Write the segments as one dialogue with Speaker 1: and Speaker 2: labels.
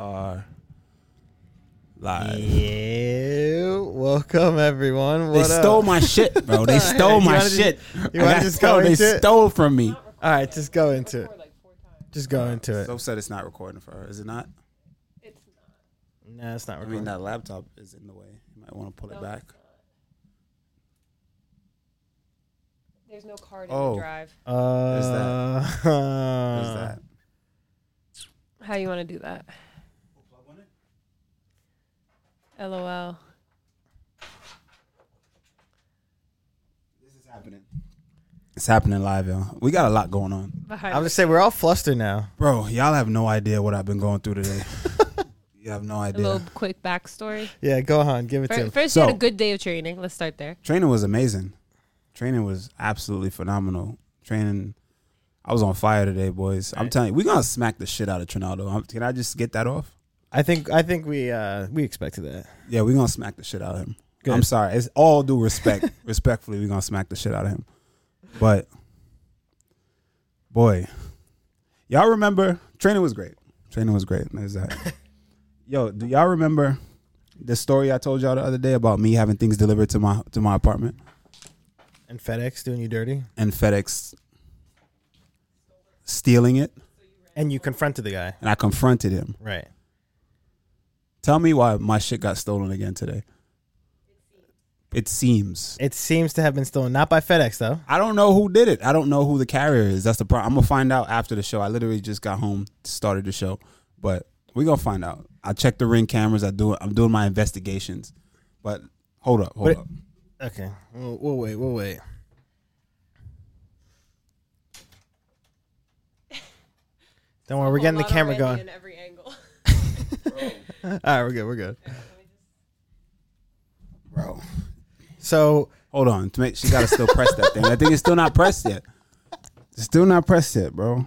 Speaker 1: are live.
Speaker 2: Yeah, welcome everyone.
Speaker 1: They
Speaker 2: What up?
Speaker 1: stole my shit, bro. They stole
Speaker 2: You
Speaker 1: my
Speaker 2: wanna just-
Speaker 1: shit.
Speaker 2: you
Speaker 1: I
Speaker 2: wanna
Speaker 1: got
Speaker 2: just
Speaker 1: stole-
Speaker 2: go
Speaker 1: They
Speaker 2: into it?
Speaker 1: stole from me.
Speaker 2: All right, just go into it. Just go into it.
Speaker 1: So said it's not recording for her, is it not?
Speaker 2: No, it's not
Speaker 1: I mean, that laptop is in the way. You might want to pull it back.
Speaker 3: There's no card
Speaker 1: Oh.
Speaker 3: in the drive.
Speaker 1: There's
Speaker 2: Uh,
Speaker 1: What is that?
Speaker 3: How you want to do that? LOL.
Speaker 1: This is happening. It's happening live, y'all. We got a lot going on,
Speaker 3: Behind.
Speaker 2: I'm just saying we're all flustered now.
Speaker 1: bro. Y'all have no idea what I've been going through today. you have no
Speaker 3: a little
Speaker 1: idea.
Speaker 3: quick backstory.
Speaker 2: Yeah, go on, give it to
Speaker 3: Fir-
Speaker 2: him.
Speaker 3: First, you had
Speaker 1: So-
Speaker 3: a good day of training. Let's start there.
Speaker 1: Training was amazing. Training was absolutely phenomenal. Training, I was on fire today, boys. I'm telling you, we're gonna smack the shit out of Trinaldo. I'm- Can I just get that off?
Speaker 2: I think I think we uh we expected that.
Speaker 1: Yeah, we're gonna smack the shit out of him.
Speaker 2: Good.
Speaker 1: I'm sorry. It's all due respect. Respectfully, we're gonna smack the shit out of him. But boy. Y'all remember training was great. Training was great. There's that. Yo, do y'all remember the story I told y'all the other day about me having things delivered to my to my apartment
Speaker 2: And FedEx doing you dirty,
Speaker 1: and FedEx stealing it?
Speaker 2: and you confronted the guy,
Speaker 1: And I confronted him.
Speaker 2: right?
Speaker 1: Tell me why my shit got stolen again today. It seems.
Speaker 2: It seems to have been stolen, not by FedEx though.
Speaker 1: I don't know who did it. I don't know who the carrier is. That's the problem. I'm gonna find out after the show. I literally just got home, started the show, but we're gonna find out. I checked the ring cameras. I do. I'm doing my investigations. But hold up, hold
Speaker 2: But-
Speaker 1: up.
Speaker 2: Okay, we'll, we'll wait, we'll wait. Don't worry, we're getting the camera going.
Speaker 3: In every angle.
Speaker 2: All right, we're good, we're good.
Speaker 1: bro.
Speaker 2: So
Speaker 1: Hold on. To make, she gotta still press that thing. I think it's still not pressed yet. It's still not pressed yet, bro.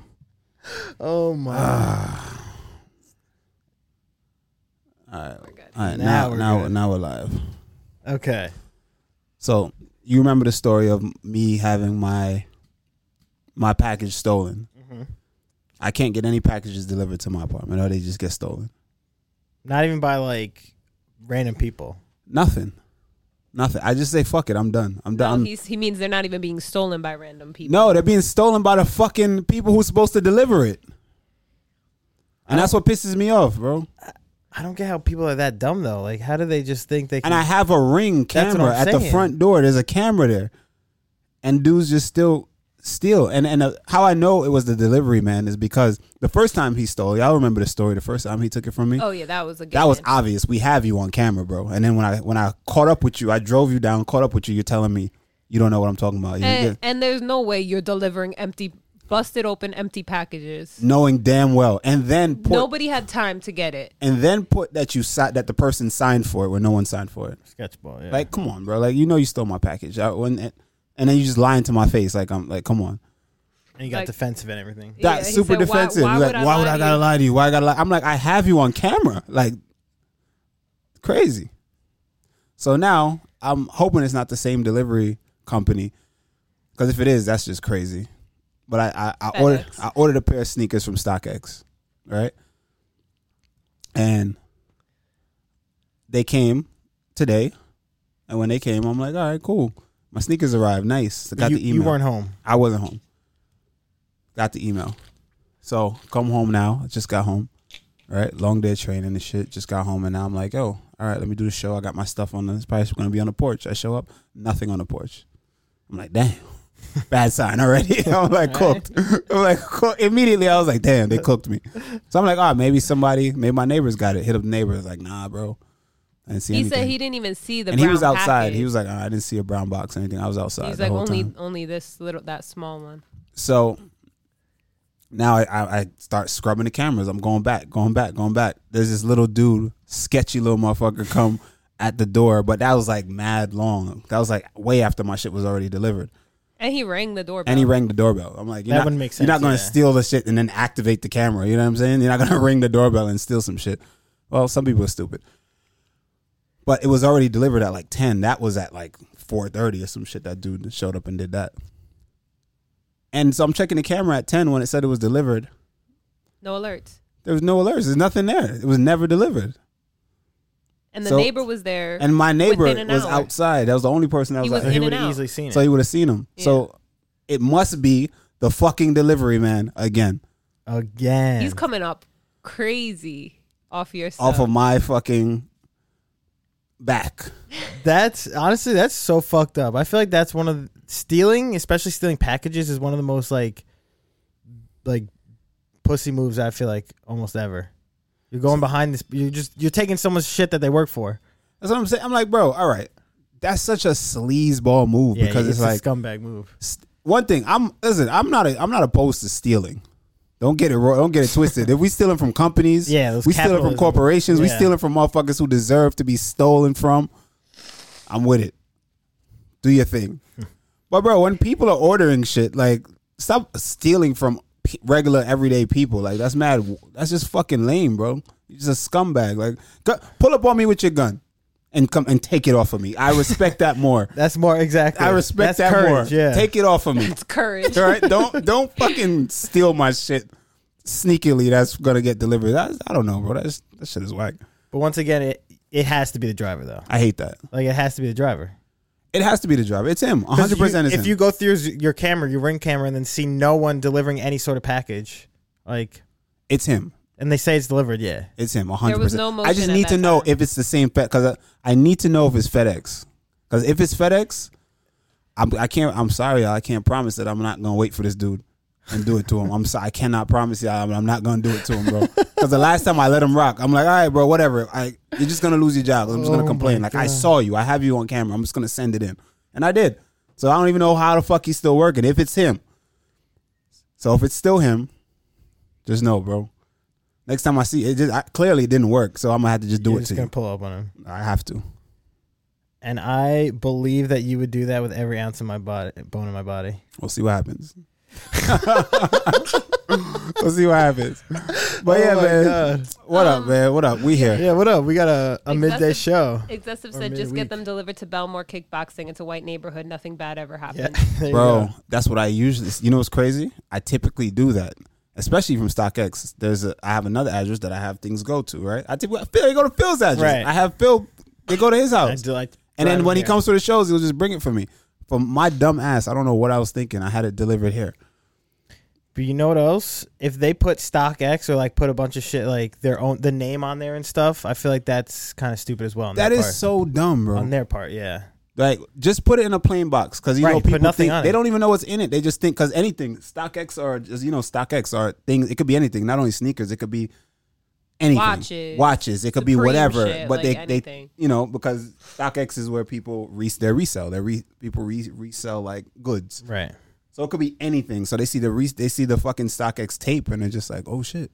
Speaker 2: Oh my!
Speaker 1: All right.
Speaker 3: We're good.
Speaker 1: All right. Now, now,
Speaker 2: Now we're
Speaker 1: now,
Speaker 2: good.
Speaker 1: we're live.
Speaker 2: okay,
Speaker 1: So you remember the story of me having my my package stolen?
Speaker 2: Mm-hmm.
Speaker 1: I can't get any packages delivered to my apartment, or they just get stolen.
Speaker 2: not even by like random people.
Speaker 1: Nothing, nothing. I just say fuck it. I'm done. I'm
Speaker 3: No,
Speaker 1: done. I'm-
Speaker 3: he's, he means they're not even being stolen by random people.
Speaker 1: No, they're being stolen by the fucking people who's supposed to deliver it, and that's what pisses me off, bro.
Speaker 2: I don't get how people are that dumb though. Like, how do they just think they can?
Speaker 1: And I have a ring
Speaker 2: That's what
Speaker 1: camera
Speaker 2: I'm
Speaker 1: at the
Speaker 2: saying.
Speaker 1: front door. There's a camera there, and dudes just still steal. And and uh, how I know it was the delivery man is because the first time he stole, y'all remember the story. The first time he took it from me,
Speaker 3: Oh yeah, that was a good.
Speaker 1: that was
Speaker 3: one.
Speaker 1: obvious. We have you on camera, bro. And then when I when I caught up with you, I drove you down, caught up with you. You're telling me you don't know what I'm talking about, You-
Speaker 3: And,
Speaker 1: you-
Speaker 3: and there's no way you're delivering empty, busted open empty packages.
Speaker 1: knowing damn well. And then put,
Speaker 3: Nobody had time to get it.
Speaker 1: and then put that you si- that the person signed for it when no one signed for it.
Speaker 2: sketchball. Yeah.
Speaker 1: Like, come on, bro. Like, you know, you stole my package. I, when, and, and then you just lying to my face. Like, I'm like, come on.
Speaker 2: and you got
Speaker 3: like-
Speaker 2: defensive and everything.
Speaker 3: Yeah,
Speaker 1: That's
Speaker 3: he
Speaker 1: super
Speaker 3: said, "Why-
Speaker 1: defensive.
Speaker 3: why
Speaker 1: He's like,
Speaker 3: would I
Speaker 1: why would
Speaker 3: lie
Speaker 1: I
Speaker 3: to
Speaker 1: gotta
Speaker 3: you?"
Speaker 1: lie to you? Why I gotta lie? I'm like, I have you on camera. Like, crazy. So now I'm hoping it's not the same delivery company, because if it is, that's just crazy. But I I, I ordered
Speaker 3: FedEx.
Speaker 1: I ordered a pair of sneakers from StockX, right? And they came today, and when they came, I'm like, all right, cool. My sneakers arrived. Nice. I got
Speaker 2: you,
Speaker 1: the
Speaker 2: you
Speaker 1: email.
Speaker 2: weren't home.
Speaker 1: I wasn't home. Got the email. So come home now. I just got home. Right? Long day of training and shit. Just got home and now I'm like, oh, all right, let me do the show. I got my stuff on the it's probably gonna be on the porch. I show up, nothing on the porch. I'm like, damn. Bad sign already. I'm like cooked. I'm like cooked. immediately. I was like, damn, they cooked me. So I'm like, oh, maybe somebody, maybe my neighbors got it. Hit up the neighbors. Like, nah, bro. I didn't see
Speaker 3: He
Speaker 1: anything.
Speaker 3: said he didn't even see the.
Speaker 1: and he
Speaker 3: brown
Speaker 1: was outside.
Speaker 3: package.
Speaker 1: He was like, oh, I didn't see a brown box or anything. I was outside.
Speaker 3: He's
Speaker 1: the
Speaker 3: like
Speaker 1: whole
Speaker 3: only
Speaker 1: time.
Speaker 3: only this little that small one.
Speaker 1: So now I, I, I start scrubbing the cameras. I'm going back, going back, going back. There's this little dude, sketchy little motherfucker, come at the door, but that was like mad long. That was like way after my shit was already delivered.
Speaker 3: And he rang the doorbell.
Speaker 1: And he rang the doorbell. I'm like, you're
Speaker 2: That
Speaker 1: not,
Speaker 2: wouldn't make
Speaker 1: You're not
Speaker 2: sense,
Speaker 1: gonna
Speaker 2: yeah.
Speaker 1: steal the shit and then activate the camera. You know what I'm saying? You're not gonna ring the doorbell and steal some shit. Well, some people are stupid. But it was already delivered at like ten. That was at like four thirty or some shit. That dude that showed up and did that. And so I'm checking the camera at ten when it said it was delivered.
Speaker 3: no alerts.
Speaker 1: There was no alerts. There's nothing there. It was never delivered.
Speaker 3: And the
Speaker 1: So-
Speaker 3: neighbor was there.
Speaker 1: And my
Speaker 3: Within
Speaker 1: neighbor
Speaker 3: an
Speaker 1: was
Speaker 3: hour.
Speaker 1: outside. That was the only person that
Speaker 3: He
Speaker 1: was,
Speaker 3: was
Speaker 1: out.
Speaker 2: he
Speaker 3: in
Speaker 2: would
Speaker 3: and
Speaker 2: have
Speaker 3: out.
Speaker 2: easily seen it.
Speaker 1: So you would have seen him. So it must be the fucking delivery man again,
Speaker 2: Again.
Speaker 3: He's coming up crazy off your stuff.
Speaker 1: off of my fucking back.
Speaker 2: That's honestly that's so fucked up. I feel like that's one of the, stealing, especially stealing packages, is one of the most like like pussy moves I feel like almost ever. You're going behind this. You're just you're taking someone's shit that they work for.
Speaker 1: That's what I'm saying. I'm like, bro, all right. That's such a sleazeball move
Speaker 2: Yeah,
Speaker 1: because it's,
Speaker 2: a
Speaker 1: like
Speaker 2: scumbag move.
Speaker 1: st- one thing. I'm listen. I'm not. A, I'm not opposed to stealing. Don't get it. wrong. Don't get it twisted. if we stealing from companies,
Speaker 2: Yeah, those
Speaker 1: we stealing from
Speaker 2: capitalism.
Speaker 1: corporations. We
Speaker 2: Yeah.
Speaker 1: stealing from motherfuckers who deserve to be stolen from. I'm with it. Do your thing. but bro, when people are ordering shit, like stop stealing from p- regular everyday people. Like that's mad. That's just fucking lame, bro. You're just a scumbag. Like go, pull up on me with your gun. And come and take it off of me. I respect that more.
Speaker 2: That's more exactly.
Speaker 1: I respect
Speaker 2: That's
Speaker 1: that
Speaker 2: courage,
Speaker 1: more.
Speaker 2: Yeah.
Speaker 1: Take it off of me.
Speaker 3: It's courage.
Speaker 1: All right, don't don't fucking steal my shit sneakily. That's gonna get delivered. I, I don't know, bro. That's that shit is whack.
Speaker 2: but once again, it it has to be the driver though.
Speaker 1: I hate that.
Speaker 2: Like it has to be the driver.
Speaker 1: It has to be the driver. It's him.
Speaker 2: 'Cause
Speaker 1: hundred percent. is
Speaker 2: you- If
Speaker 1: him.
Speaker 2: you go through your, z- your camera, your ring camera, and then see no one delivering any sort of package, like,
Speaker 1: it's him.
Speaker 2: and they say it's delivered, yeah.
Speaker 1: It's him. hundred
Speaker 3: was
Speaker 1: percent.
Speaker 3: no
Speaker 1: I just
Speaker 3: motion at
Speaker 1: need to
Speaker 3: that
Speaker 1: know
Speaker 3: time.
Speaker 1: if it's the same Fed because I, I need to know if it's FedEx. Because if it's FedEx, I'm, I can't. I'm sorry, y'all. I can't promise that I'm not gonna wait for this dude and do it to him. I'm sorry. I cannot promise y'all. I'm, I'm not gonna do it to him, bro. Because the last time I let him rock, I'm like, all right, bro, whatever. I you're just gonna lose your job. I'm just
Speaker 2: Oh
Speaker 1: gonna
Speaker 2: my
Speaker 1: complain. Like I
Speaker 2: God.
Speaker 1: saw you. I have you on camera. I'm just gonna send it in, and I did. So I don't even know how the fuck he's still working. If it's him, so if it's still him, just know, bro. Next time I see it, just I, clearly it didn't work. So I'm gonna have to just do
Speaker 2: You're
Speaker 1: it
Speaker 2: just
Speaker 1: to
Speaker 2: gonna pull up on him.
Speaker 1: you. I have to.
Speaker 2: And I believe that you would do that with every ounce of my body, bone in my body.
Speaker 1: We'll see what happens. we'll see what happens. But yeah,
Speaker 2: Oh my
Speaker 1: man.
Speaker 2: God.
Speaker 1: What up,
Speaker 3: Um,
Speaker 1: man? What up? We here.
Speaker 2: Yeah, what up? We got a, a
Speaker 3: Like, that's
Speaker 2: midday
Speaker 3: a-
Speaker 2: show.
Speaker 3: Excessive
Speaker 2: Or
Speaker 3: said, just
Speaker 2: midweek.
Speaker 3: get them delivered to Belmore Kickboxing. It's a white neighborhood. Nothing bad ever
Speaker 2: Yeah,
Speaker 3: happened.
Speaker 2: there you
Speaker 1: Bro,
Speaker 2: go.
Speaker 1: that's what I usually you know what's crazy? I typically do that. Especially from StockX. There's a I have another address that I have things go to, right? I typically Phil, they go to Phil's address.
Speaker 2: Right.
Speaker 1: I have Phil they go to his
Speaker 2: I
Speaker 1: house.
Speaker 2: do like.
Speaker 1: And then
Speaker 2: drive
Speaker 1: when he
Speaker 2: here.
Speaker 1: comes to the shows, he'll just bring it for me. For my dumb ass, I don't know what I was thinking. I had it delivered here.
Speaker 2: but you know what else? If they put stock X or like put a bunch of shit like their own the name on there and stuff, I feel like that's kind of stupid as well. On
Speaker 1: That
Speaker 2: their
Speaker 1: is
Speaker 2: part.
Speaker 1: so dumb, bro.
Speaker 2: on their part, yeah.
Speaker 1: Like, just put it in a plain box because you
Speaker 2: Right,
Speaker 1: know
Speaker 2: put
Speaker 1: people
Speaker 2: nothing
Speaker 1: think
Speaker 2: on
Speaker 1: they
Speaker 2: it.
Speaker 1: don't even know what's in it. They just think because anything StockX or just you know StockX or things. It could be anything, not only sneakers. It could be anything.
Speaker 3: Watches.
Speaker 1: watches. It could be
Speaker 3: Supreme
Speaker 1: whatever.
Speaker 3: shit,
Speaker 1: but
Speaker 3: like
Speaker 1: they
Speaker 3: anything.
Speaker 1: they you know because StockX is where people re- they resell. They re- people re- resell like goods.
Speaker 2: Right.
Speaker 1: So it could be anything. So they see the re- they see the fucking StockX tape and they're just like, oh shit,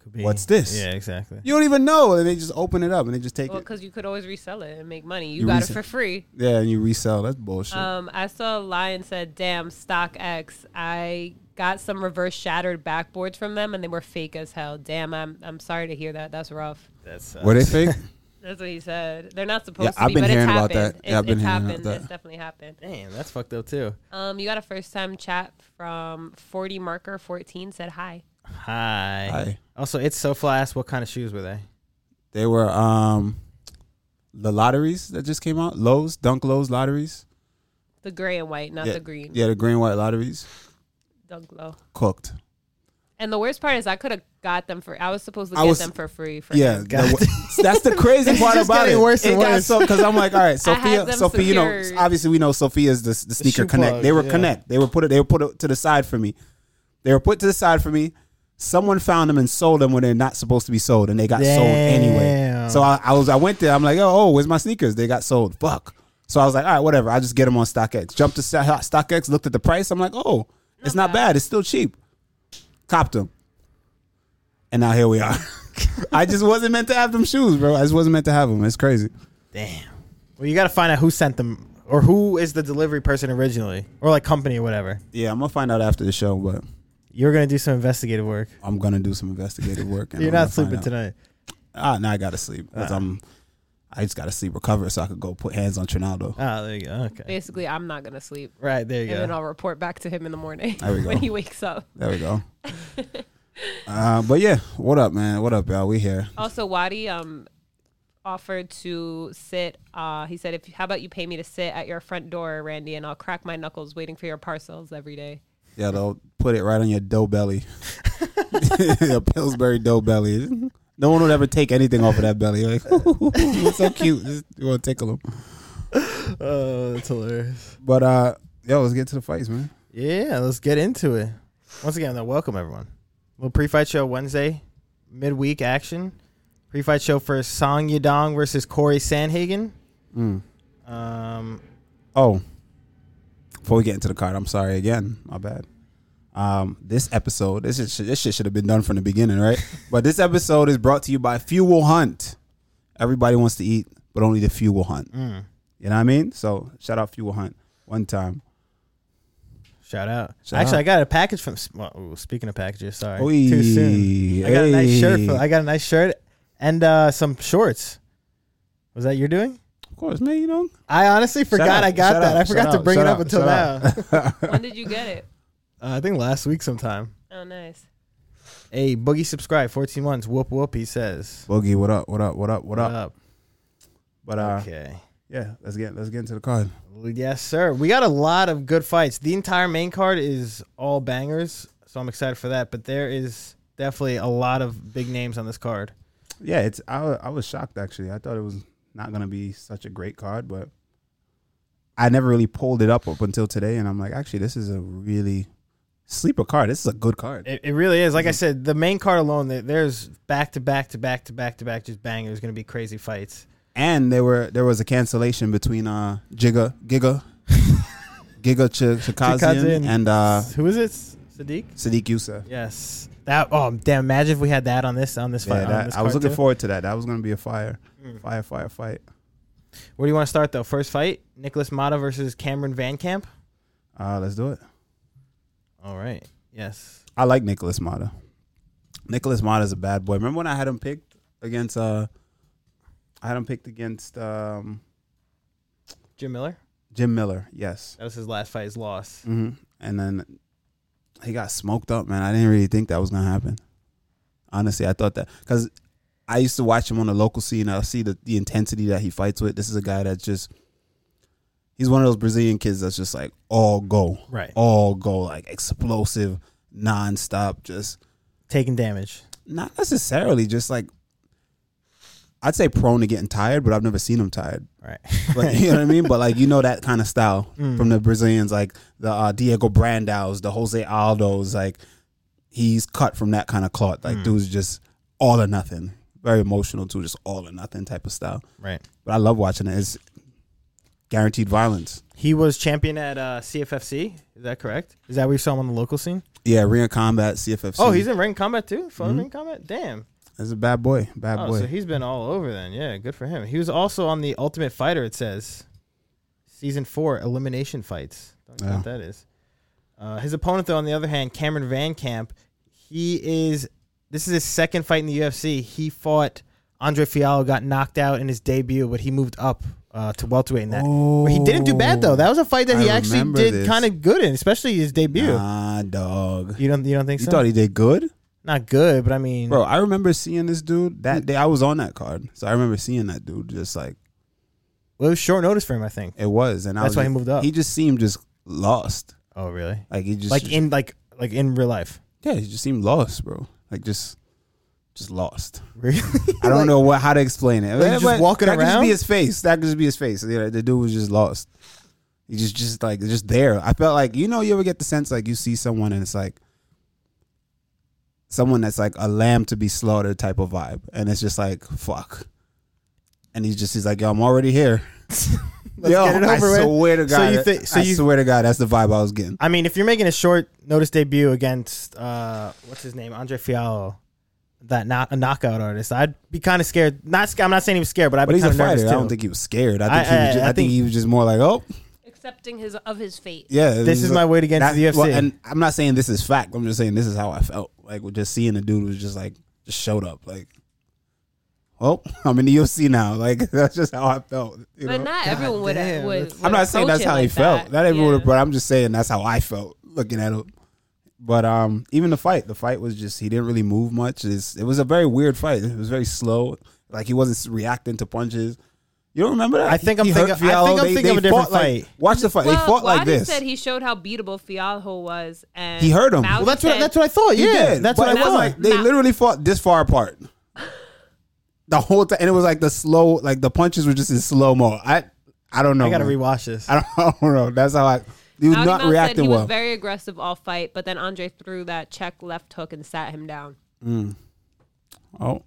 Speaker 2: Could be-
Speaker 1: What's this?
Speaker 2: Yeah, exactly.
Speaker 1: you don't even know, and they just open it up and they just take
Speaker 3: Well,
Speaker 1: it.
Speaker 3: because you could always resell it and make money. You,
Speaker 1: You
Speaker 3: got
Speaker 1: resell-
Speaker 3: it for free.
Speaker 1: Yeah, and you resell. That's bullshit.
Speaker 3: Um, I saw Lion said, "Damn, Stock X. I got some reverse shattered backboards from them, and they were fake as hell. Damn, I'm I'm sorry to hear that. That's rough.
Speaker 2: That's uh,
Speaker 1: Were they fake?
Speaker 3: That's what he said. They're not supposed
Speaker 1: Yeah,
Speaker 3: to.
Speaker 1: I've
Speaker 3: be,
Speaker 1: been
Speaker 3: but
Speaker 1: hearing
Speaker 3: it's
Speaker 1: about
Speaker 3: happened.
Speaker 1: that.
Speaker 3: It's,
Speaker 1: Yeah, I've been
Speaker 3: it's
Speaker 1: hearing about
Speaker 3: happened.
Speaker 1: that.
Speaker 3: It's definitely happened.
Speaker 2: Damn, that's fucked up too.
Speaker 3: Um, you got a first time chat from 40 marker 14 said hi.
Speaker 2: Hi.
Speaker 1: Hi.
Speaker 2: Also, it's so fly. I asked what kind of shoes were they?
Speaker 1: They were um the lotteries that just came out. Lowe's, Dunk Lowe's lotteries.
Speaker 3: The gray and white, not
Speaker 1: yeah,
Speaker 3: the green.
Speaker 1: Yeah, the green white lotteries.
Speaker 3: Dunk low.
Speaker 1: Cooked.
Speaker 3: And the worst part is I could have got them for. I was supposed to
Speaker 1: I
Speaker 3: get
Speaker 1: was-
Speaker 3: them for free. For
Speaker 1: Yeah.
Speaker 3: him.
Speaker 1: the- that's the crazy part
Speaker 2: just
Speaker 1: about
Speaker 2: getting
Speaker 1: it.
Speaker 2: worse and
Speaker 1: it got
Speaker 2: worse.
Speaker 1: so because I'm like, all right,
Speaker 3: I had
Speaker 1: Sophia
Speaker 3: them
Speaker 1: Sophia, you know,
Speaker 3: secured.
Speaker 1: obviously we know Sophia's the, the sneaker
Speaker 2: shoe
Speaker 1: connect.
Speaker 2: plug,
Speaker 1: They were
Speaker 2: yeah.
Speaker 1: connect. They were put it they were put it to the side for me. They were put to the side for me. Someone found them and sold them when they're not supposed to be sold, and they got sold anyway.
Speaker 2: Damn.
Speaker 1: So I, I was I went there. I'm like, oh, oh, where's my sneakers? They got sold. Fuck. So I was like, all right, whatever. I will just get them on StockX. Jumped to Sto- StockX, looked at the price. I'm like, oh, it's not bad. It's still cheap. Copped them, and now here we are. I just wasn't meant to have them shoes, bro. I just wasn't meant to have them. It's crazy.
Speaker 2: Damn. Well, you got to find out who sent them or who is the delivery person originally or like company or whatever.
Speaker 1: Yeah, I'm gonna find out after the show, but
Speaker 2: You're going to do some investigative work.
Speaker 1: I'm gonna do some investigative work. And
Speaker 2: You're
Speaker 1: I'm
Speaker 2: not
Speaker 1: gonna find
Speaker 2: sleeping
Speaker 1: out.
Speaker 2: tonight.
Speaker 1: Ah, now I gotta sleep 'cause I'm. I just gotta sleep, recover, so I could go put hands on Trinaldo.
Speaker 2: Ah, there you go. Okay.
Speaker 3: Basically, I'm not gonna sleep,
Speaker 2: Right, there you
Speaker 3: and then
Speaker 2: go.
Speaker 3: I'll report back to him in the morning
Speaker 1: There we go.
Speaker 3: when he wakes up.
Speaker 1: There we go. Uh, but yeah, what up, man? What up, y'all? We here.
Speaker 3: Also, Wadi um offered to sit. Uh, he said, "If how about you pay me to sit at your front door, Randy, and I'll crack my knuckles waiting for your parcels every day."
Speaker 1: Yeah, they'll put it right on your dough belly. your Pillsbury dough belly. No one would ever take anything off of that belly. Like, it's so cute. Just, you want to tickle them.
Speaker 2: Oh, that's hilarious.
Speaker 1: But uh, yo, let's get to the fights, man.
Speaker 2: Yeah, let's get into it. Once again, though, welcome everyone. Little pre-fight show Wednesday, midweek action. Pre-fight show for Song Yadong versus Corey Sanhagen.
Speaker 1: Mm.
Speaker 2: Um,
Speaker 1: Oh, before we get into the card, I'm sorry again. My bad. Um, this episode, this is, this shit should have been done from the beginning, right? but this episode is brought to you by Fuel Hunt. Everybody wants to eat, but only the few will hunt.
Speaker 2: mm,
Speaker 1: You know what I mean? So shout out Fuel Hunt one time.
Speaker 2: shout out.
Speaker 1: Shout
Speaker 2: Actually,
Speaker 1: out.
Speaker 2: I got a package from. Well, ooh, speaking of packages, sorry,
Speaker 1: Oy,
Speaker 2: too soon. I got a nice shirt.
Speaker 1: hey.
Speaker 2: For, I got a nice shirt and uh, some shorts. Was that your doing?
Speaker 1: of course, man. You know,
Speaker 2: I honestly
Speaker 1: Shout
Speaker 2: forgot
Speaker 1: out,
Speaker 2: I got
Speaker 1: shout
Speaker 2: that.
Speaker 1: out,
Speaker 2: I forgot
Speaker 1: shout
Speaker 2: to
Speaker 1: out,
Speaker 2: bring it
Speaker 1: shout
Speaker 2: up
Speaker 1: out,
Speaker 2: until
Speaker 1: shout
Speaker 2: now.
Speaker 1: out.
Speaker 3: when did you get it?
Speaker 2: Uh, I think last week sometime.
Speaker 3: Oh, nice.
Speaker 2: Hey, Boogie subscribe, 14 months. Whoop whoop, he says.
Speaker 1: Boogie, what up? What up? What up? What up? But uh,
Speaker 2: Uh, Okay.
Speaker 1: yeah, let's get let's get into the card.
Speaker 2: Well, Yes, sir. We got a lot of good fights. The entire main card is all bangers, so I'm excited for that. But there is definitely a lot of big names on this card.
Speaker 1: Yeah, it's I wa- I was shocked actually. I thought it was not gonna be such a great card, but I never really pulled it up up until today, and I'm like, actually, this is a really sleeper card. This is a good card.
Speaker 2: It, it really is.
Speaker 1: Mhm.
Speaker 2: Like I said, the main card alone, there- there's back to back to back to back to back just bangers. Going to be crazy fights.
Speaker 1: And there were there was a cancellation between uh Giga Giga Giga Ch- Chikazian
Speaker 2: Chikazian.
Speaker 1: and uh
Speaker 2: Who is it? Sadiq.
Speaker 1: Sadiq Youssef.
Speaker 2: Yes. That. Oh damn! Imagine if we had that on this on this fight.
Speaker 1: Yeah,
Speaker 2: on
Speaker 1: that,
Speaker 2: this
Speaker 1: I was
Speaker 2: card,
Speaker 1: looking
Speaker 2: too. Hmm.
Speaker 1: forward to that. That was gonna be a fire, fire, fire fight.
Speaker 2: Where do you want to start though? First fight: Nicholas Mata versus Cameron Van Camp.
Speaker 1: Uh, let's do it.
Speaker 2: All right. Yes.
Speaker 1: I like Nicholas Mata. Nicholas Mata's a bad boy. Remember when I had him picked against uh I had him picked against um
Speaker 2: Jim Miller.
Speaker 1: Jim Miller, yes.
Speaker 2: That was his last fight. His loss.
Speaker 1: hmm And then he got smoked up, man. I didn't really think that was gonna happen. Honestly, I thought that because I used to watch him on the local scene. I see the, the intensity that he fights with. This is a guy that's just he's one of those Brazilian kids that's just like all go,
Speaker 2: Right.
Speaker 1: all go, like explosive, nonstop, just
Speaker 2: Taking damage.
Speaker 1: not necessarily just like I'd say prone to getting tired, but I've never seen him tired.
Speaker 2: Right.
Speaker 1: Like, you know what I mean? But like you know that kind of style
Speaker 2: Mm.
Speaker 1: from the Brazilians, like the uh, Diego Brandows, the Jose Aldos. Like he's cut from that kind of cloth. Like
Speaker 2: Mm.
Speaker 1: dude's just all or nothing, very emotional too, just all or nothing type of style.
Speaker 2: Right.
Speaker 1: But I love watching it. It's guaranteed violence.
Speaker 2: He was champion at uh, CFFC. Is that correct? Is that where you saw him on the local scene?
Speaker 1: Yeah, ring of combat, CFFC.
Speaker 2: Oh, he's in ring combat too. Full
Speaker 1: Mhm.
Speaker 2: ring combat. Damn.
Speaker 1: That's a bad boy, bad
Speaker 2: Oh,
Speaker 1: boy.
Speaker 2: so he's been all over then. Yeah, good for him. He was also on the Ultimate Fighter. It says, season four elimination fights. Don't know
Speaker 1: Yeah.
Speaker 2: what that is. Uh, his opponent, though, on the other hand, Cameron Van Camp. He is. This is his second fight in the UFC. He fought Andre Fiallo, got knocked out in his debut, but he moved up uh, to welterweight in that. But he didn't do bad though. That was a fight that
Speaker 1: I
Speaker 2: he actually
Speaker 1: remember
Speaker 2: did
Speaker 1: this.
Speaker 2: kind of good in, especially his debut.
Speaker 1: Oh, nah, dog.
Speaker 2: You don't you don't think
Speaker 1: You
Speaker 2: so?
Speaker 1: thought he did good?
Speaker 2: Not good, but I mean,
Speaker 1: Bro, I remember seeing this dude
Speaker 2: Mm.
Speaker 1: that day. I was on that card, so I remember seeing that dude. Just like
Speaker 2: well, it was short notice for him. I think.
Speaker 1: it was, and I
Speaker 2: That's
Speaker 1: was
Speaker 2: why he
Speaker 1: just-
Speaker 2: moved up.
Speaker 1: He just seemed just lost.
Speaker 2: Oh, really?
Speaker 1: Like he just
Speaker 2: Like in like like in real life.
Speaker 1: yeah, he just seemed lost, bro. Like just just lost.
Speaker 2: Really?
Speaker 1: I don't know what how to explain it.
Speaker 2: Like, just
Speaker 1: But
Speaker 2: walking
Speaker 1: that could just
Speaker 2: around?
Speaker 1: be his face. That could just be his face. Yeah, the dude was just lost. He just just like just there. I felt like you know you ever get the sense like you see someone and it's like someone that's like a lamb to be slaughtered type of vibe, and it's just like fuck. And he just he's like, yo, I'm already here.
Speaker 2: Let's
Speaker 1: yo,
Speaker 2: get it over
Speaker 1: I
Speaker 2: with.
Speaker 1: swear to
Speaker 2: So
Speaker 1: God.
Speaker 2: you thi- so
Speaker 1: I
Speaker 2: you-
Speaker 1: swear to God, that's the vibe I was getting.
Speaker 2: I mean, if you're making a short notice debut against uh, what's his name, Andre Fiallo, that not a knockout artist, I'd be kind of scared. Not sc- I'm not saying he was scared, but I'd
Speaker 1: But
Speaker 2: be
Speaker 1: he's
Speaker 2: kind
Speaker 1: a
Speaker 2: of nervous
Speaker 1: fighter.
Speaker 2: too.
Speaker 1: I don't think he was scared. I think
Speaker 2: I-
Speaker 1: he was.
Speaker 2: I-
Speaker 1: Just, I,
Speaker 2: I
Speaker 1: think
Speaker 2: think-
Speaker 1: he was just more like, oh,
Speaker 3: Accepting his of his fate.
Speaker 1: Yeah,
Speaker 2: This is my way to get into the UFC.
Speaker 1: and I'm not saying this is fact. I'm just saying this is how I felt. Like with just seeing the dude was just like just showed up. Like, well, I'm in the UFC now. Like that's just how I felt. You
Speaker 3: But
Speaker 1: know?
Speaker 3: not everyone would, uh,
Speaker 2: damn,
Speaker 3: would,
Speaker 2: that's-
Speaker 1: I'm not saying
Speaker 3: approach
Speaker 1: that's
Speaker 3: it
Speaker 1: how he
Speaker 3: like
Speaker 1: felt.
Speaker 3: That.
Speaker 1: Not everyone,
Speaker 3: Yeah.
Speaker 1: but I'm just saying that's how I felt looking at him. But um, even the fight, the fight was just he didn't really move much. It's, it was a very weird fight. It was very slow. Like he wasn't s- reacting to punches. You don't remember that?
Speaker 2: I think I'm
Speaker 1: He- he hurt
Speaker 2: thinking- I
Speaker 1: Fialho.
Speaker 2: think I'm
Speaker 1: They-
Speaker 2: thinking of
Speaker 1: they
Speaker 2: a different
Speaker 1: fought like-
Speaker 2: fight.
Speaker 1: watch the fight. they
Speaker 3: well,
Speaker 1: fought like
Speaker 3: Wadi
Speaker 1: this.
Speaker 3: said he showed how beatable Fialho was, and
Speaker 1: He hurt him.
Speaker 3: Bowden
Speaker 2: Well, that's what
Speaker 3: said-
Speaker 2: that's what I thought.
Speaker 1: He
Speaker 2: Yeah,
Speaker 1: did,
Speaker 2: that's
Speaker 1: but
Speaker 2: what I
Speaker 1: it was
Speaker 2: thought.
Speaker 1: like they
Speaker 3: Ma-
Speaker 1: literally fought this far apart. The whole time, and it was like the slow, like the punches were just in slow mo. I, I don't know.
Speaker 2: I gotta
Speaker 1: man.
Speaker 2: rewatch this.
Speaker 1: um, I don't, I don't know. That's how I. He was
Speaker 3: Audemars
Speaker 1: not
Speaker 3: said
Speaker 1: reacting
Speaker 3: he
Speaker 1: well.
Speaker 3: was very aggressive all fight, but then Andre threw that check left hook and sat him down.
Speaker 1: Oh,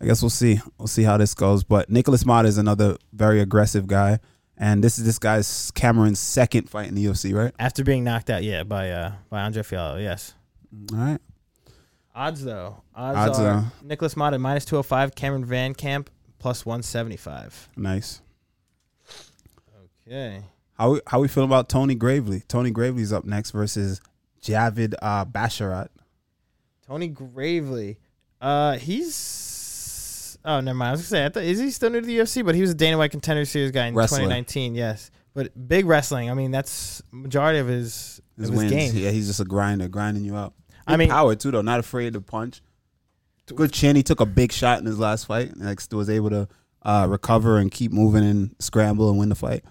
Speaker 1: I guess we'll see. We'll see how this goes. But Nicholas Mott is another very aggressive guy, and this is this guy's Cameron's second fight in the UFC, right?
Speaker 2: After being knocked out, yeah, by uh by Andre Fiallo. Yes. Mm-hmm.
Speaker 1: All right.
Speaker 2: Odds though. Odds,
Speaker 1: Odds uh,
Speaker 2: are
Speaker 1: are-
Speaker 2: Nicholas Mott at minus two hundred five. Cameron Van Camp plus one seventy five.
Speaker 1: Nice.
Speaker 2: Okay.
Speaker 1: How we, how we feel about Tony Gravely? Tony Gravely's up next versus Javid uh, Basharat.
Speaker 2: Tony Gravely. Uh, he's. Oh, never mind. I was gonna say, I thought, is he still new to the UFC? But he was a Dana White Contender Series guy in
Speaker 1: Wrestler.
Speaker 2: 2019. Yes, but big wrestling. I mean, that's majority of his
Speaker 1: His
Speaker 2: of his
Speaker 1: wins.
Speaker 2: game.
Speaker 1: Yeah, he's just a grinder, grinding you out.
Speaker 2: I mean-
Speaker 1: power too, though. Not afraid to punch. Good chin. He took a big shot in his last fight, and like, was able to uh, recover and keep moving and scramble and win the fight.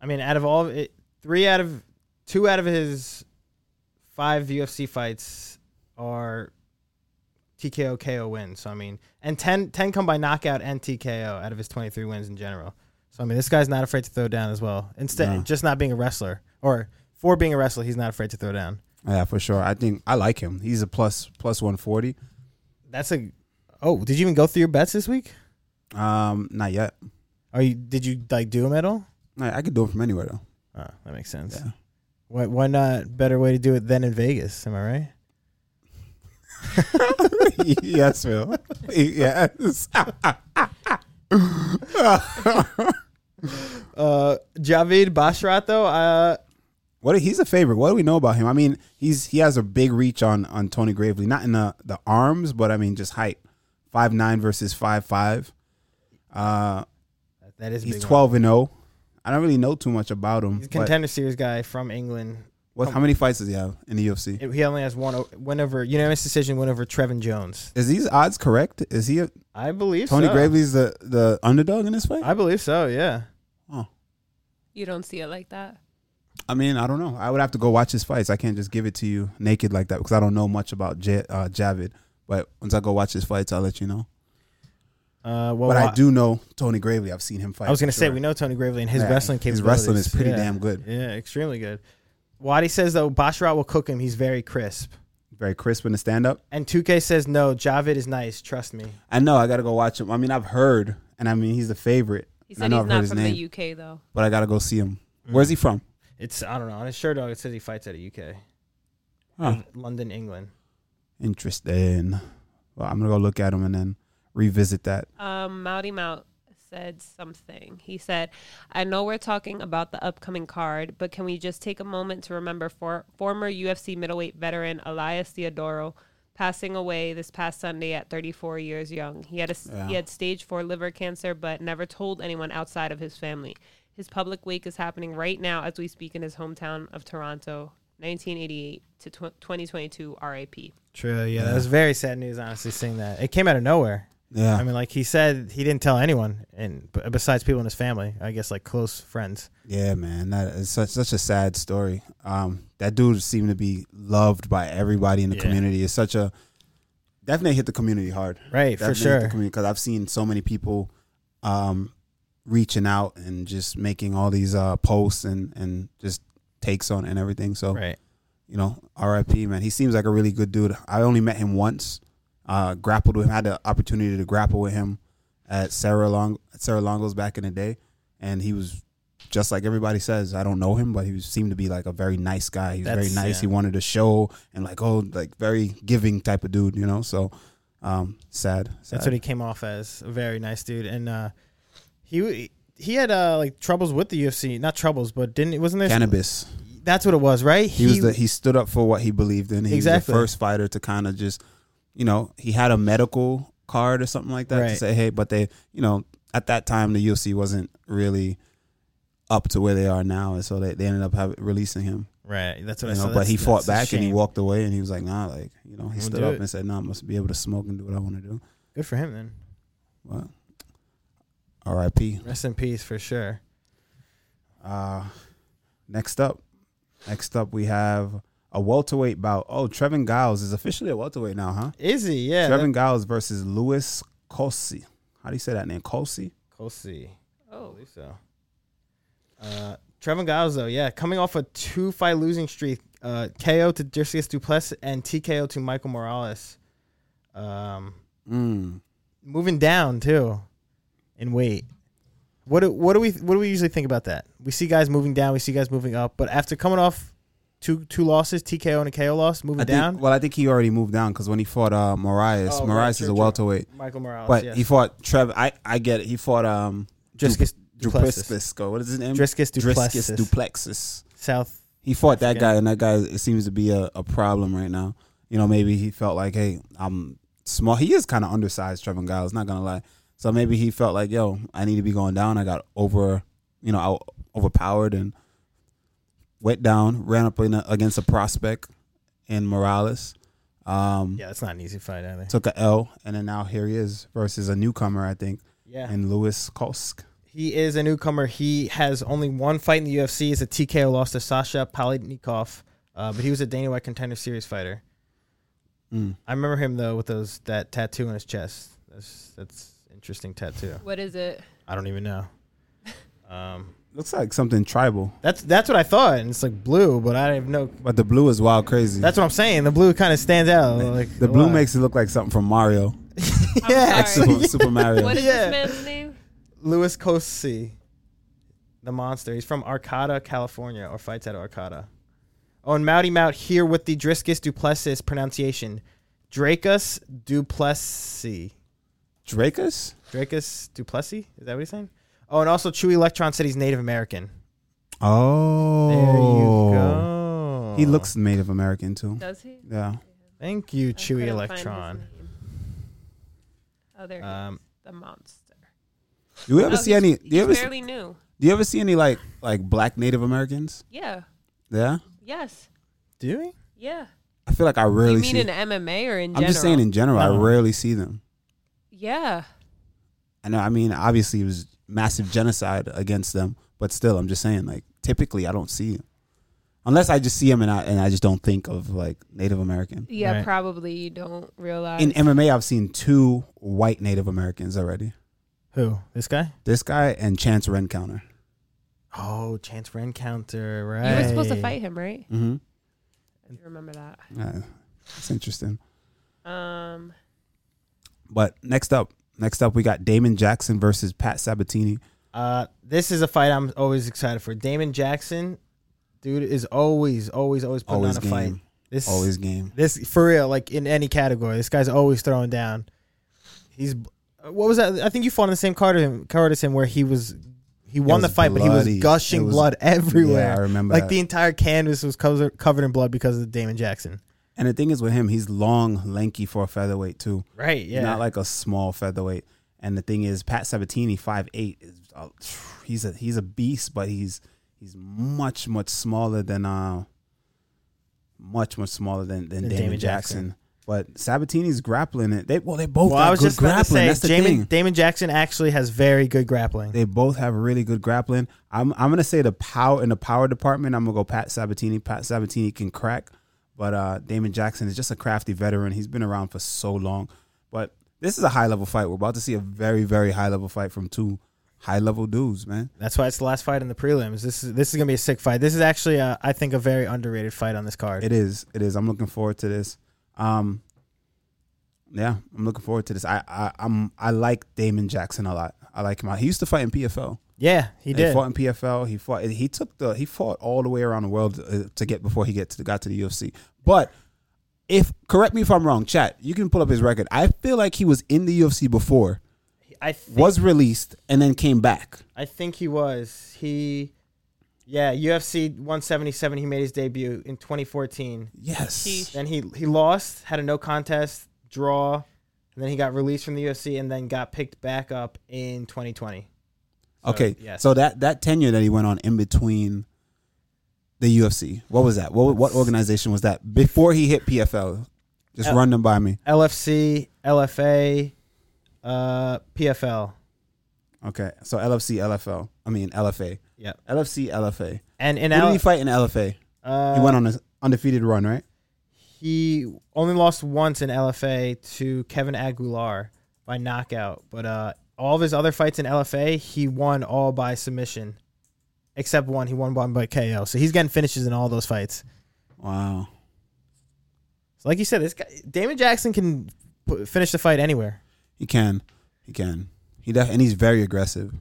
Speaker 2: I mean, out of all of it, three out of two out of his five UFC fights are TKO KO wins. So I mean, and 10, 10 come by knockout and TKO out of his twenty three wins in general. So I mean, this guy's not afraid to throw down as well. Instead,
Speaker 1: No.
Speaker 2: just not being a wrestler or for being a wrestler, he's not afraid to throw down.
Speaker 1: Yeah, for sure. I think I like him. He's a plus plus one forty.
Speaker 2: That's a. Oh, did you even go through your bets this week?
Speaker 1: Um, not yet.
Speaker 2: Are you? Did you like do them at all?
Speaker 1: I, I could do it from anywhere though.
Speaker 2: Oh, that makes sense.
Speaker 1: Yeah.
Speaker 2: Why, why not? Better way to do it than in Vegas. Am I right?
Speaker 1: yes, Phil. yes.
Speaker 2: Uh, Javid Bashrat though, uh,
Speaker 1: What he's a favorite. What do we know about him? I mean, he's he has a big reach on on Tony Gravely, not in the the arms, but I mean just height. Five nine versus five five. Uh,
Speaker 2: that is a
Speaker 1: he's
Speaker 2: big one.
Speaker 1: twelve and zero. I don't really know too much about him.
Speaker 2: He's a
Speaker 1: but
Speaker 2: contender series guy from England.
Speaker 1: what, how many fights does he have in the UFC?
Speaker 2: He only has one o- win over unanimous decision win over Trevin Jones.
Speaker 1: Is these odds correct? Is he a,
Speaker 2: I believe
Speaker 1: Tony
Speaker 2: so.
Speaker 1: Gravely's the the underdog in this fight?
Speaker 2: I believe so. Yeah.
Speaker 3: You don't see it like that.
Speaker 1: I mean, I don't know. I would have to go watch his fights. I can't just give it to you naked like that because I don't know much about J- uh, Javid. But once I go watch his fights, I'll let you know.
Speaker 2: Uh, well,
Speaker 1: But I
Speaker 2: wa-
Speaker 1: do know Tony Gravely. I've seen him fight.
Speaker 2: I was gonna
Speaker 1: for
Speaker 2: say
Speaker 1: sure.
Speaker 2: we know Tony Gravely and his
Speaker 1: Yeah,
Speaker 2: wrestling
Speaker 1: his
Speaker 2: capabilities.
Speaker 1: wrestling is pretty
Speaker 2: Yeah.
Speaker 1: damn good.
Speaker 2: Yeah, extremely good. Wadi says though Bashrat will cook him. He's very crisp.
Speaker 1: very crisp in the stand up.
Speaker 2: And 2K says no. Javid is nice. Trust me.
Speaker 1: I know. I got to go watch him. I mean, I've heard, and I mean, he's the favorite.
Speaker 3: He
Speaker 1: I
Speaker 3: said
Speaker 1: know
Speaker 3: he's
Speaker 1: I've
Speaker 3: not
Speaker 1: heard
Speaker 3: from
Speaker 1: his name,
Speaker 3: the UK though.
Speaker 1: but I got to go see him.
Speaker 2: Mm.
Speaker 1: Where's he from?
Speaker 2: It's I don't know. On his shirt dog it says he fights out of UK,
Speaker 1: Huh.
Speaker 3: Mm.
Speaker 2: London, England.
Speaker 1: Interesting. Well, I'm gonna go look at him and then revisit that.
Speaker 3: Um, Mouty Mout said something. He said, "I know we're talking about the upcoming card, but can we just take a moment to remember for former UFC middleweight veteran Elias Theodoro?" Passing away this past Sunday at 34 years young. He had a, s- he
Speaker 1: Yeah.
Speaker 3: had stage four liver cancer, but never told anyone outside of his family. His public wake is happening right now as we speak in his hometown of Toronto, 1988 to tw- 2022. R.A.P.
Speaker 2: True. Yeah, that was very sad news. Honestly, seeing that it came out of nowhere.
Speaker 1: Yeah.
Speaker 2: I mean, like he said, he didn't tell anyone, and b- besides people in his family, I guess like close friends.
Speaker 1: Yeah, man, that is such such a sad story. Um, that dude seemed to be loved by everybody in the
Speaker 2: Yeah.
Speaker 1: community. It's such a definitely hit the community hard,
Speaker 2: Right, for sure.
Speaker 1: Because I've seen so many people, um, reaching out and just making all these uh posts and and just takes on it and everything. So
Speaker 2: Right.
Speaker 1: you know, R.I.P. Man, he seems like a really good dude. I only met him once, uh, grappled with him, had the opportunity to grapple with him at Sarah Long at Sarah Longo's back in the day, and he was just like everybody says. I don't know him, but he was, seemed to be like a very nice guy. He was
Speaker 2: That's-
Speaker 1: very nice.
Speaker 2: yeah.
Speaker 1: He wanted to show and like oh, like very giving type of dude, you know. So um, sad.
Speaker 2: That's
Speaker 1: sad.
Speaker 2: what he came off as. A very nice dude, and uh, he he had uh like troubles with the UFC. Not troubles, but didn't wasn't there?
Speaker 1: Cannabis.
Speaker 2: That's what it was, right?
Speaker 1: he was the, he stood up for what he believed in. He
Speaker 2: Exactly.
Speaker 1: was the first fighter to kind of just, you know, he had a medical card or something like that to
Speaker 2: Right.
Speaker 1: say, hey, but they, you know, at that time the UFC wasn't really up to where they are now, and so they, they ended up having releasing him.
Speaker 2: Right. That's what
Speaker 1: you
Speaker 2: I
Speaker 1: know,
Speaker 2: said.
Speaker 1: but he
Speaker 2: That's-
Speaker 1: fought
Speaker 2: that's
Speaker 1: back
Speaker 2: a
Speaker 1: and he
Speaker 2: shame.
Speaker 1: walked away and he was like, nah, like, you know, he
Speaker 2: I'ma
Speaker 1: stood
Speaker 2: do
Speaker 1: up
Speaker 2: it.
Speaker 1: and said, nah, I must be able to smoke and do what I want to do.
Speaker 2: Good for him then.
Speaker 1: But R.I.P.
Speaker 2: Rest in peace for sure.
Speaker 1: Uh, next up, next up, we have a welterweight bout. Oh, Trevin Giles is officially a welterweight now, huh?
Speaker 2: Is he? Yeah.
Speaker 1: Trevin Giles versus Lewis Kosey. How do you say that name? Kosey?
Speaker 2: Kelsey. I
Speaker 3: Oh,
Speaker 2: believe so. Uh, Trevin Giles, though, yeah, coming off a two fight losing streak, uh, KO to Jerseys Duplessis and TKO to Michael Morales. Um,
Speaker 1: Mm.
Speaker 2: moving down too, in weight. What do, what do we what do we usually think about that? We see guys moving down, we see guys moving up, but after coming off two two losses, TKO and a KO loss, moving
Speaker 1: I
Speaker 2: down,
Speaker 1: think, well, I think he already moved down because when he fought uh, Marias,
Speaker 2: Oh, right,
Speaker 1: Marias
Speaker 2: true,
Speaker 1: is a
Speaker 2: true.
Speaker 1: welterweight.
Speaker 2: Michael Morales,
Speaker 1: But
Speaker 2: yeah.
Speaker 1: he fought Trevor. I, I get it. He fought um
Speaker 2: Driscus
Speaker 1: Dru-
Speaker 2: Duplessis,
Speaker 1: Duplessis. What is his name?
Speaker 2: Driscus
Speaker 1: Driscus
Speaker 2: Duplessis,
Speaker 1: Duplexis.
Speaker 2: South.
Speaker 1: He fought that
Speaker 2: forget.
Speaker 1: guy, and that guy it seems to be a, a problem right now. You know, maybe he felt like, hey, I'm small. He is kind of undersized, Trevor Giles. Not gonna lie. So maybe he felt like, yo, I need to be going down. I got over, you know, out, overpowered and went down. Ran up in a, against a prospect in Morales. Um,
Speaker 2: Yeah, it's not an easy fight either.
Speaker 1: Took a L, and then now here he is versus a newcomer, I think,
Speaker 2: Yeah,
Speaker 1: in Lewis Kosk.
Speaker 2: He is a newcomer. He has only one fight in the UFC. It's a TKO loss to Sasha Palatnikov, uh, but he was a Dana White Contender Series fighter.
Speaker 1: Mm.
Speaker 2: I remember him though with those that tattoo on his chest. That's that's interesting tattoo.
Speaker 3: what is it?
Speaker 2: I don't even know. Um,
Speaker 1: Looks like something tribal,
Speaker 2: that's that's what I thought, and it's like blue, but I don't even know.
Speaker 1: but the blue is wild crazy.
Speaker 2: That's what I'm saying. The blue kind of stands out. Like
Speaker 1: the
Speaker 2: a
Speaker 1: blue
Speaker 2: lot.
Speaker 1: makes it look like something from Mario,
Speaker 3: I'm
Speaker 2: yeah.
Speaker 3: sorry.
Speaker 1: Super, Super Mario.
Speaker 3: What is
Speaker 2: Yeah.
Speaker 3: this man's name?
Speaker 2: Louis Cosi, the monster. He's from Arcata, California, or fights out of Arcata. Oh, and Mouty Mout here with the Driscus Duplessis pronunciation. Dracus Duplessis.
Speaker 1: Dracus?
Speaker 2: Dracus Duplessis? Is that what he's saying? Oh, and also Chewy Electron said he's Native American.
Speaker 1: Oh,
Speaker 2: There you go.
Speaker 1: He looks Native American too.
Speaker 3: Does he?
Speaker 1: Yeah,
Speaker 2: Thank you,
Speaker 3: I
Speaker 2: Chewy
Speaker 3: couldn't find his
Speaker 2: Electron.
Speaker 3: name. Oh, there he is.
Speaker 2: Um,
Speaker 3: the monster.
Speaker 1: do you ever
Speaker 3: Oh,
Speaker 1: see
Speaker 3: he's-
Speaker 1: any? Do you
Speaker 3: He's
Speaker 1: ever see,
Speaker 3: fairly new.
Speaker 1: do you ever see any like like black Native Americans?
Speaker 3: Yeah.
Speaker 1: Yeah,
Speaker 3: Yes.
Speaker 2: Do we?
Speaker 3: Yeah.
Speaker 1: I feel like I rarely
Speaker 3: you
Speaker 1: see.
Speaker 3: mean in MMA or in
Speaker 1: I'm
Speaker 3: general?
Speaker 1: just saying in general, I
Speaker 2: No.
Speaker 1: rarely see them.
Speaker 3: yeah.
Speaker 1: I know. I mean, obviously it was massive genocide against them, but still, I'm just saying like typically I don't see them. Unless I just see them and I and I just don't think of like Native American.
Speaker 3: Yeah,
Speaker 2: Right.
Speaker 3: probably you don't realize.
Speaker 1: In MMA, I've seen two white Native Americans already.
Speaker 2: Who? This guy?
Speaker 1: This guy and Chance Rencounter.
Speaker 2: Oh, Chance Rencounter,
Speaker 3: you
Speaker 2: right.
Speaker 3: were supposed to fight him, right?
Speaker 1: Mm-hmm.
Speaker 3: I do remember that.
Speaker 1: Yeah, it's interesting.
Speaker 3: Um,
Speaker 1: But next up, next up, we got Damon Jackson versus Pat Sabatini.
Speaker 2: Uh, this is a fight I'm always excited for. Damon Jackson, dude, is always, always, always putting
Speaker 1: Always
Speaker 2: on a fight.
Speaker 1: game.
Speaker 2: This,
Speaker 1: Always game.
Speaker 2: this for real, like in any category, this guy's always throwing down. He's, what was that? I think you fought on the same card as him, card as him where he was, he won
Speaker 1: was
Speaker 2: the fight, but he
Speaker 1: bloody.
Speaker 2: was gushing
Speaker 1: It was-
Speaker 2: blood everywhere.
Speaker 1: Yeah, I remember
Speaker 2: like
Speaker 1: that.
Speaker 2: the entire canvas was covered covered in blood because of Damon Jackson.
Speaker 1: And the thing is with him, he's long, lanky for a featherweight too.
Speaker 2: Right?
Speaker 1: He's not like a small featherweight. And the thing is, Pat Sabatini, 5'8", is a, he's a he's a beast, but he's he's much much smaller than uh much much smaller than than, Damon, Jackson. But Sabatini's grappling it. They well they both
Speaker 2: well,
Speaker 1: got
Speaker 2: I was
Speaker 1: good
Speaker 2: just about to
Speaker 1: grappling.
Speaker 2: say,
Speaker 1: That's the
Speaker 2: Damon,
Speaker 1: thing.
Speaker 2: Damon Jackson actually has very good grappling.
Speaker 1: They both have really good grappling. I'm I'm gonna say the power in the power department. I'm gonna go Pat Sabatini. Pat Sabatini can crack, but uh, Damon Jackson is just a crafty veteran. He's been around for so long. But this is a high level fight. We're about to see a very very high level fight from two high level dudes, man.
Speaker 2: That's why it's the last fight in the prelims. This is this is gonna be a sick fight. This is actually, uh, I think, a very underrated fight on this card.
Speaker 1: It is. It is. I'm looking forward to this. Um, yeah, I'm looking forward to this. I, I I'm I like Damon Jackson a lot. I like him. a lot. He used to fight in PFL.
Speaker 2: yeah, he
Speaker 1: He
Speaker 2: did.
Speaker 1: fought in PFL. He fought. He took the. He fought all the way around the world uh, to get before he get to got to the UFC. But if correct me if I'm wrong, chat. You can pull up his record. I feel like he was in the UFC before,
Speaker 2: I think,
Speaker 1: was released, and then came back.
Speaker 2: I think he was. He, yeah, UFC 177. He made his debut in 2014.
Speaker 1: Yes.
Speaker 3: Sheesh.
Speaker 2: Then he he lost, had a no contest draw, and then he got released from the UFC, and then got picked back up in 2020.
Speaker 1: okay.
Speaker 2: yes.
Speaker 1: So that that tenure that he went on in between the UFC. What was that? What what organization was that before he hit PFL? Just
Speaker 2: Uh,
Speaker 1: run them by me.
Speaker 2: LFC, LFA, uh, PFL,
Speaker 1: Okay, so LFC, LFL. I mean LFA.
Speaker 2: Yep.
Speaker 1: LFC, LFA.
Speaker 2: and and
Speaker 1: Who did
Speaker 2: L-
Speaker 1: he fight in LFA?
Speaker 2: uh,
Speaker 1: he went on an undefeated run, right?
Speaker 2: he only lost once in LFA to Kevin Aguilar by knockout, but uh, all of his other fights in LFA, he won all by submission, except one. He won one by KO. So he's getting finishes in all those fights.
Speaker 1: Wow.
Speaker 2: So like you said, this guy Damon Jackson can p- finish the fight anywhere,
Speaker 1: He can. He can. He def- and he's very aggressive.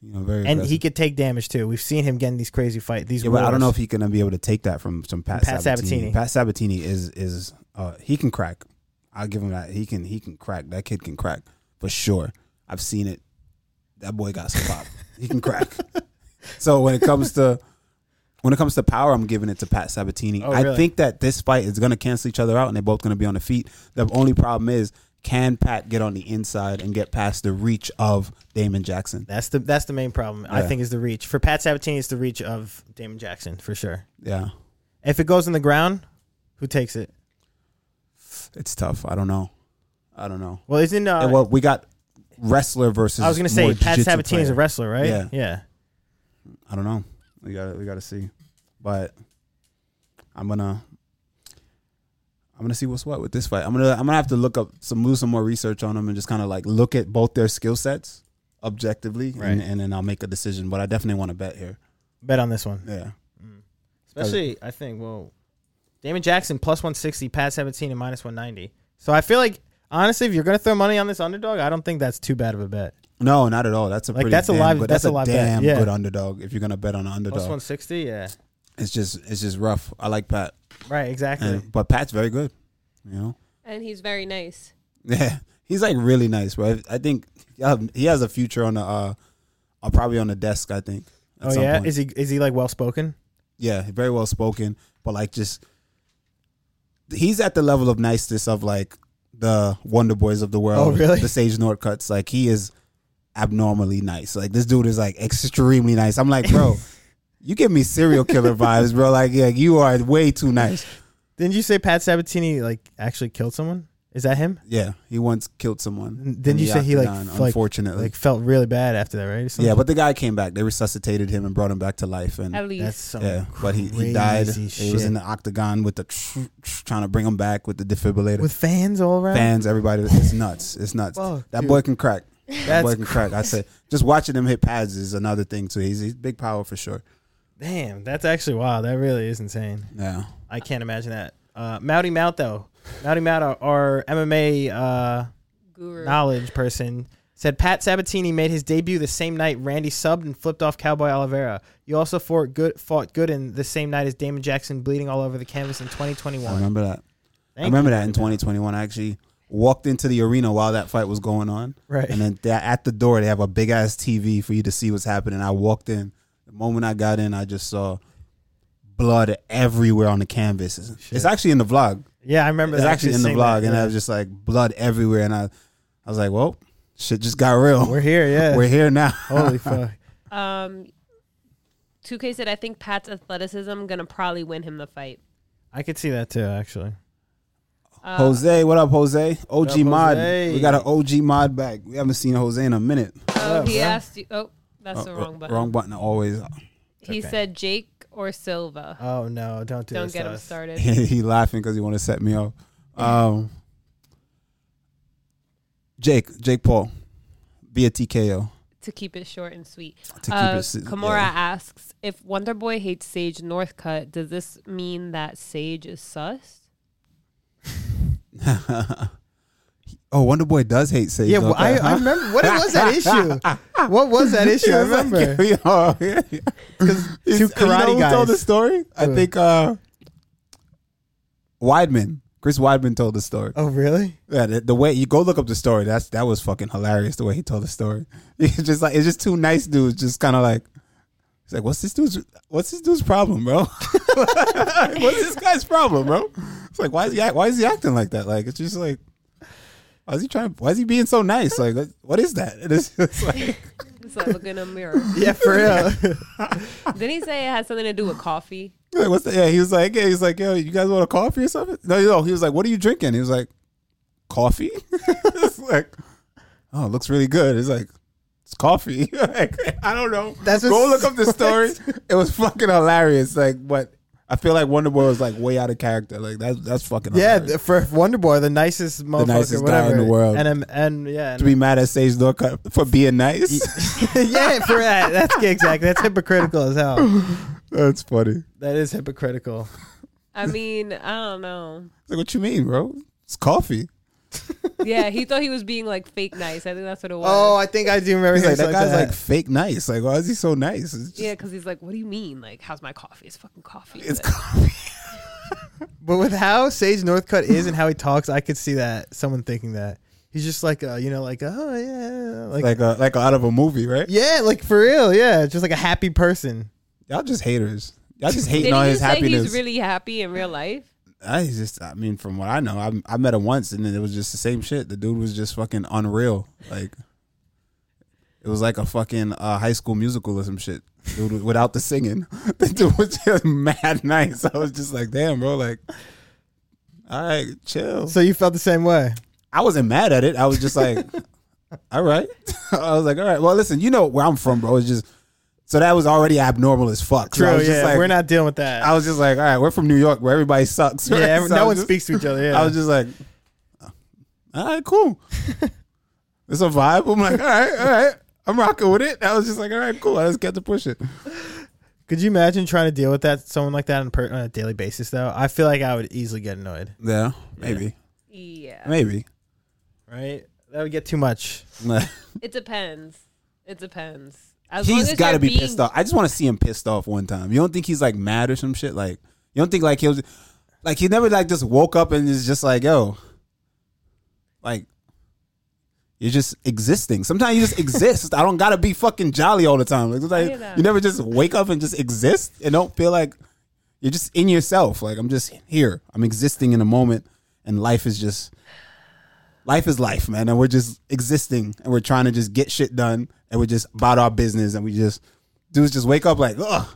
Speaker 1: You know, very
Speaker 2: and
Speaker 1: aggressive.
Speaker 2: he could take damage too. We've seen him getting these crazy fight. These
Speaker 1: Yeah, but I don't
Speaker 2: wars.
Speaker 1: know if he's gonna be able to take that from some Pat,
Speaker 2: Pat
Speaker 1: Sabatini.
Speaker 2: Sabatini.
Speaker 1: Pat Sabatini is is uh, he can crack. I'll give him that. He can he can crack. That kid can crack for sure. I've seen it. That boy got some pop. he can crack. So when it comes to when it comes to power, I'm giving it to Pat Sabatini.
Speaker 2: Oh,
Speaker 1: I
Speaker 2: really?
Speaker 1: think that this fight is gonna cancel each other out, and they're both gonna be on the feet. The only problem is. Can Pat get on the inside and get past the reach of Damon Jackson?
Speaker 2: That's the that's the main problem. I
Speaker 1: Yeah.
Speaker 2: think is the reach for Pat Sabatini. It's the reach of Damon Jackson for sure.
Speaker 1: Yeah,
Speaker 2: If it goes in the ground, who takes it?
Speaker 1: it's tough. I don't know. I don't know.
Speaker 2: Well, isn't uh,
Speaker 1: And, well, we got wrestler versus.
Speaker 2: I was gonna say
Speaker 1: more
Speaker 2: Pat
Speaker 1: jiu-jitsu
Speaker 2: Sabatini is a
Speaker 1: player.
Speaker 2: wrestler, right?
Speaker 1: Yeah.
Speaker 2: yeah.
Speaker 1: I don't know. We got to we got to see, but I'm gonna I'm gonna see what's what with this fight. I'm gonna I'm gonna have to look up some do some more research on them and just kind of like look at both their skill sets objectively,
Speaker 2: Right.
Speaker 1: and, and then I'll make a decision. But I definitely want to bet here.
Speaker 2: Bet on this one,
Speaker 1: Yeah,
Speaker 2: especially I think. Well, Damon Jackson plus one sixty, Pat Sabatini minus one ninety. So I feel like honestly, if you're gonna throw money on this underdog, I don't think that's too bad of a bet.
Speaker 1: no, not at all. That's a
Speaker 2: Like,
Speaker 1: pretty
Speaker 2: that's a
Speaker 1: damn
Speaker 2: live-
Speaker 1: good,
Speaker 2: that's
Speaker 1: that's,
Speaker 2: a live
Speaker 1: a
Speaker 2: bet.
Speaker 1: damn
Speaker 2: Yeah.
Speaker 1: good underdog. If you're gonna bet on an
Speaker 2: Plus
Speaker 1: underdog,
Speaker 2: one sixty, yeah.
Speaker 1: it's just it's just rough. I like Pat,
Speaker 2: Right, exactly.
Speaker 1: and, but Pat's very good. You know,
Speaker 3: And he's very nice.
Speaker 1: Yeah, he's like really nice, bro. I think um, he has a future on the, uh, uh, probably on the desk. I think. at
Speaker 2: oh
Speaker 1: some
Speaker 2: yeah,
Speaker 1: point.
Speaker 2: is he is he like well spoken?
Speaker 1: yeah, very well spoken, but like just he's at the level of niceness of like the Wonder Boys of the world.
Speaker 2: Oh, really?
Speaker 1: The Sage Northcuts. Like he is abnormally nice. Like this dude is like extremely nice. I'm like, bro, you give me serial killer vibes, bro. Like, yeah, you are way too nice.
Speaker 2: Didn't you say Pat Sabatini like actually killed someone? Is that him?
Speaker 1: Yeah, he once killed someone.
Speaker 2: Didn't
Speaker 1: in
Speaker 2: you
Speaker 1: the
Speaker 2: say he, like,
Speaker 1: octagon,
Speaker 2: f- like-
Speaker 1: unfortunately
Speaker 2: Like felt really bad after that, right? Or something?
Speaker 1: Yeah, but the guy came back. They resuscitated him and brought him back to life. And
Speaker 3: At least.
Speaker 2: that's some
Speaker 1: yeah, but he, he died.
Speaker 2: crazy
Speaker 1: He was
Speaker 2: shit.
Speaker 1: in the octagon with the trying to bring him back with the defibrillator.
Speaker 2: with fans all around.
Speaker 1: Fans, everybody, it's nuts. It's nuts.
Speaker 2: Fuck,
Speaker 1: that
Speaker 2: dude.
Speaker 1: boy can crack. That boy
Speaker 2: That's
Speaker 1: can crack. I said, just watching him hit pads is another thing too. He's, he's big power for sure.
Speaker 2: damn. That's actually wow. That really is insane.
Speaker 1: Yeah,
Speaker 2: I can't imagine that. Uh, Mouty Mout though, Mouty Mout, our, our MMA uh,
Speaker 3: Guru.
Speaker 2: knowledge person, said Pat Sabatini made his debut the same night Randy subbed and flipped off Cowboy Oliveira. You also fought good fought Gooden the same night as Damon Jackson, bleeding all over the canvas in 2021.
Speaker 1: I remember that. I
Speaker 2: Thank
Speaker 1: remember
Speaker 2: you.
Speaker 1: that in 2021. I actually walked into the arena while that fight was going on.
Speaker 2: Right.
Speaker 1: And then that, at the door, they have a big ass TV for you to see what's happening. I walked in. The moment I got in, I just saw blood everywhere on the canvas. It's- It's actually in the vlog.
Speaker 2: Yeah, I remember.
Speaker 1: It's
Speaker 2: that.
Speaker 1: actually in the
Speaker 2: seeing
Speaker 1: vlog.
Speaker 2: that,
Speaker 1: And
Speaker 2: yeah.
Speaker 1: I was just like, blood everywhere. And I, I was like, well, shit just got real.
Speaker 2: we're here. Yeah.
Speaker 1: We're here now.
Speaker 2: Holy fuck.
Speaker 3: Um, 2K said, I think Pat's athleticism going to probably win him the fight.
Speaker 2: I could see that too. Actually,
Speaker 3: Uh,
Speaker 1: Jose, what up, Jose? OG
Speaker 2: up,
Speaker 1: Mod.
Speaker 2: Jose?
Speaker 1: We got an OG Mod back. We haven't seen Jose in a minute.
Speaker 3: Oh,
Speaker 2: Hello,
Speaker 3: he
Speaker 2: bro.
Speaker 3: asked you. Oh, that's the
Speaker 1: Uh,
Speaker 3: wrong button.
Speaker 1: Wrong button always.
Speaker 2: okay.
Speaker 3: He said Jake or Silva.
Speaker 1: Uh,
Speaker 2: oh no, don't do
Speaker 3: Don't
Speaker 2: this
Speaker 3: get
Speaker 2: to
Speaker 3: him
Speaker 2: us.
Speaker 3: started.
Speaker 1: he laughing because he want to set me up. Um, Jake, Jake Paul, via TKO
Speaker 3: to keep it short and sweet.
Speaker 1: to
Speaker 3: Uh,
Speaker 1: keep it. si-
Speaker 3: Kimura
Speaker 1: yeah.
Speaker 3: asks if Wonder Boy hates Sage Northcutt. Does this mean that Sage is sus?
Speaker 1: Oh, Wonder Boy does hate Sage.
Speaker 2: Yeah, well,
Speaker 1: okay,
Speaker 2: I,
Speaker 1: huh?
Speaker 2: I remember what it was that issue. What was that issue? I
Speaker 1: He was
Speaker 2: remember.
Speaker 1: Like, yo, yeah, yeah. He's-
Speaker 2: two karate
Speaker 1: you know Who
Speaker 2: guys.
Speaker 1: told the story? I
Speaker 2: Who?
Speaker 1: think uh, Weidman. Chris Weidman told the story.
Speaker 2: Oh, really?
Speaker 1: Yeah, the, the way you go look up the story, that's that was fucking hilarious. The way he told the story, it's just like it's just two nice dudes, just kind of like, it's like, what's this dude's what's this dude's problem, bro? what's this guy's problem, bro? It's like why is he act, why is he acting like that? Like it's just like, why is he trying? Why is he being so nice? Like what- what is that? It is it's like
Speaker 3: It's like looking in a mirror.
Speaker 2: Yeah, for real.
Speaker 3: Didn't he say it had something to do with coffee?
Speaker 1: Like, what's that? Yeah, he was like, yeah, he was like, yo, you guys want a coffee or something? No, no, he was like, what are you drinking? He was like, coffee. it's like, oh, it looks really good. It's like, it's coffee. like, I don't know.
Speaker 2: That's
Speaker 1: go
Speaker 2: what's-
Speaker 1: look up the story. it was fucking hilarious. Like, but I feel like Wonder Boy was like way out of character. Like that's that's fucking
Speaker 2: Yeah,
Speaker 1: hilarious.
Speaker 2: th- for Wonder Boy, the nicest motherfucker,
Speaker 1: nicest guy in
Speaker 2: whatever
Speaker 1: the world.
Speaker 2: and um, and yeah, and-
Speaker 1: to be mad at Sage Norcutt for being nice.
Speaker 2: yeah, for that, that's exactly that's hypocritical as hell.
Speaker 1: that's funny.
Speaker 2: That is hypocritical.
Speaker 3: I mean, I don't know.
Speaker 1: It's like, what you mean, bro? It's coffee.
Speaker 3: Yeah, he thought he was being like fake nice. I think that's what it was.
Speaker 2: Oh, I think I do remember.
Speaker 1: He's
Speaker 2: him
Speaker 1: like, that
Speaker 2: like
Speaker 1: guy's
Speaker 2: that.
Speaker 1: like fake nice. Like, why is he so nice? It's just,
Speaker 3: Yeah, because he's like, "What do you mean? Like, how's my coffee? It's fucking coffee."
Speaker 1: it's
Speaker 3: But-
Speaker 1: coffee.
Speaker 2: But with how Sage Northcutt is and how he talks, I could see that someone thinking that he's just like a, you know, like oh yeah, like,
Speaker 1: Like a like out of a movie, right?
Speaker 2: yeah, like for real, yeah, just like a happy person.
Speaker 1: Y'all just haters. Y'all just hating
Speaker 3: Didn't
Speaker 1: on
Speaker 3: you
Speaker 1: his
Speaker 3: say
Speaker 1: happiness.
Speaker 3: he's really happy in real life?
Speaker 1: I just, I mean, from what I know, I, I met him once, and then it was just the same shit. The dude was just fucking unreal. Like, it was like a fucking uh, high school musical or some shit. Dude, without the singing, the dude was just mad nice. I was just like, damn, bro, like, all right, chill.
Speaker 2: So you felt the same way.
Speaker 1: I wasn't mad at it. I was just like, all right. I was like, all right. Well, listen, you know where I'm from, bro. It's just so that was already abnormal as fuck. So I
Speaker 2: True,
Speaker 1: was just
Speaker 2: yeah,
Speaker 1: like-
Speaker 2: we're not dealing with that.
Speaker 1: I was just like, all right, we're from New York, where everybody sucks. right?
Speaker 2: yeah, every-
Speaker 1: So I
Speaker 2: no one
Speaker 1: was just-
Speaker 2: speaks to each other. Yeah,
Speaker 1: I was just like, uh, all right, cool. it's a vibe. I'm like, all right, all right. I'm rocking with it. I was just like, all right, cool. I just kept to push it.
Speaker 2: could you imagine trying to deal with that someone like that on, per- on a daily basis? Though I feel like I would easily get annoyed.
Speaker 1: Yeah, maybe,
Speaker 3: Yeah,
Speaker 1: maybe.
Speaker 2: Right, that would get too much.
Speaker 3: it depends. It depends. As long
Speaker 1: he's
Speaker 3: as
Speaker 1: got to
Speaker 3: you're
Speaker 1: be
Speaker 3: being-
Speaker 1: pissed off. I just want to see him pissed off one time. You don't think he's like mad or some shit? Like you don't think like he'll like he never like just woke up and is just like yo, like you're just existing. Sometimes you just exist. I don't gotta be fucking jolly all the time. Like, it's like,
Speaker 3: hear that.
Speaker 1: you never just wake up and just exist and don't feel like you're just in yourself. Like I'm just here. I'm existing in a moment, and life is just life is life, man. And we're just existing and we're trying to just get shit done and we're just about our business and we just dudes just wake up like, ugh.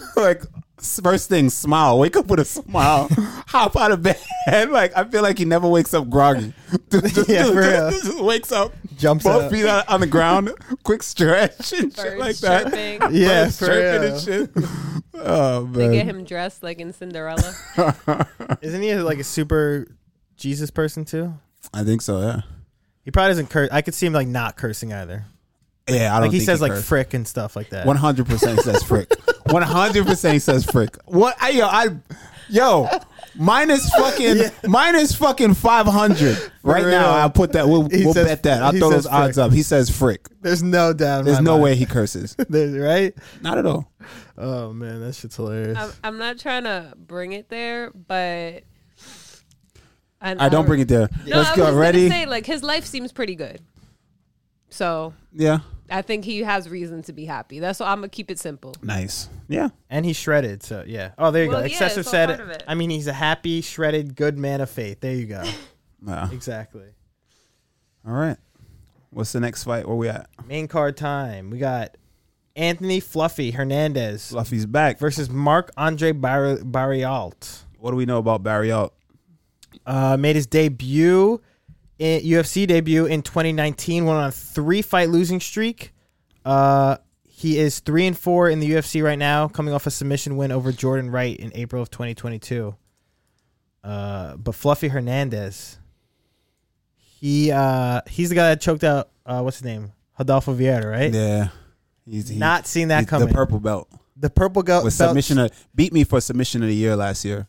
Speaker 1: like first thing, smile. Wake up with a smile. Hop out of bed. like I feel like he never wakes up groggy. Dude, just,
Speaker 2: Yeah,
Speaker 1: dude,
Speaker 2: for
Speaker 1: just-
Speaker 2: real.
Speaker 1: dude just wakes up,
Speaker 2: Jumps
Speaker 1: both
Speaker 2: up.
Speaker 1: feet on, on the ground, quick stretch and shit
Speaker 3: Birds
Speaker 1: like that.
Speaker 3: chirping.
Speaker 2: Yeah,
Speaker 1: Birds
Speaker 2: for
Speaker 1: chirping
Speaker 2: real.
Speaker 1: and shit. Oh man.
Speaker 3: They get him dressed like in Cinderella.
Speaker 2: Isn't he like a super Jesus person too?
Speaker 1: I think so. Yeah.
Speaker 2: He probably doesn't curse. I could see him like not cursing either.
Speaker 1: Yeah, I don't
Speaker 2: Like he
Speaker 1: think
Speaker 2: says like
Speaker 1: cursed.
Speaker 2: frick and stuff like that.
Speaker 1: One hundred percent says frick. One hundred percent says frick. What? I, yo, I, yo, minus fucking minus fucking five hundred right
Speaker 2: real.
Speaker 1: now. I'll put that. We'll,
Speaker 2: He
Speaker 1: we'll
Speaker 2: says-
Speaker 1: bet that. I'll
Speaker 2: he
Speaker 1: throw
Speaker 2: says
Speaker 1: those odds
Speaker 2: frick.
Speaker 1: up. He says frick.
Speaker 2: There's no doubt. in
Speaker 1: There's
Speaker 2: my
Speaker 1: no
Speaker 2: mind.
Speaker 1: way he curses.
Speaker 2: There's- right?
Speaker 1: Not at all.
Speaker 2: Oh man, that shit's hilarious.
Speaker 3: I'm, I'm not trying to bring it there, but I,
Speaker 1: I don't bring it there.
Speaker 3: No,
Speaker 1: Let's
Speaker 3: I was
Speaker 1: go.
Speaker 3: just
Speaker 1: Ready?
Speaker 3: Gonna say, like his life seems pretty good, so
Speaker 1: yeah.
Speaker 3: I think he has reason to be happy. That's why I'm gonna keep it simple.
Speaker 1: Nice. Yeah.
Speaker 2: and he's shredded, so yeah. Oh, there you
Speaker 3: Well,
Speaker 2: go.
Speaker 3: yeah,
Speaker 2: Excessive
Speaker 3: it's all
Speaker 2: said.
Speaker 3: part of it.
Speaker 2: I mean, he's a happy, shredded, good man of faith. There you go.
Speaker 1: Nah.
Speaker 2: exactly.
Speaker 1: All right. What's the next fight? Where we at?
Speaker 2: Main card time. We got Anthony Fluffy Hernandez
Speaker 1: Fluffy's back.
Speaker 2: versus Mark Andre Bar- Barrialt.
Speaker 1: What do we know about Barry Out?
Speaker 2: Uh, made his debut, in, UFC debut in 2019. Went on a three fight losing streak. Uh, he is three and four in the UFC right now, coming off a submission win over Jordan Wright in April of 2022. Uh, but Fluffy Hernandez, he uh, he's the guy that choked out uh, what's his name, Rodolfo Vieira, right?
Speaker 1: Yeah. He's he-
Speaker 2: Not seeing that
Speaker 1: he's
Speaker 2: coming.
Speaker 1: The purple belt
Speaker 2: The purple go-
Speaker 1: with
Speaker 2: belt-
Speaker 1: submission of, beat me for submission of the year last year.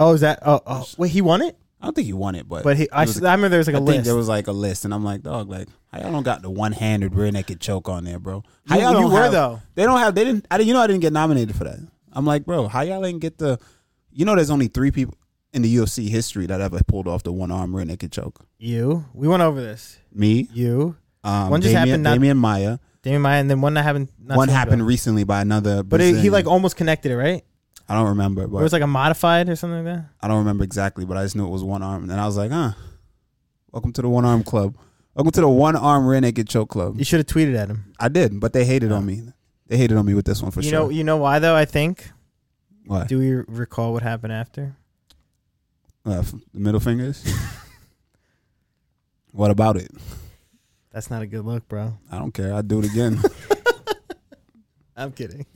Speaker 2: Oh, is that? Oh, oh, wait, he won it,
Speaker 1: I don't think he won it, but
Speaker 2: but he.
Speaker 1: it
Speaker 2: I,
Speaker 1: was-
Speaker 2: s- I remember there was like a
Speaker 1: I
Speaker 2: list.
Speaker 1: think there was like a list, and I'm like, dog, like how y'all don't got the one handed rear naked choke on there, bro? How
Speaker 2: You-
Speaker 1: y'all
Speaker 2: you
Speaker 1: don't
Speaker 2: were,
Speaker 1: have-
Speaker 2: though.
Speaker 1: They don't have. They didn't. I didn't. You know, I didn't get nominated for that. I'm like, bro, how y'all didn't get the? You know, there's only three people in the UFC history that ever pulled off the one arm rear naked choke.
Speaker 2: you. We went over this.
Speaker 1: Me,
Speaker 2: You.
Speaker 1: um,
Speaker 2: One just
Speaker 1: Damian,
Speaker 2: happened not-
Speaker 1: Damian Maya.
Speaker 2: Damian Maya, and then one that happened. Not
Speaker 1: one
Speaker 2: so long ago.
Speaker 1: happened recently by another,
Speaker 2: but it, he
Speaker 1: Brazilian.
Speaker 2: like almost connected it, right?
Speaker 1: I don't remember, but
Speaker 2: It was like a modified or something like that.
Speaker 1: I don't remember exactly, but I just knew it was one arm, and I was like, huh. Welcome to the one arm club. Welcome to the one arm rear naked choke club.
Speaker 2: You should have tweeted at him.
Speaker 1: I did, but they hated on me. They hated on me with this one for
Speaker 2: Oh. you
Speaker 1: sure.
Speaker 2: know, you know why though? I think
Speaker 1: What?
Speaker 2: Do we recall what happened after?
Speaker 1: Uh, f- the middle fingers? what about it?
Speaker 2: That's not a good look, bro.
Speaker 1: I don't care. I'd do it again.
Speaker 2: I'm kidding.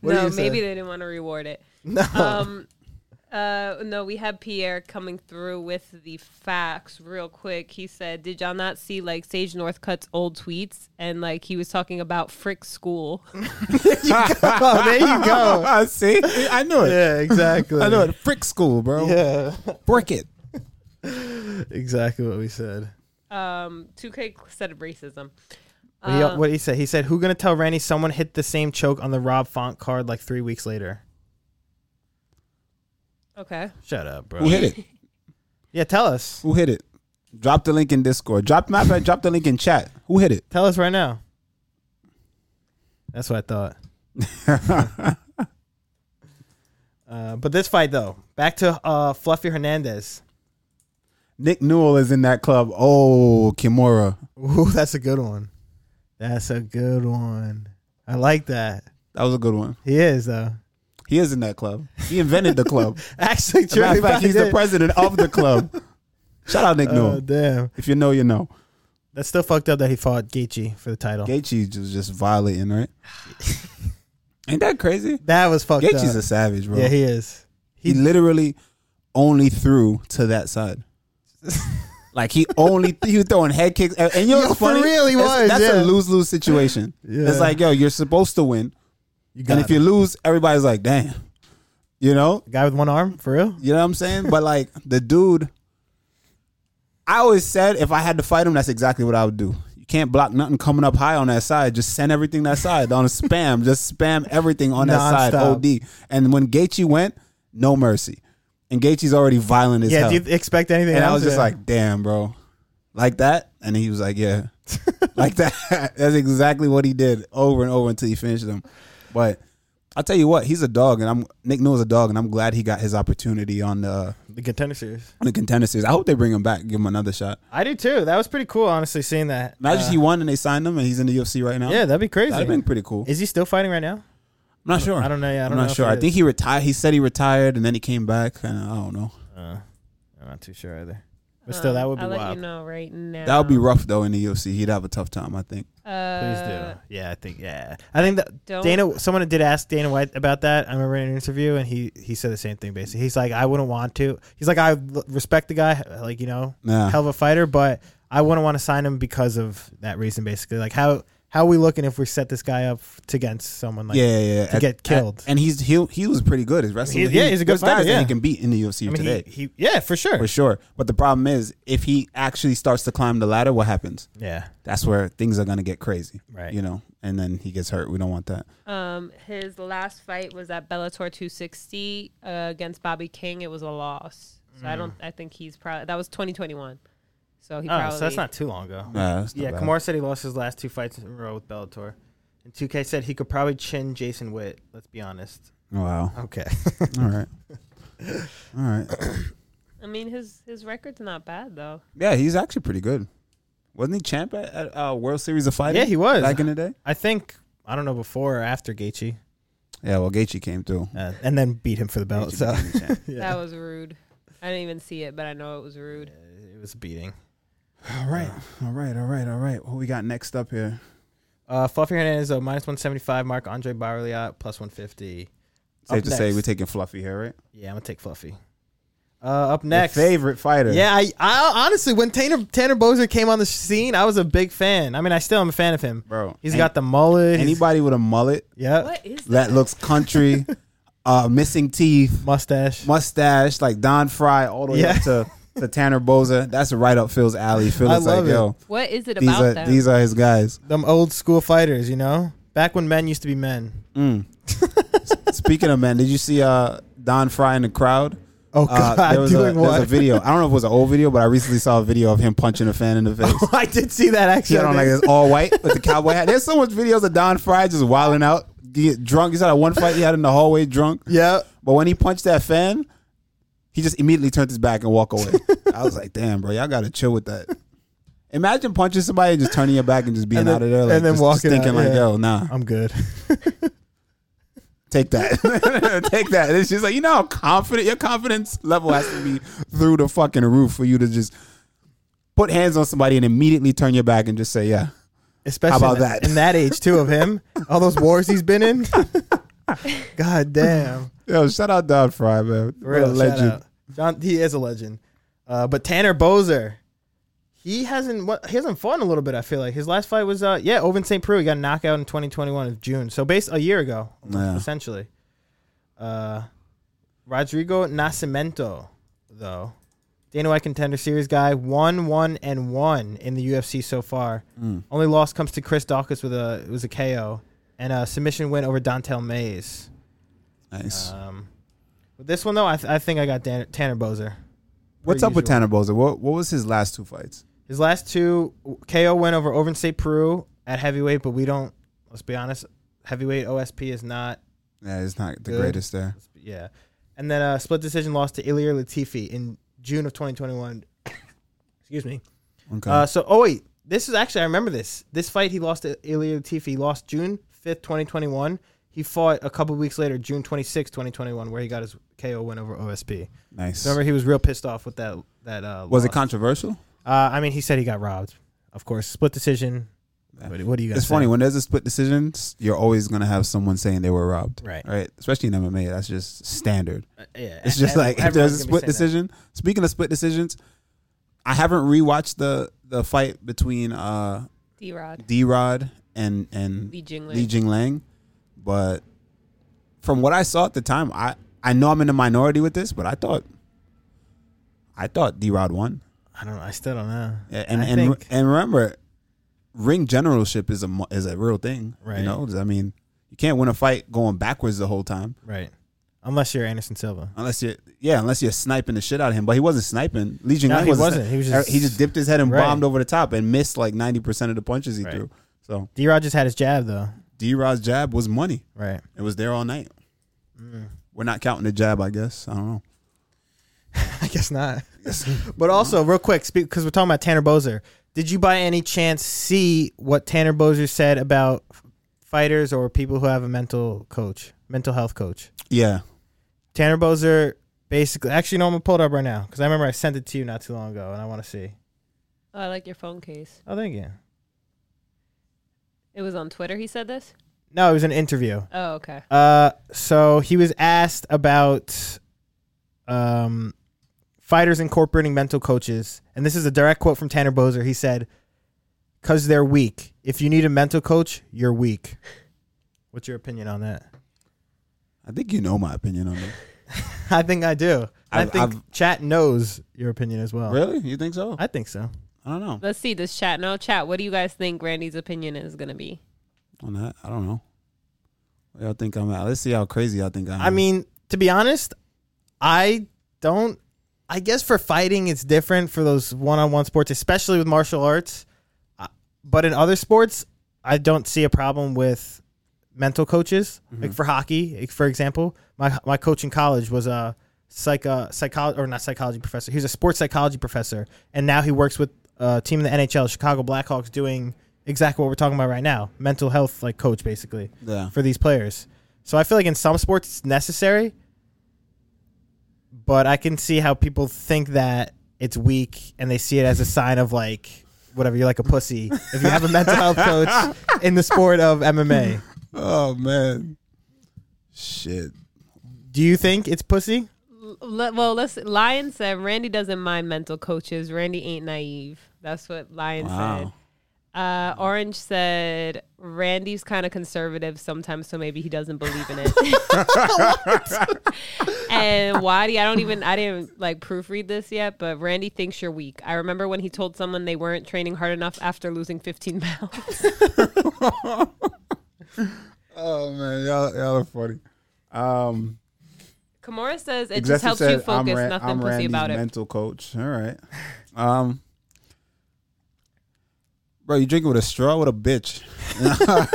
Speaker 2: What do
Speaker 3: No,
Speaker 2: you say?
Speaker 3: maybe they didn't want to reward it.
Speaker 2: No.
Speaker 3: Um, uh, no, we had Pierre coming through with the facts real quick. He said, "Did y'all not see like Sage Northcutt's old tweets?" And like he was talking about Frick School.
Speaker 2: oh, there you go.
Speaker 1: See? I knew it.
Speaker 2: Yeah, exactly.
Speaker 1: I knew it. Frick school, bro.
Speaker 2: Yeah,
Speaker 1: Brick it.
Speaker 2: exactly what we said.
Speaker 3: Um, 2K said racism.
Speaker 2: What he, what he said? He said, "Who gonna tell Randy someone hit the same choke on the Rob Font card like three weeks later?"
Speaker 3: Okay.
Speaker 2: Shut up, bro.
Speaker 1: Who hit it?
Speaker 2: Yeah, tell us.
Speaker 1: Who hit it? Drop the link in Discord. Drop matter of fact, drop the link in chat. Who hit it?
Speaker 2: Tell us right now. That's what I thought. Uh, but this fight, though, back to uh, Fluffy Hernandez.
Speaker 1: Nick Newell is in that club. Oh, Kimura.
Speaker 2: Ooh, that's a good one. That's a good one. I like that.
Speaker 1: That was a good one.
Speaker 2: He is though.
Speaker 1: He is in that club. He invented the club.
Speaker 2: Actually,
Speaker 1: As a matter
Speaker 2: truly,
Speaker 1: of fact, he's the president of the club. Shout out Nick
Speaker 2: Oh
Speaker 1: Newell.
Speaker 2: damn,
Speaker 1: If you know, you know.
Speaker 2: that's still fucked up that he fought Gaethje for the title.
Speaker 1: Gaethje was just violating, right? Ain't that crazy?
Speaker 2: that was fucked
Speaker 1: Gaethje's a
Speaker 2: up.
Speaker 1: savage, bro.
Speaker 2: yeah, he is.
Speaker 1: he literally only threw to that side. like he only he was throwing head kicks, and, and you know
Speaker 2: Yo,
Speaker 1: what's
Speaker 2: for
Speaker 1: funny?
Speaker 2: real, he
Speaker 1: that's,
Speaker 2: was,
Speaker 1: That's
Speaker 2: yeah.
Speaker 1: a lose lose situation.
Speaker 2: Yeah.
Speaker 1: It's like yo, you're supposed to win,
Speaker 2: You
Speaker 1: and if you lose, everybody's like, damn, you know,
Speaker 2: guy with one arm for real,
Speaker 1: you know what I'm saying. but like the dude, I always said if I had to fight him, that's exactly what I would do. You can't block nothing coming up high on that side. Just send everything that side on a spam. Just spam everything on that side.
Speaker 2: Nonstop.
Speaker 1: Od. And when Gaethje went, no mercy. And Gaethje's already violent as
Speaker 2: yeah.
Speaker 1: hell.
Speaker 2: Do you expect anything?
Speaker 1: and I
Speaker 2: else?
Speaker 1: was just
Speaker 2: Yeah.
Speaker 1: like, damn, bro, like that. And he was like, yeah, like that. That's exactly what he did over and over until he finished him. But I'll tell you what, he's a dog, and I'm Nick Newell's a dog, and I'm glad he got his opportunity on the
Speaker 2: the contender series.
Speaker 1: on the contender series. I hope they bring him back, give him another shot.
Speaker 2: I do too. That was pretty cool, honestly, seeing that.
Speaker 1: Imagine
Speaker 2: Uh,
Speaker 1: he won and they signed him, and he's in the UFC right now.
Speaker 2: yeah, that'd be crazy.
Speaker 1: that'd have been pretty cool.
Speaker 2: Is he still fighting right now?
Speaker 1: I'm not sure.
Speaker 2: I don't know. Yeah, I
Speaker 1: I'm
Speaker 2: don't know
Speaker 1: not
Speaker 2: if
Speaker 1: sure.
Speaker 2: it
Speaker 1: I
Speaker 2: is.
Speaker 1: think he retired. He said he retired, and then he came back. And I don't know.
Speaker 2: Uh, I'm not too sure either. But still, that
Speaker 3: Um,
Speaker 2: would be
Speaker 3: I'll let
Speaker 2: wild.
Speaker 3: you know right now.
Speaker 1: That would be rough though in the UFC. He'd have a tough time, I think.
Speaker 2: Please
Speaker 3: Uh,
Speaker 2: do. Yeah, I think. Yeah, I think that
Speaker 3: Don't-
Speaker 2: Dana. Someone did ask Dana White about that. I remember in an interview, and he he said the same thing. Basically, he's like, I wouldn't want to. He's like, I l- respect the guy, like you know,
Speaker 1: Nah.
Speaker 2: hell of a fighter, but I wouldn't want to sign him because of that reason. Basically, like how how are we looking if we set this guy up to against someone? Like,
Speaker 1: yeah, yeah, yeah.
Speaker 2: to get killed.
Speaker 1: and he's he he was pretty good. His wrestling,
Speaker 2: He- yeah, he's a good
Speaker 1: there's guys
Speaker 2: fighter,
Speaker 1: that
Speaker 2: yeah.
Speaker 1: he can beat in the UFC
Speaker 2: I mean,
Speaker 1: today
Speaker 2: he, he yeah, for sure.
Speaker 1: for sure. But the problem is, if he actually starts to climb the ladder, what happens?
Speaker 2: Yeah,
Speaker 1: That's where things are gonna get crazy,
Speaker 2: Right.
Speaker 1: You know, and then he gets hurt. We don't want that.
Speaker 3: Um, his last fight was at Bellator 260 uh, against Bobby King. It was a loss. So I don't. I think he's probably that was 2021. So he
Speaker 2: Mm. oh,
Speaker 3: probably.
Speaker 2: so that's not too long ago.
Speaker 1: Nah, Ah, that's not
Speaker 2: Yeah,
Speaker 1: bad.
Speaker 2: Kamara said he lost his last two fights in a row with Bellator. And 2K said he could probably chin Jason Witt. Let's be honest.
Speaker 1: Oh, Wow.
Speaker 2: Okay.
Speaker 1: All right. All right.
Speaker 3: I mean, his his record's not bad though.
Speaker 1: Yeah, he's actually pretty good. Wasn't he champ at, at uh, World Series of Fighting?
Speaker 2: yeah, he was.
Speaker 1: back in the day.
Speaker 2: I think I don't know before or after Gaethje,
Speaker 1: Yeah, well, Gaethje came through.
Speaker 2: uh, and then beat him for the belt. So
Speaker 3: That was rude. I didn't even see it, but I know it was rude.
Speaker 2: it was a beating.
Speaker 1: All right, all right, all right, all right. What we got next up here?
Speaker 2: Uh, Fluffy Hernandez though minus one seventy five. Mark Andre Barliot plus one fifty.
Speaker 1: Safe
Speaker 2: Up
Speaker 1: to say
Speaker 2: next.
Speaker 1: we're taking Fluffy here, right?
Speaker 2: Yeah, I'm gonna take Fluffy. Uh, up
Speaker 1: Your
Speaker 2: next.
Speaker 1: favorite fighter.
Speaker 2: Yeah, I, I honestly when Tanner Tanner Bozer came on the scene, I was a big fan. I mean, I still am a fan of him.
Speaker 1: bro.
Speaker 2: He's
Speaker 1: An-
Speaker 2: got the mullet. he's-
Speaker 1: anybody with a mullet
Speaker 2: Yeah.
Speaker 3: What is that?
Speaker 1: that looks country, uh, missing teeth,
Speaker 2: Mustache.
Speaker 1: mustache, like Don Fry, all the way
Speaker 2: Yeah.
Speaker 1: up to, to Tanner Boza. That's right up Phil's alley. Phil
Speaker 2: I
Speaker 1: is like,
Speaker 2: love it.
Speaker 1: yo,
Speaker 3: What is it
Speaker 1: these
Speaker 3: about
Speaker 1: are
Speaker 3: them?
Speaker 1: these are his guys.
Speaker 2: Them old school fighters, you know? Back when men used to be men.
Speaker 1: Mm. Speaking of men, did you see uh, Don Fry in the crowd?
Speaker 2: Oh
Speaker 1: Uh,
Speaker 2: god,
Speaker 1: there was a,
Speaker 2: doing
Speaker 1: there was a
Speaker 2: what?
Speaker 1: video. I don't know if it was an old video, but I recently saw a video of him punching a fan in the face.
Speaker 2: I did see that
Speaker 1: He
Speaker 2: actually.
Speaker 1: had on like this all white with the cowboy hat. There's so much videos of Don Fry just wilding out, get drunk. He's had a one fight he had in the hallway drunk.
Speaker 2: yeah.
Speaker 1: But when he punched that fan, he just immediately turned his back and walked away. I was like, damn, bro, y'all gotta chill with that. Imagine punching somebody and just turning your back and just being
Speaker 2: And then-
Speaker 1: out of there, like,
Speaker 2: and then
Speaker 1: just,
Speaker 2: walking
Speaker 1: just thinking
Speaker 2: out,
Speaker 1: like,
Speaker 2: yeah.
Speaker 1: yo, nah.
Speaker 2: I'm good.
Speaker 1: Take that. Take that. It's just like, you know how confident your confidence level has to be through the fucking roof for you to just put hands on somebody and immediately turn your back and just say, yeah.
Speaker 2: Especially
Speaker 1: about
Speaker 2: in,
Speaker 1: that?
Speaker 2: in that age too of him, all those wars he's been in. God damn,
Speaker 1: Yo, shout out Don Fry, man. What a
Speaker 2: real
Speaker 1: legend.
Speaker 2: legend. John, he is a legend. Uh, but Tanner Bozer, he hasn't what he hasn't fought in a little bit. I feel like his last fight was uh yeah, Ovin St. Preux. He got a knockout in 2021 of June, so based a year ago,
Speaker 1: Yeah.
Speaker 2: essentially. Uh, Rodrigo Nascimento, though, Dana White contender series guy, one one and one in the UFC so far.
Speaker 1: Mm.
Speaker 2: Only loss comes to Chris Dawkins with a it was a KO and a submission win over Dontel Mays.
Speaker 1: Nice.
Speaker 2: Um, with this one though, I, th- I think I got Dan- Tanner Bozer.
Speaker 1: What's
Speaker 2: per
Speaker 1: up with
Speaker 2: usual.
Speaker 1: Tanner Bowser? What what was his last two fights?
Speaker 2: His last two KO win over Ovin State Peru at heavyweight, but we don't. Let's be honest, heavyweight OSP is not.
Speaker 1: Yeah, it's not the
Speaker 2: Good.
Speaker 1: greatest there.
Speaker 2: Yeah, and then a split decision loss to Ilir Latifi in June of 2021. Excuse me.
Speaker 1: Okay.
Speaker 2: Uh, so, oh wait, this is actually I remember this. This fight he lost to Ilir Latifi. He lost June 5th, 2021. He fought a couple weeks later, June 26th, 2021, where he got his KO win over OSP.
Speaker 1: nice.
Speaker 2: Remember, he was real pissed off with that. That uh,
Speaker 1: was it
Speaker 2: loss.
Speaker 1: controversial?
Speaker 2: Uh, I mean, he said he got robbed. Of course, split decision. What, what do you guys?
Speaker 1: It's funny when there's a split decision, s- you're always gonna have someone saying they were robbed,
Speaker 2: Right.
Speaker 1: Right, especially in MMA. That's just standard.
Speaker 2: Uh, yeah,
Speaker 1: It's just
Speaker 2: every-
Speaker 1: like if
Speaker 2: everyone's
Speaker 1: there's a
Speaker 2: gonna
Speaker 1: split
Speaker 2: be saying
Speaker 1: decision. Speaking of split decisions, I haven't rewatched the the fight between uh,
Speaker 3: D Rod.
Speaker 1: D Rod and and
Speaker 3: Lee Jingling.
Speaker 1: Li Jing Lang, but from what I saw at the time, I I know I'm in the minority with this, but I thought I thought D Rod won.
Speaker 2: that. I don't. know. I still don't know.
Speaker 1: Yeah, and
Speaker 2: I
Speaker 1: and,
Speaker 2: think-
Speaker 1: and remember, ring generalship is a mu- is a real thing,
Speaker 2: Right.
Speaker 1: You know, I mean, you can't win a fight going backwards the whole time
Speaker 2: right, unless you're Anderson Silva.
Speaker 1: unless you're yeah, unless you're sniping the shit out of him. But he wasn't sniping. Lee Jing
Speaker 2: No,
Speaker 1: Lang
Speaker 2: he
Speaker 1: wasn't.
Speaker 2: wasn't. He was
Speaker 1: sni-
Speaker 2: just-
Speaker 1: he just dipped his head and
Speaker 2: Right.
Speaker 1: bombed over the top and missed like ninety percent of the punches he
Speaker 2: Right.
Speaker 1: threw. So
Speaker 2: D. Rod just had his jab though.
Speaker 1: D Rod's jab was money.
Speaker 2: Right.
Speaker 1: It was there all night.
Speaker 2: Mm.
Speaker 1: We're not counting the jab, I guess. I don't know.
Speaker 2: I guess not. but also, real quick, because we're talking about Tanner Bozer. Did you by any chance see what Tanner Bozer said about f- fighters or people who have a mental coach, mental health coach?
Speaker 1: Yeah,
Speaker 2: Tanner Bozer basically, actually, no, I'm gonna pull it up right now because I remember I sent it to you not too long ago, and I want to see.
Speaker 3: Oh, I like your phone case.
Speaker 2: Oh, thank you.
Speaker 3: It was on Twitter. He said this.
Speaker 2: No, it was an interview.
Speaker 3: Oh, okay.
Speaker 2: Uh, so he was asked about um, fighters incorporating mental coaches, and this is a direct quote from Tanner Bozer. He said, "Cause they're weak. If you need a mental coach, you're weak." What's your opinion on that?
Speaker 1: I think you know my opinion on that.
Speaker 2: I think I do. i
Speaker 1: I've-
Speaker 2: think
Speaker 1: I've-
Speaker 2: chat knows your opinion as well.
Speaker 1: Really? You think so?
Speaker 2: Oh. I think so.
Speaker 1: I don't know
Speaker 3: Let's see this chat. No chat. What do you guys think Randy's opinion is gonna be?
Speaker 1: on that. I don't know. What Y'all think I'm at? Let's see how crazy I think I am.
Speaker 2: I mean, to be honest, I don't. I guess for fighting, it's different for those one-on-one sports, especially with martial arts. Uh, But in other sports, I don't see a problem with mental coaches. Like for hockey, like for example, my my coach in college was a psych uh, psychology or not psychology professor. He was a sports psychology professor, and now he works with a team in the NHL, Chicago Blackhawks, doing exactly what we're talking about right now, mental health like coach basically
Speaker 1: yeah.
Speaker 2: for these players. So I feel like in some sports it's necessary, but I can see how people think that it's weak and they see it as a sign of like whatever you're like a pussy if you have a mental health coach in the sport of MMA.
Speaker 1: Oh man. Shit.
Speaker 2: Do you think it's pussy?
Speaker 3: L- le- well, let's. Lion said Randy doesn't mind mental coaches. Randy ain't naive. That's what Lion
Speaker 1: Wow.
Speaker 3: said. Uh, Orange said Randy's kind of conservative sometimes, so maybe he doesn't believe in it. and Wadi, I don't even, I didn't like proofread this yet, but Randy thinks you're weak. I remember when he told someone they weren't training hard enough after losing 15 pounds.
Speaker 1: Oh man, y'all y'all are funny. Um
Speaker 3: Kamora says it
Speaker 1: Executive
Speaker 3: just helps
Speaker 1: said,
Speaker 3: you focus,
Speaker 1: I'm, Ran-
Speaker 3: nothing
Speaker 1: I'm
Speaker 3: pussy
Speaker 1: Randy's
Speaker 3: about it.
Speaker 1: mental coach. All right. Um Bro, you drinking with a straw with a bitch.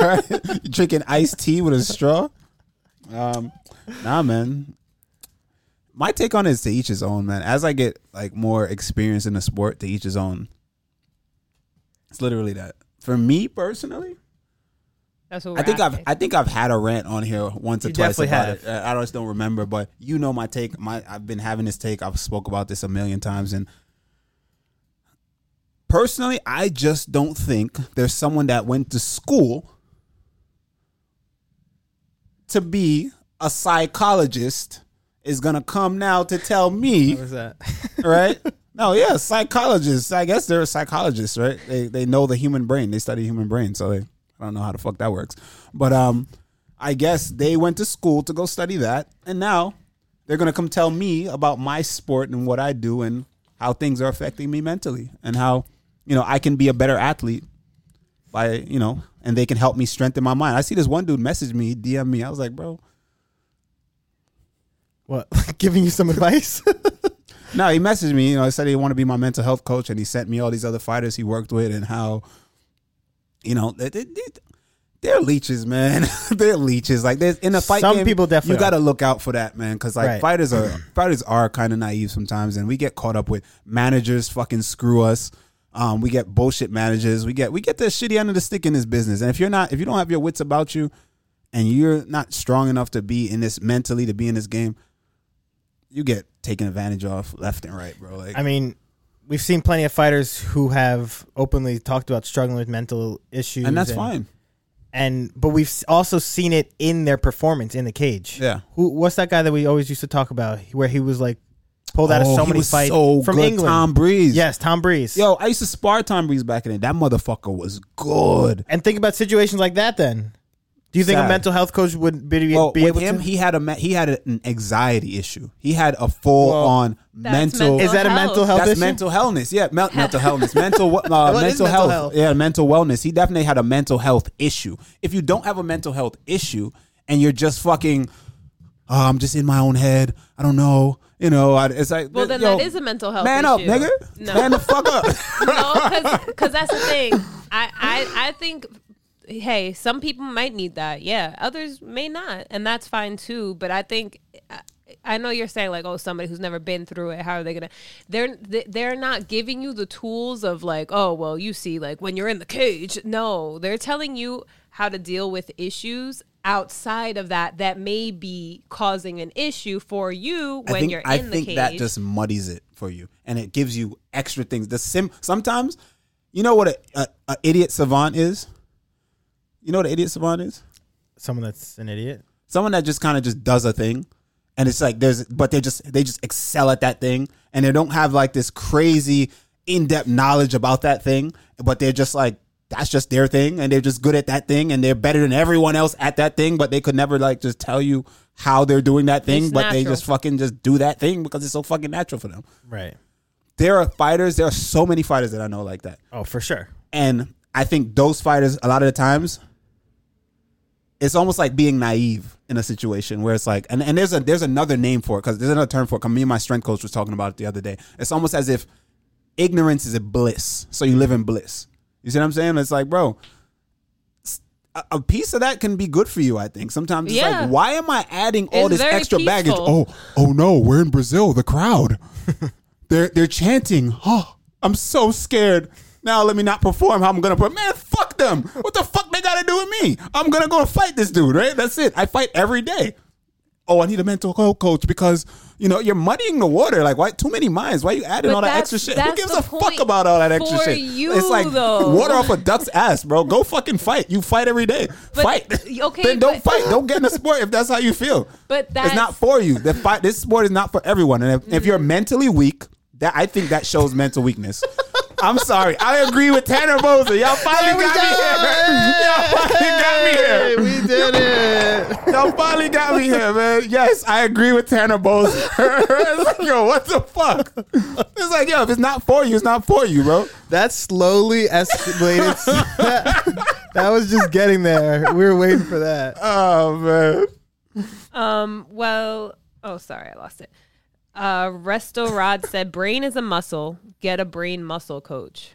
Speaker 1: Alright? you drinking iced tea with a straw? Um nah man. My take on it is to each his own, man. As I get like more experience in the sport, to each his own. It's literally that. For me personally,
Speaker 3: That's what we're
Speaker 1: I think I've
Speaker 3: asking.
Speaker 1: I think I've had a rant on here once or
Speaker 2: You
Speaker 1: twice
Speaker 2: definitely
Speaker 1: about
Speaker 2: have.
Speaker 1: it. Uh, I just don't remember, but you know my take. My I've been having this take. I've spoke about this a million times, and personally, I just don't think there's someone that went to school to be a psychologist is gonna come now to tell me
Speaker 2: What was that?
Speaker 1: right? No, yeah, psychologists. I guess they're psychologists, right? They they know the human brain. They study human brain, so they I don't know how the fuck that works. But um I guess they went to school to go study that, and now they're gonna come tell me about my sport and what I do and how things are affecting me mentally and how, you know, I can be a better athlete by, you know, and they can help me strengthen my mind. I see this one dude message me, DM me. I was like, bro,
Speaker 2: what? Giving you some advice?
Speaker 1: No, he messaged me. You know, he said he wanted to be my mental health coach, and he sent me all these other fighters he worked with and how, you know, they, they, are leeches, man. they're leeches. Like there's in a fight,
Speaker 2: Some
Speaker 1: game,
Speaker 2: people definitely
Speaker 1: you got to look out for that, man, because like
Speaker 2: Right.
Speaker 1: fighters are fighters are kind of naive sometimes, and we get caught up with managers fucking screw us. Um, we get bullshit managers. We get we get the shitty end of the stick in this business. And if you're not, if you don't have your wits about you, and you're not strong enough to be in this mentally to be in this game, you get taken advantage of left and right, bro. Like
Speaker 2: I mean, we've seen plenty of fighters who have openly talked about struggling with mental issues,
Speaker 1: and that's fine.
Speaker 2: And but we've s- also seen it in their performance in the cage.
Speaker 1: Yeah.
Speaker 2: Who? What's that guy that we always used to talk about, where he was like pulled out of so
Speaker 1: Oh, he
Speaker 2: many
Speaker 1: was
Speaker 2: fights
Speaker 1: so
Speaker 2: from
Speaker 1: good,
Speaker 2: England?
Speaker 1: Tom Breeze.
Speaker 2: Yes, Tom Breeze.
Speaker 1: Yo, I used to spar Tom Breeze back in the day. That motherfucker was good.
Speaker 2: And think about situations like that. Then, do you think
Speaker 1: Sad.
Speaker 2: a mental health coach would be, be
Speaker 1: Well, with
Speaker 2: able
Speaker 1: him,
Speaker 2: to?
Speaker 1: he had a ma- he had an anxiety issue. He had a full on
Speaker 3: That's
Speaker 1: mental.
Speaker 2: is that a mental health
Speaker 1: that's
Speaker 2: issue?
Speaker 1: mental health. Yeah, mel- mental health. Mental we- uh,
Speaker 2: What is
Speaker 1: mental
Speaker 2: mental
Speaker 1: health.
Speaker 2: health?
Speaker 1: Yeah, mental wellness. He definitely had a mental health issue. If you don't have a mental health issue and you're just fucking, oh, I'm just in my own head. I don't know. You know, I, it's like
Speaker 3: Well, then
Speaker 1: yo,
Speaker 3: that is a mental health
Speaker 1: man
Speaker 3: issue.
Speaker 1: up, nigga.
Speaker 3: No.
Speaker 1: Man the fuck up.
Speaker 3: no, because that's the thing. I, I I think, hey, some people might need that. Yeah, others may not, and that's fine too. But I think. I, I know you're saying like, oh, somebody who's never been through it. How are they gonna? They're they- they're not giving you the tools of like, oh, well, you see, like when you're in the cage. No, they're telling you how to deal with issues outside of that that may be causing an issue for you when
Speaker 1: I think,
Speaker 3: you're in
Speaker 1: I
Speaker 3: the
Speaker 1: think
Speaker 3: cage.
Speaker 1: that just muddies it for you, and it gives you extra things. The sim sometimes, you know what a, a, a idiot savant is. You know what an idiot savant is?
Speaker 2: Someone that's an idiot.
Speaker 1: someone that just kind of just does a thing and it's like there's but they just they just excel at that thing and they don't have like this crazy in-depth knowledge about that thing but they're just like that's just their thing and they're just good at that thing and they're better than everyone else at that thing but they could never like just tell you how they're doing that thing
Speaker 3: It's
Speaker 1: but they
Speaker 3: natural.
Speaker 1: just fucking just do that thing because it's so fucking natural for them
Speaker 2: Right.
Speaker 1: there are fighters there are so many fighters that i know like that
Speaker 2: Oh, for sure.
Speaker 1: and I think those fighters, a lot of the times, it's almost like being naive in a situation where it's like, and, and there's a there's another name for it because there's another term for it. 'cause me and my strength coach was talking about it the other day. It's almost as if ignorance is a bliss, so you live in bliss. You see what I'm saying? It's like, bro, s- a- a piece of that can be good for you. I think sometimes it's
Speaker 3: Yeah.
Speaker 1: like, why am I adding all
Speaker 3: It's
Speaker 1: this
Speaker 3: very
Speaker 1: extra baggage?
Speaker 3: peaceful.
Speaker 1: Oh, oh no, we're in Brazil. The crowd, they're they're chanting. Oh, I'm so scared. Now let me not perform how I'm gonna perform. Man, fuck them. What the fuck they gotta do with me? I'm gonna go fight this dude, right? That's it. I fight every day. Oh, I need a mental health coach because you know you're muddying the water. Like, why too many minds? Why you adding
Speaker 3: But
Speaker 1: all that
Speaker 3: that's-
Speaker 1: extra shit? Who
Speaker 3: that's
Speaker 1: gives
Speaker 3: the
Speaker 1: a fuck
Speaker 3: point
Speaker 1: about all that extra
Speaker 3: for
Speaker 1: shit?
Speaker 3: you,
Speaker 1: it's like
Speaker 3: though.
Speaker 1: water off a duck's ass, bro. Go fucking fight. You fight every day.
Speaker 3: But-
Speaker 1: fight.
Speaker 3: okay,
Speaker 1: then don't
Speaker 3: but-
Speaker 1: fight. Don't get in the sport if that's how you feel.
Speaker 3: But
Speaker 1: it's not
Speaker 3: that's- Mm-hmm.
Speaker 1: for you. The fight. This sport is not for everyone. And if, if you're mentally weak, that I think that shows mental weakness. I'm sorry. I agree with Tanner Moser. Y'all finally
Speaker 2: we
Speaker 1: got me here. Y'all
Speaker 2: go.
Speaker 1: finally got me here.
Speaker 2: we did it.
Speaker 1: Y'all finally got me here, man. Yes, I agree with Tanner Bowles. It's like, yo, what the fuck? It's like, yo, if it's not for you, it's not for you, bro.
Speaker 2: That slowly escalated. that was just getting there. We were waiting for that.
Speaker 1: Oh man.
Speaker 3: Um, well, oh, sorry, I lost it. Uh, Resto Rod said, brain is a muscle. Get a brain muscle coach.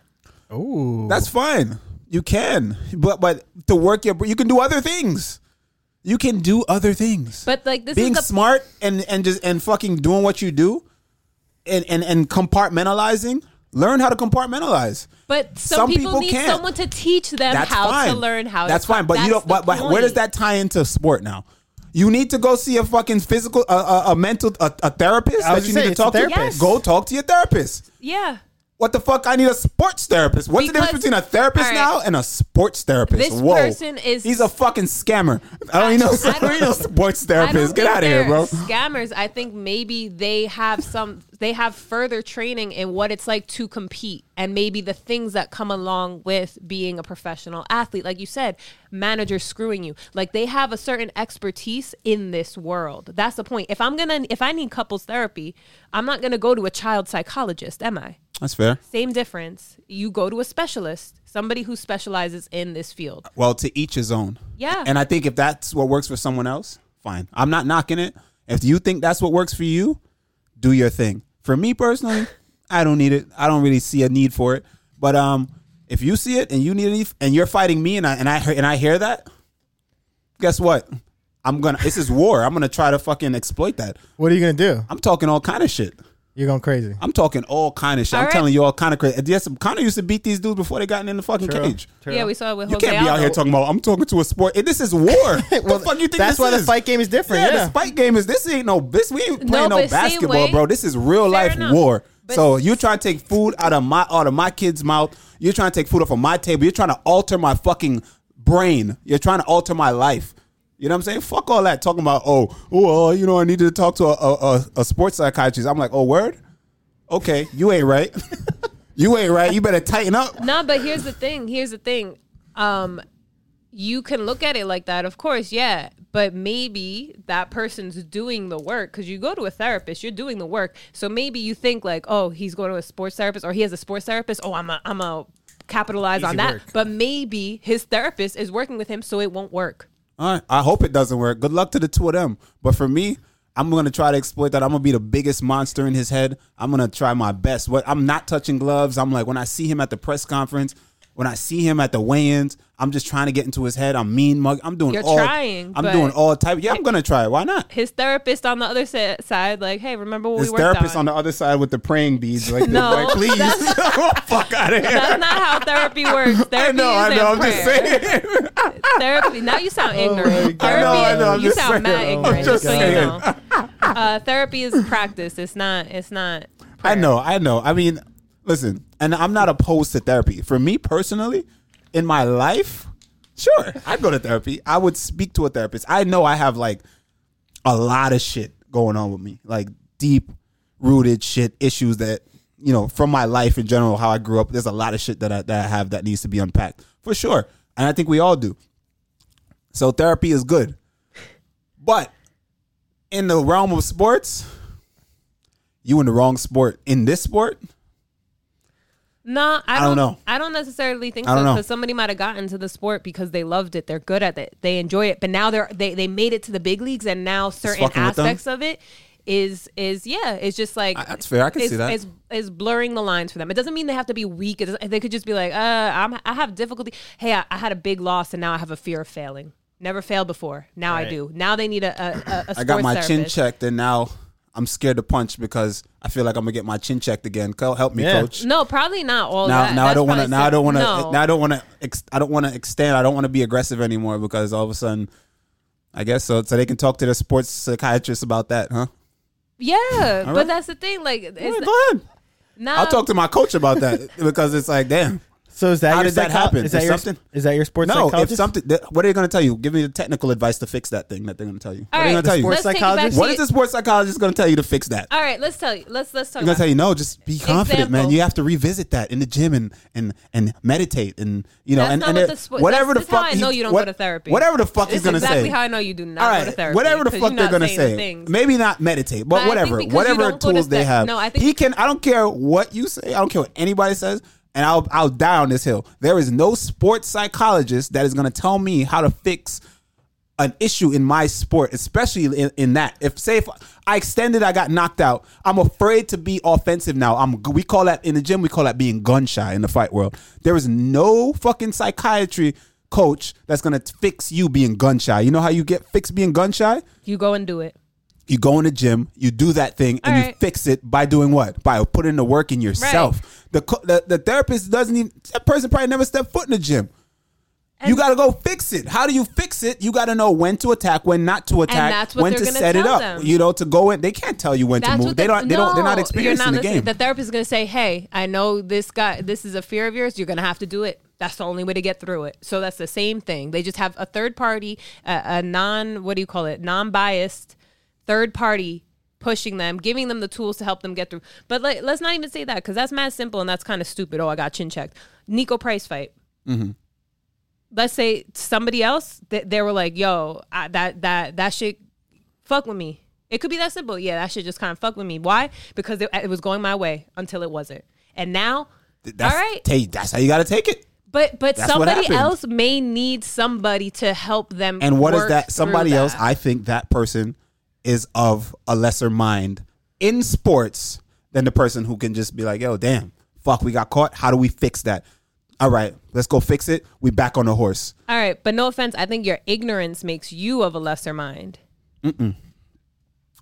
Speaker 2: Ooh.
Speaker 1: That's fine. You can. But but to work your you can do other things. You can do other things.
Speaker 3: But like this
Speaker 1: Being
Speaker 3: is the
Speaker 1: smart and and just and fucking doing what you do and and and compartmentalizing Learn how to compartmentalize.
Speaker 3: But some,
Speaker 1: Some
Speaker 3: people,
Speaker 1: people
Speaker 3: need
Speaker 1: can't.
Speaker 3: someone to teach them
Speaker 1: That's
Speaker 3: how
Speaker 1: fine.
Speaker 3: to learn how.
Speaker 1: That's
Speaker 3: to
Speaker 1: fine, but you
Speaker 3: that's
Speaker 1: don't. But,
Speaker 3: the
Speaker 1: but where does
Speaker 3: point.
Speaker 1: that tie into sport now? You need to go see a fucking physical, a, a, a mental, a, a therapist
Speaker 2: I was
Speaker 1: that you
Speaker 2: gonna
Speaker 1: need
Speaker 2: say,
Speaker 1: to
Speaker 2: it's a
Speaker 1: talk to.
Speaker 2: therapist.
Speaker 1: Go talk to your therapist.
Speaker 3: Yeah.
Speaker 1: What the fuck? I need a sports therapist. What's the difference
Speaker 3: Because-
Speaker 1: between a therapist
Speaker 3: all right.
Speaker 1: now and a sports therapist?
Speaker 3: This
Speaker 1: Whoa,
Speaker 3: person is-
Speaker 1: he's a fucking scammer. I don't
Speaker 3: I-
Speaker 1: even know.
Speaker 3: I
Speaker 1: I don't
Speaker 3: don't-
Speaker 1: even know sports
Speaker 3: I don't
Speaker 1: therapist. Get
Speaker 3: think
Speaker 1: out of here,
Speaker 3: they're
Speaker 1: bro.
Speaker 3: Scammers. I think maybe they have some. They have further training in what it's like to compete, and maybe the things that come along with being a professional athlete. Like you said, managers screwing you. Like they have a certain expertise in this world. That's the point. If I'm gonna, if I need couples therapy, I'm not gonna go to a child psychologist, am I?
Speaker 1: That's fair.
Speaker 3: Same difference. You go to a specialist, somebody who specializes in this field.
Speaker 1: Well, to each his own.
Speaker 3: Yeah.
Speaker 1: And I think if that's what works for someone else, fine. I'm not knocking it. If you think that's what works for you, do your thing. For me personally, I don't need it. I don't really see a need for it. But um, if you see it and you need it and you're fighting me and I and I and I hear that, guess what? I'm gonna. This is war. I'm gonna try to fucking exploit that.
Speaker 2: What are you gonna do?
Speaker 1: I'm talking all kind of shit.
Speaker 2: You're going crazy.
Speaker 1: I'm talking all kind of shit.
Speaker 3: All
Speaker 1: I'm
Speaker 3: right.
Speaker 1: telling you all kind of crazy. Yes, Connor used to beat these dudes before they got in the fucking cage.
Speaker 3: Yeah, we saw it with
Speaker 1: You
Speaker 3: Jose
Speaker 1: can't be out
Speaker 3: Aldo.
Speaker 1: here talking about I'm talking to a sport. and this is war. what
Speaker 2: Well,
Speaker 1: the fuck you think
Speaker 2: that's
Speaker 1: this
Speaker 2: why
Speaker 1: is?
Speaker 2: the fight game is different.
Speaker 1: Yeah,
Speaker 2: Yeah,
Speaker 1: the fight game is this ain't no this we ain't
Speaker 3: No,
Speaker 1: playing no,
Speaker 3: but same
Speaker 1: basketball,
Speaker 3: way-
Speaker 1: bro. This is real life
Speaker 3: enough.
Speaker 1: war.
Speaker 3: But-
Speaker 1: so you trying to take food out of my out of my kid's mouth. You're trying to take food off of my table. You're trying to alter my fucking brain. You're trying to alter my life. You know what I'm saying? Fuck all that talking about oh well you know I needed to talk to a a, a, a sports psychiatrist. I'm like oh word, okay you ain't right. You ain't right. You better tighten up.
Speaker 3: No, but here's the thing. Here's the thing. Um, you can look at it like that, of course, yeah. But maybe that person's doing the work because you go to a therapist, you're doing the work. So maybe you think like, oh, he's going to a sports therapist, or he has a sports therapist. Oh, I'm a, I'm a capitalize on
Speaker 2: Easy
Speaker 3: that.
Speaker 2: work.
Speaker 3: But maybe his therapist is working with him, so it won't work.
Speaker 1: All right. I hope it doesn't work. Good luck to the two of them. But for me, I'm gonna try to exploit that. I'm gonna be the biggest monster in his head. I'm gonna try my best. What I'm not touching gloves. I'm like when I see him at the press conference, when I see him at the weigh-ins, I'm just trying to get into his head. I'm mean mug. I'm doing
Speaker 3: You're
Speaker 1: all.
Speaker 3: trying,
Speaker 1: I'm
Speaker 3: but-
Speaker 1: doing all type. Yeah, I'm gonna try. it. Why not?
Speaker 3: His therapist on the other si- side, like, hey, remember what
Speaker 1: His
Speaker 3: we worked
Speaker 1: therapist on. the
Speaker 3: on?
Speaker 1: other side with the praying beads, like, this,
Speaker 3: No,
Speaker 1: like please, fuck out of here.
Speaker 3: That's not how therapy works. Therapy
Speaker 1: I know,
Speaker 3: is
Speaker 1: I
Speaker 3: in
Speaker 1: know. I'm
Speaker 3: prayer.
Speaker 1: just saying.
Speaker 3: therapy. Now you
Speaker 1: Oh
Speaker 3: sound
Speaker 2: my
Speaker 3: ignorant.
Speaker 2: God.
Speaker 3: Therapy,
Speaker 1: I know, I know. I'm
Speaker 3: you
Speaker 1: just
Speaker 3: sound
Speaker 1: saying. I'm
Speaker 3: mad ignorant.
Speaker 1: just
Speaker 3: so you
Speaker 1: saying.
Speaker 3: know. Uh, therapy is practice. It's not. It's not.
Speaker 1: I know, I know. I mean, listen, and I'm not opposed to therapy. For me personally, in my life, sure, I'd go to therapy. I would speak to a therapist. I know I have like a lot of shit going on with me, like deep rooted shit issues that you know from my life in general, how I grew up. There's a lot of shit that I, that I have that needs to be unpacked for sure, and I think we all do. So therapy is good, but in the realm of sports, you in the wrong sport. In this sport,
Speaker 3: No, I don't,
Speaker 1: don't know.
Speaker 3: I don't necessarily think
Speaker 1: I don't
Speaker 3: so
Speaker 1: know.
Speaker 3: because somebody might have gotten to the sport because they loved it. They're good at it. They enjoy it. But now they're they they made it to the big leagues, and now certain
Speaker 1: fucking with them?
Speaker 3: aspects of it is is yeah. It's just like
Speaker 1: I- that's fair. I can
Speaker 3: it's-
Speaker 1: see that.
Speaker 3: It's is blurring the lines for them. It doesn't mean they have to be weak. It doesn't- they could just be like, uh, I'm, I have difficulty. Hey, I, I had a big loss, and now I have a fear of failing. Never failed before. Now I
Speaker 2: Right.
Speaker 3: do. Now they need a a, a, a
Speaker 1: I got
Speaker 3: sports
Speaker 1: my chin
Speaker 3: therapist.
Speaker 1: checked, and now I'm scared to punch because I feel like I'm gonna get my chin checked again. Co- Help me,
Speaker 2: Yeah.
Speaker 1: coach.
Speaker 3: No, probably not all
Speaker 1: Now,
Speaker 3: that.
Speaker 1: now I
Speaker 3: That's
Speaker 1: don't want to.
Speaker 3: probably
Speaker 1: Now I don't
Speaker 3: some-
Speaker 1: want to.
Speaker 3: no.
Speaker 1: Now I don't want to. Ex- I don't want to extend. I don't want to be aggressive anymore because all of a sudden, I guess so. So they can talk to their sports psychiatrist about that, huh?
Speaker 3: Yeah, but
Speaker 1: right.
Speaker 3: that's the Um, thing. Like, it's
Speaker 1: Yeah, go ahead.
Speaker 3: now.
Speaker 1: I'll talk to my coach about that because it's like, damn.
Speaker 2: So is that
Speaker 1: How
Speaker 2: your
Speaker 1: did that
Speaker 2: psycho-
Speaker 1: happen?
Speaker 2: Is
Speaker 1: Is
Speaker 2: that your
Speaker 1: something-
Speaker 2: is that your sports
Speaker 1: No, if
Speaker 2: psychologist?
Speaker 1: something, th- what are they going to tell you? Give me the technical advice to fix that thing that they're going to tell you. what are
Speaker 3: All
Speaker 1: they
Speaker 3: right,
Speaker 1: going to tell you?
Speaker 2: Sports
Speaker 3: let's take it
Speaker 2: psychologist?
Speaker 3: back to
Speaker 1: What is
Speaker 3: you-
Speaker 1: the sports psychologist going to tell you to fix that?
Speaker 3: All right, let's tell you. Let's let's talk.
Speaker 1: I'm gonna
Speaker 3: About
Speaker 1: tell you no. Just be confident, man.
Speaker 3: Example.
Speaker 1: You have to revisit that in the gym and and and meditate and you know
Speaker 3: That's
Speaker 1: and,
Speaker 3: not
Speaker 1: and
Speaker 3: what
Speaker 1: it-
Speaker 3: the spo-
Speaker 1: whatever
Speaker 3: that's-
Speaker 1: the
Speaker 3: that's how
Speaker 1: fuck.
Speaker 3: I know you don't go to therapy.
Speaker 1: Whatever the fuck
Speaker 3: This
Speaker 1: he's gonna
Speaker 3: exactly
Speaker 1: say.
Speaker 3: how I know you do not
Speaker 1: All
Speaker 3: go to
Speaker 1: right,
Speaker 3: therapy.
Speaker 1: whatever the
Speaker 3: 'cause
Speaker 1: fuck
Speaker 3: you're
Speaker 1: they're
Speaker 3: not
Speaker 1: gonna
Speaker 3: saying the
Speaker 1: say.
Speaker 3: things.
Speaker 1: Maybe not meditate, but
Speaker 3: I think
Speaker 1: whatever,
Speaker 3: because you
Speaker 1: whatever
Speaker 3: don't go to
Speaker 1: tools they
Speaker 3: ther-
Speaker 1: have.
Speaker 3: No, I think-
Speaker 1: he can. I don't care what you say. I don't care what anybody says. And I'll I'll die on this hill. There is no sports psychologist that is gonna tell me how to fix an issue in my sport, especially in, in that. If say if I extended, I got knocked out. I'm afraid to be offensive now. I'm we call that in the gym. We call that being gun shy in the fight world. There is no fucking psychiatry coach that's gonna fix you being gun shy. You know how you get fixed being gun shy?
Speaker 3: You go and do it.
Speaker 1: You go in the gym, you do that thing, and you
Speaker 3: Alright.
Speaker 1: fix it by doing what? By putting the work in yourself. The, co- the the therapist doesn't even that person probably never stepped foot in the gym. you
Speaker 3: And-
Speaker 1: got to go fix it. How do you fix it? You got to know when to attack, when not to attack,
Speaker 3: that's what
Speaker 1: when
Speaker 3: they're
Speaker 1: to
Speaker 3: gonna
Speaker 1: set it
Speaker 3: tell
Speaker 1: up.
Speaker 3: them.
Speaker 1: You know, to go in. They can't tell you when to move.
Speaker 3: what
Speaker 1: They
Speaker 3: the-
Speaker 1: don't. They don't. They're
Speaker 3: No,
Speaker 1: not
Speaker 3: you're
Speaker 1: experienced in the
Speaker 3: listening.
Speaker 1: game.
Speaker 3: The therapist is going to say, "Hey, I know this guy. This is a fear of yours. You're going to have to do it. That's the only way to get through it." So that's the same thing. They just have a third party, a, a non what do you call it? Non-biased third party pushing them, giving them the tools to help them get through. But like, let's not even say that because that's mad simple and that's kind of stupid. Oh, I got chin checked. Nico Price fight
Speaker 1: Mm-hmm.
Speaker 3: let's say somebody else that they were like, "Yo, I, that that that shit fuck with me." It could be that simple. Yeah, that shit just kind of fuck with me. Why? Because it, it was going my way until it wasn't, and now,
Speaker 1: that's,
Speaker 3: all right.
Speaker 1: ta- that's how you got to take it.
Speaker 3: But but
Speaker 1: That's what
Speaker 3: somebody
Speaker 1: happened.
Speaker 3: else may need somebody to help them.
Speaker 1: And what is
Speaker 3: work
Speaker 1: that?
Speaker 3: through
Speaker 1: Somebody else.
Speaker 3: that.
Speaker 1: I think that person is of a lesser mind in sports than the person who can just be like, "Yo, damn, fuck, we got caught. How do we fix that? All right, let's go fix it. We back on the horse."
Speaker 3: All right, but no offense. I think your ignorance makes you of a lesser mind.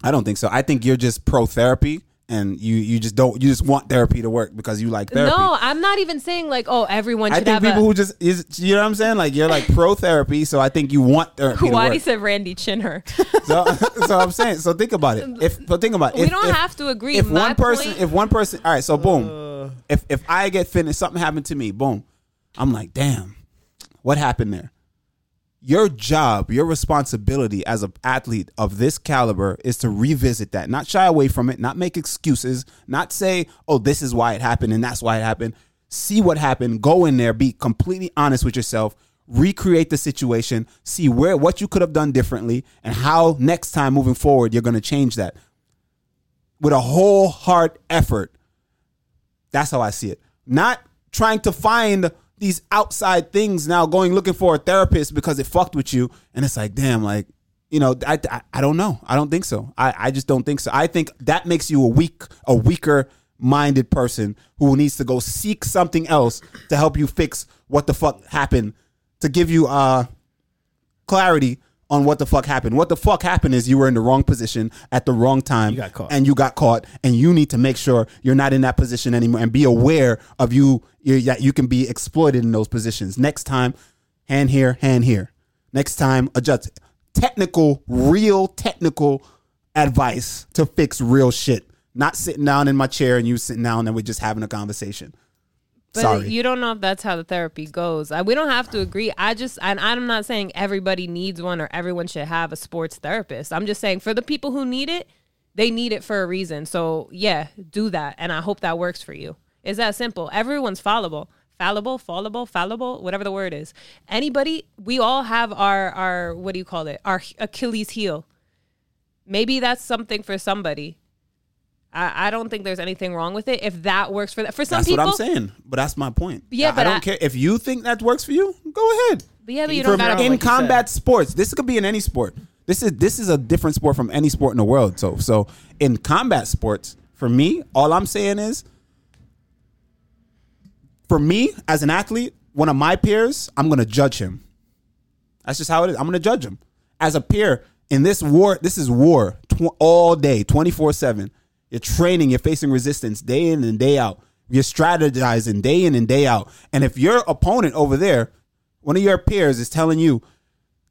Speaker 1: I don't think so. I think you're just pro therapy, and you you just don't you just want therapy to work because you like therapy.
Speaker 3: No, I'm not even saying like, oh, everyone
Speaker 1: I
Speaker 3: should
Speaker 1: think
Speaker 3: have
Speaker 1: people
Speaker 3: a.
Speaker 1: who just is you know what I'm saying like you're like pro therapy, so I think you want therapy to
Speaker 3: Kawadi
Speaker 1: work.
Speaker 3: said Randy Chinner.
Speaker 1: So, so I'm saying so think about it. If but think about it.
Speaker 3: We
Speaker 1: If-
Speaker 3: don't
Speaker 1: if-
Speaker 3: have to agree.
Speaker 1: If
Speaker 3: My
Speaker 1: one person,
Speaker 3: point-
Speaker 1: if one person, all right. So boom, if if I get finished, something happened to me. Boom, I'm like, damn, what happened there? Your job, your responsibility as an athlete of this caliber is to revisit that, not shy away from it, not make excuses, not say, oh, this is why it happened and that's why it happened. See what happened, go in there, be completely honest with yourself, recreate the situation, see where what you could have done differently and how next time moving forward you're going to change that with a whole heart effort. That's how I see it. Not trying to find these outside things now going looking for a therapist because it fucked with you. And it's like, damn, like, you know, I, I, I don't know. I don't think so. I, I just don't think so. I think that makes you a weak, a weaker minded person who needs to go seek something else to help you fix what the fuck happened to give you, uh, clarity on what the fuck happened. What the fuck happened is you were in the wrong position at the wrong time
Speaker 2: You got caught.
Speaker 1: and you got caught and you need to make sure you're not in that position anymore and be aware of you you- that you can be exploited in those positions. Next time, hand here, hand here. Next time, adjust. Technical, real technical advice to fix real shit. Not sitting down in my chair and you sitting down and we're just having a conversation.
Speaker 3: But
Speaker 1: Sorry.
Speaker 3: you don't know if that's how the therapy goes. I, we don't have to agree. I just, and I'm not saying everybody needs one or everyone should have a sports therapist. I'm just saying for the people who need it, they need it for a reason. So yeah, do that, and I hope that works for you. It's that simple. Everyone's fallible, fallible, fallible, fallible, whatever the word is. Anybody, we all have our our what do you call it? Our Achilles heel. Maybe that's something for somebody. I, I don't think there's anything wrong with it if that works for that. For some
Speaker 1: that's
Speaker 3: people,
Speaker 1: what I'm saying. But that's my point.
Speaker 3: Yeah,
Speaker 1: I- I,
Speaker 3: but
Speaker 1: don't
Speaker 3: I-
Speaker 1: care if you think that works for you. Go ahead.
Speaker 3: But yeah, but you
Speaker 1: For-
Speaker 3: don't gotta.
Speaker 1: in
Speaker 2: like you
Speaker 1: combat sports, this could be in any sport. This is this is a different sport from any sport in the world. So so in combat sports, for me, all I'm saying is, for me as an athlete, one of my peers, I'm gonna judge him. That's just how it is. I'm gonna judge him as a peer in this war. This is war tw- all day, twenty four seven. You're training. You're facing resistance day in and day out. You're strategizing day in and day out. And if your opponent over there, one of your peers, is telling you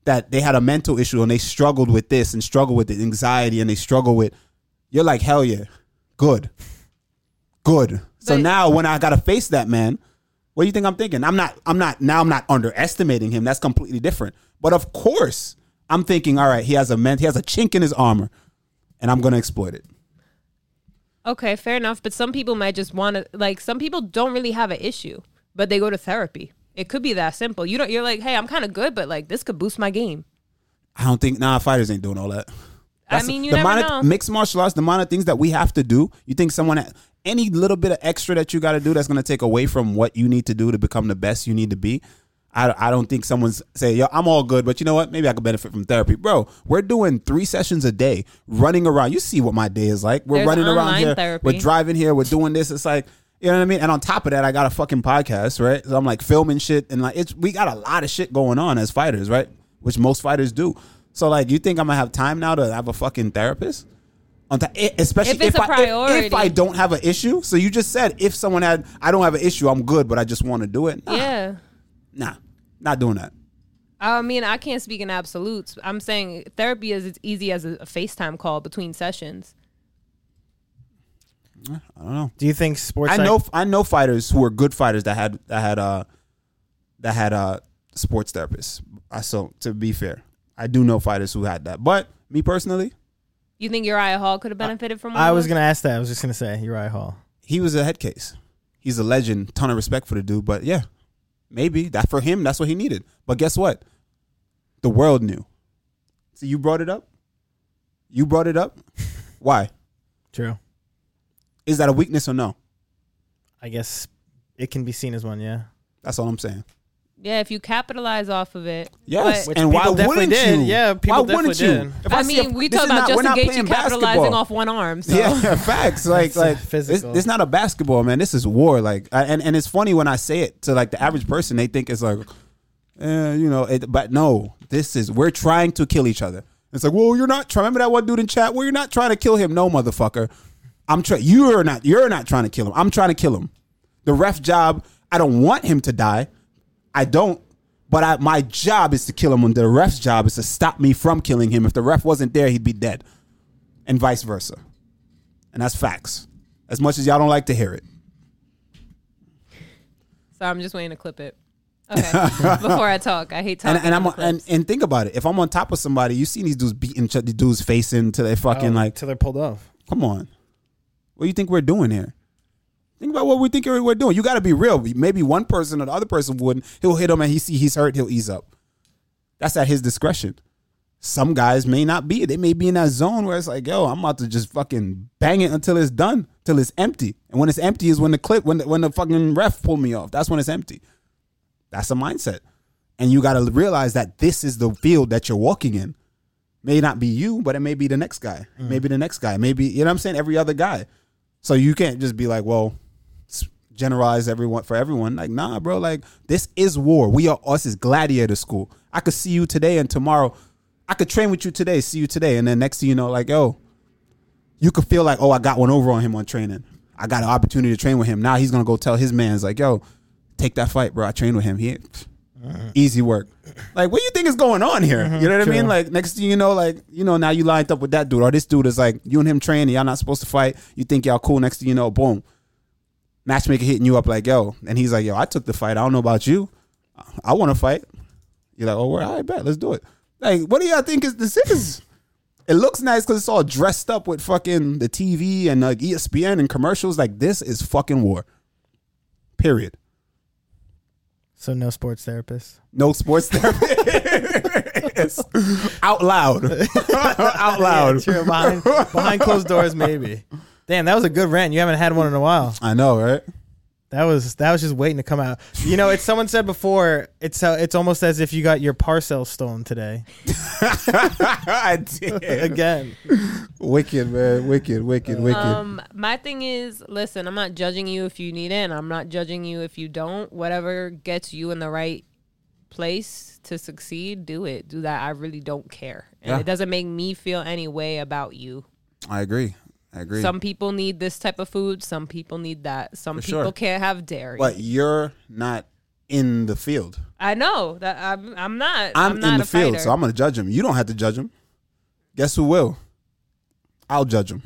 Speaker 1: that they had a mental issue and they struggled with this and struggled with the anxiety and they struggle with, you're like hell yeah, good, good. so
Speaker 3: But-
Speaker 1: now when I gotta face that man, what do you think I'm thinking? I'm not. I'm not. Now I'm not underestimating him. That's completely different. But of course, I'm thinking. All right, he has a man. He has a chink in his armor, and I'm going to exploit it.
Speaker 3: Okay, fair enough. But some people might just want to like. Some people don't really have an issue, but they go to therapy. It could be that simple. You don't. You're like, hey, I'm kind of good, but like this could boost my game.
Speaker 1: I don't think nah fighters ain't doing all that. That's-
Speaker 3: mean, you
Speaker 1: the
Speaker 3: never
Speaker 1: amount of-
Speaker 3: know.
Speaker 1: Mixed martial arts, the amount of things that we have to do. You think someone at any little bit of extra that you got to do that's going to take away from what you need to do to become the best you need to be? I, I don't think someone's say yo I'm all good, but you know what? Maybe I could benefit from therapy, bro. We're doing three sessions a day, running around. You see what my day is like. We're
Speaker 3: There's
Speaker 1: running around
Speaker 3: online
Speaker 1: here.
Speaker 3: therapy.
Speaker 1: We're driving here. We're doing this. It's like you know what I mean. And on top of that, I got a fucking podcast, right? So I'm like filming shit, and like it's we got a lot of shit going on as fighters, right? Which most fighters do. So like, you think I'm gonna have time now to have a fucking therapist? On ti- e- especially
Speaker 3: If it's a
Speaker 1: I-
Speaker 3: priority.
Speaker 1: if I don't have an issue. So you just said if someone had, I don't have an issue. I'm good, but I just want to do it. Nah,
Speaker 3: Yeah.
Speaker 1: nah, not doing that.
Speaker 3: I mean, I can't speak in absolutes. I'm saying therapy is as easy as a a FaceTime call between sessions.
Speaker 1: I don't know.
Speaker 2: Do you think sports?
Speaker 1: I know I know fighters who were good fighters that had that had uh that had uh sports therapists. I so to be fair, I do know fighters who had that. But me personally,
Speaker 3: You think Uriah Hall could have benefited from? One
Speaker 2: I
Speaker 3: of
Speaker 2: was
Speaker 3: those?
Speaker 2: gonna ask that. I was just gonna say Uriah Hall.
Speaker 1: he was a head case. He's a legend. Ton of respect for the dude. But yeah, maybe that for him that's what he needed. But guess what? The world knew. So you brought it up. You brought it up. Why
Speaker 2: True.
Speaker 1: is that a weakness or no?
Speaker 2: I guess it can be seen as one. Yeah.
Speaker 1: That's all I'm saying.
Speaker 3: Yeah, if you capitalize off of it.
Speaker 1: Yes,
Speaker 3: But-
Speaker 2: Which
Speaker 1: and why
Speaker 2: people definitely
Speaker 1: wouldn't
Speaker 2: did.
Speaker 1: you?
Speaker 2: Yeah, people
Speaker 1: why wouldn't
Speaker 2: definitely
Speaker 1: you?
Speaker 2: did.
Speaker 1: If
Speaker 3: I,
Speaker 1: see a-
Speaker 3: mean, we
Speaker 1: this
Speaker 3: talking
Speaker 1: is
Speaker 3: about
Speaker 1: not- we're
Speaker 3: Justin
Speaker 1: not
Speaker 3: Gaethje
Speaker 1: playing
Speaker 3: capitalizing
Speaker 1: basketball.
Speaker 3: off one arm. So.
Speaker 1: Yeah, facts. Like,
Speaker 2: That's
Speaker 1: like it's,
Speaker 2: physical.
Speaker 1: it's not a basketball, man. This is war. Like, I, and and it's funny when I say it to like the average person, they think it's like, eh, you know, it, but no, this is we're trying to kill each other. It's like, well, you're not. try- Remember that one dude in chat? Well, you're not trying to kill him, no, motherfucker. I'm trying. You're not. You're not trying to kill him. I'm trying to kill him. The ref job. I don't want him to die. I don't. But I, my job is to kill him. When the ref's job is to stop me from killing him. If the ref wasn't there, he'd be dead, and vice versa. And that's facts. As much as y'all don't like to hear it.
Speaker 3: So I'm just waiting to clip it. Okay. Before I talk, I hate talking.
Speaker 1: And, and I'm
Speaker 3: on the
Speaker 1: and,
Speaker 3: clips.
Speaker 1: and think about it. If I'm on top of somebody, you seen these dudes beating ch- the dudes face into their fucking like.
Speaker 2: Um, till they're pulled off.
Speaker 1: Come on, what do you think we're doing here? Think about what we think we're doing. You got to be real. Maybe one person or the other person wouldn't. He'll hit him and he see he's hurt. He'll ease up. That's at his discretion. Some guys may not be. They may be in that zone where it's like, yo, I'm about to just fucking bang it until it's done, till it's empty. And when it's empty is when the clip, when the, when the fucking ref pull me off. That's when it's empty. That's a mindset. And you got to realize that this is the field that you're walking in. May not be you, but it may be the next guy. Maybe the next guy. Maybe, you know what I'm saying? Every other guy. So you can't just be like, well, s- generalize everyone for everyone. Like, nah, bro. Like, this is war. We are us is gladiator school. I could see you today and tomorrow. I could train with you today, see you today. And then next thing you know, like, yo, you could feel like, oh, I got one over on him on training. I got an opportunity to train with him. Now he's gonna go tell his man's like, yo, take that fight, bro. I trained with him. He pff, easy work. Like, what do you think is going on here? you know what I mean?
Speaker 2: true.
Speaker 1: Like, next thing you know, like, you know, now you lined up with that dude, or this dude is like, you and him training, y'all not supposed to fight. You think y'all cool. Next thing you know, boom, matchmaker hitting you up like, yo, and he's like, yo, I took the fight. I don't know about you. I- I want to fight. You're like, oh, well, all right, bet, let's do it. Like, what do y'all think is this is? It looks nice because it's all dressed up with fucking the TV and like E ESPN and commercials. Like this is fucking war. Period.
Speaker 2: So no sports therapist.
Speaker 1: No sports therapist. Out loud. Out loud.
Speaker 2: True. Behind, behind closed doors, maybe. Damn, that was a good rant. You haven't had one in a while.
Speaker 1: I know, right?
Speaker 2: That was that was just waiting to come out. You know, it's someone said before. It's uh, it's almost as if you got your parcel stolen today
Speaker 1: I did.
Speaker 2: again.
Speaker 1: Wicked, man. Wicked, wicked, wicked.
Speaker 3: Um, my thing is, listen, I'm not judging you if you need it, and I'm not judging you if you don't. Whatever gets you in the right place to succeed, do it. Do that. I really don't care, and
Speaker 1: Yeah.
Speaker 3: it doesn't make me feel any way about you.
Speaker 1: I agree. I agree.
Speaker 3: Some people need this type of food. Some people need that. Some
Speaker 1: For
Speaker 3: people
Speaker 1: sure.
Speaker 3: can't have dairy.
Speaker 1: but you're not in the field.
Speaker 3: I know that I'm. I'm not.
Speaker 1: I'm,
Speaker 3: I'm, not
Speaker 1: in the
Speaker 3: a
Speaker 1: field,
Speaker 3: fighter.
Speaker 1: so I'm going to judge him. You don't have to judge him. Guess who will? I'll judge him.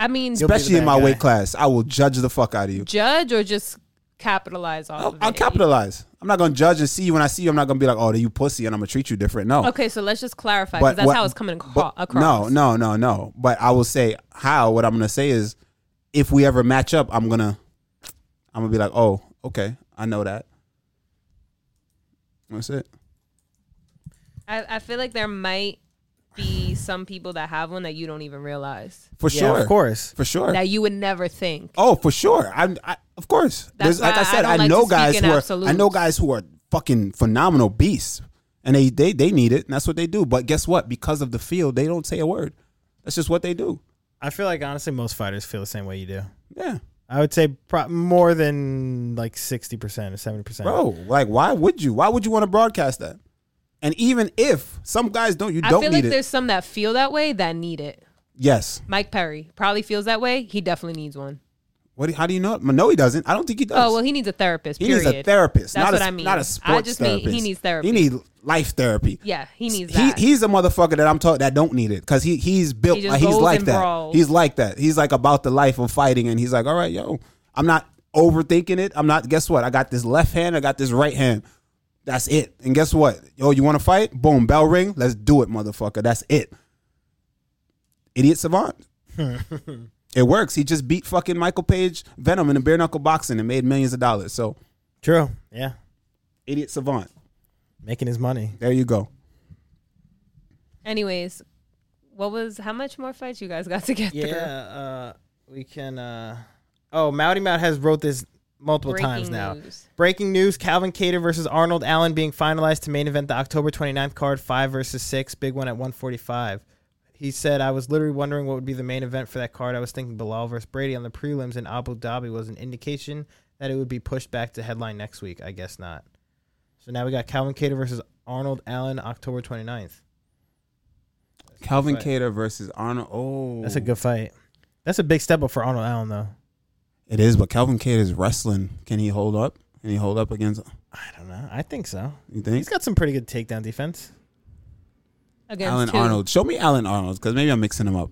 Speaker 3: I
Speaker 2: You'll
Speaker 3: mean,
Speaker 2: be the
Speaker 1: Especially in
Speaker 2: bad
Speaker 1: my
Speaker 2: guy.
Speaker 1: weight class. I will judge the fuck out of you.
Speaker 3: judge or just capitalize off.
Speaker 1: I'll,
Speaker 3: of
Speaker 1: I'll
Speaker 3: it.
Speaker 1: capitalize. Oh, I'm not going to judge and see you. When I see you, I'm not going to be like, oh, you pussy, and I'm going to treat you different. No.
Speaker 3: Okay, so let's just clarify because that's
Speaker 1: what-
Speaker 3: how it's coming acro-
Speaker 1: but-
Speaker 3: across.
Speaker 1: No, no, no, no. But I will say how. What I'm gonna say is, if we ever match up, I'm gonna, I'm gonna be like, oh, okay, I know that. That's it.
Speaker 3: I, I feel like there might be some people that have one that you don't even realize
Speaker 1: For
Speaker 2: Yeah,
Speaker 1: sure,
Speaker 2: of course.
Speaker 1: for sure.
Speaker 3: that you would never think.
Speaker 1: oh, for sure. I'm, I, of course.
Speaker 3: That's
Speaker 1: There's- like
Speaker 3: why
Speaker 1: I
Speaker 3: I
Speaker 1: said,
Speaker 3: don't
Speaker 1: I,
Speaker 3: like to
Speaker 1: know
Speaker 3: speak
Speaker 1: guys
Speaker 3: in
Speaker 1: who are, I know
Speaker 3: absolutes.
Speaker 1: guys who are fucking phenomenal beasts, and they, they, they need it, and that's what they do. But guess what? Because of the field, they don't say a word. That's just what they do.
Speaker 2: I feel like honestly, most fighters feel the same way you do.
Speaker 1: Yeah.
Speaker 2: I would say pro- more than like sixty percent or seventy percent.
Speaker 1: Bro, like, why would you? Why would you want to broadcast that? And even if some guys don't, you
Speaker 3: I
Speaker 1: don't
Speaker 3: feel
Speaker 1: need
Speaker 3: like
Speaker 1: it.
Speaker 3: there's some that feel that way that need it.
Speaker 1: Yes.
Speaker 3: Mike Perry probably feels that way. He definitely needs one.
Speaker 1: What? do- How do you know? it? No, he doesn't. I don't think he does.
Speaker 3: Oh well, he needs a therapist.
Speaker 1: he
Speaker 3: period.
Speaker 1: needs a therapist.
Speaker 3: That's
Speaker 1: not
Speaker 3: what
Speaker 1: a,
Speaker 3: I mean.
Speaker 1: Not a
Speaker 3: I
Speaker 1: sports
Speaker 3: just mean he
Speaker 1: therapist.
Speaker 3: needs therapy.
Speaker 1: He needs life therapy.
Speaker 3: Yeah, he needs
Speaker 1: He,
Speaker 3: that.
Speaker 1: he's a motherfucker that I'm talking that don't need it because he he's built
Speaker 3: He just
Speaker 1: like he's
Speaker 3: goes
Speaker 1: like
Speaker 3: and
Speaker 1: that.
Speaker 3: brawls.
Speaker 1: He's like that. He's like about the life of fighting, and he's like, all right, yo, I'm not overthinking it. I'm not. Guess what? I got this left hand. I got this right hand. That's it. And guess what? Yo, you want to fight? Boom, bell ring. Let's do it, motherfucker. That's it. Idiot savant. it works. He just beat fucking Michael Page Venom in a bare knuckle boxing and made millions of dollars. So
Speaker 2: True. Yeah.
Speaker 1: idiot savant.
Speaker 2: Making his money.
Speaker 1: There you go.
Speaker 3: Anyways, what was how much more fights you guys got to get through?
Speaker 2: Yeah. Uh, we can. Uh, oh, Mounty Mount has wrote this multiple
Speaker 3: Breaking
Speaker 2: times now.
Speaker 3: news.
Speaker 2: Breaking news Calvin Cater versus Arnold Allen being finalized to main event the October 29th card, 5 versus 6, big one at 145. He said, I was literally wondering what would be the main event for that card. I was thinking Bilal versus Brady on the prelims in Abu Dhabi was an indication that it would be pushed back to headline next week. I guess not. So now we got Calvin Cater versus Arnold Allen October 29th.
Speaker 1: Calvin
Speaker 2: Right.
Speaker 1: Cater versus Arnold. Oh,
Speaker 2: That's a good fight. That's a big step up for Arnold Allen, though.
Speaker 1: It is, but Calvin Cade is wrestling. Can he hold up? Can he hold up against?
Speaker 2: I don't know. I think so.
Speaker 1: You think
Speaker 2: He's got some pretty good takedown defense.
Speaker 3: against
Speaker 1: Alan
Speaker 3: who?
Speaker 1: Arnold? Show me Alan Arnold because maybe I'm mixing him up.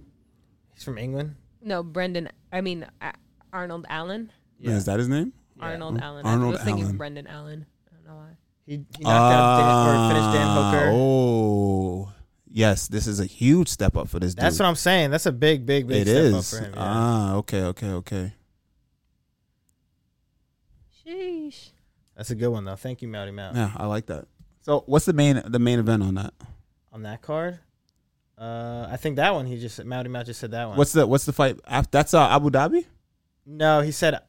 Speaker 2: He's from England.
Speaker 3: No, Brendan. I mean A- Arnold Allen.
Speaker 1: Is that his name?
Speaker 3: Arnold Allen.
Speaker 1: Arnold
Speaker 3: I was thinking
Speaker 1: Allen.
Speaker 3: Brendan Allen. I don't know why.
Speaker 2: He, he knocked out Dan, or finished Dan
Speaker 1: Ah,
Speaker 2: Hooker.
Speaker 1: Oh, yes. This is a huge step up for this dude.
Speaker 2: That's what I'm saying. That's a big, big, big
Speaker 1: It
Speaker 2: step
Speaker 1: is.
Speaker 2: up for him. yeah.
Speaker 1: Ah, okay, okay, okay.
Speaker 3: Sheesh.
Speaker 2: That's a good one though. Thank you, Mounty Mount.
Speaker 1: Yeah, I like that. So, what's the main the main event on that?
Speaker 2: On that card, uh, I think that one he just Mounty Mount just said that one.
Speaker 1: What's the what's the fight? After? That's uh, Abu Dhabi.
Speaker 2: no? He said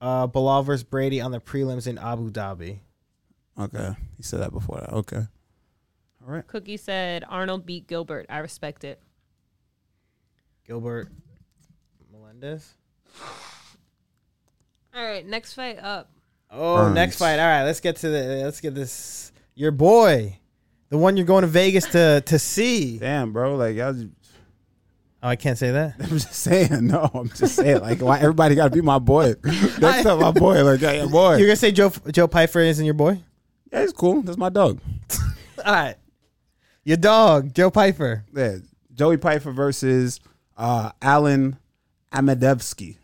Speaker 2: uh, Bilal versus Brady on the prelims in Abu Dhabi.
Speaker 1: Okay, he said that before. That. Okay, all right.
Speaker 3: Cookie said Arnold beat Gilbert. I respect it.
Speaker 2: Gilbert Melendez.
Speaker 3: All right, next fight up.
Speaker 2: Oh,
Speaker 1: Burns.
Speaker 2: next fight. All right, let's get to the. Let's get this. Your boy, the one you're going to Vegas to to see.
Speaker 1: Damn, bro. Like, y'all just-
Speaker 2: Oh, I can't say that.
Speaker 1: I'm just saying, no. I'm just saying, like, why everybody got to be my boy? That's not my boy. Like, yeah, yeah,
Speaker 2: You're
Speaker 1: boy.
Speaker 2: gonna say Joe Joe Piper isn't your boy.
Speaker 1: Yeah, he's cool. That's my dog.
Speaker 2: All right, your dog Joe Piper.
Speaker 1: Yeah, Joey Piper versus uh, Alan Amadevsky.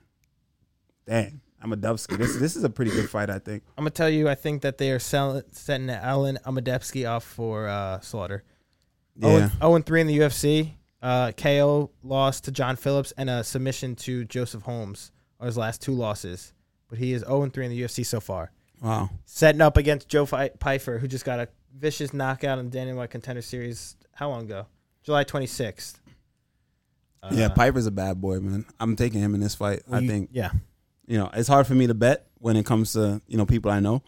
Speaker 1: Dang, Amadevsky. This this is a pretty good fight, I think.
Speaker 2: I'm gonna tell you, I think that they are sell- setting Alan Amadepsky off for uh, slaughter.
Speaker 1: Yeah,
Speaker 2: Oh, and three in the UFC. Uh, KO lost to John Phillips and a submission to Joseph Holmes are his last two losses, but he is 0 and three in the UFC so far.
Speaker 1: wow.
Speaker 2: Setting up against Joe Fi- Pfeiffer, who just got a vicious knockout in the Daniel White Contender Series. How long ago? July 26th. Uh,
Speaker 1: yeah, Piper's a bad boy, man. I'm taking him in this fight. I
Speaker 2: you-
Speaker 1: think
Speaker 2: Yeah.
Speaker 1: you know it's hard for me to bet when it comes to you know people I know,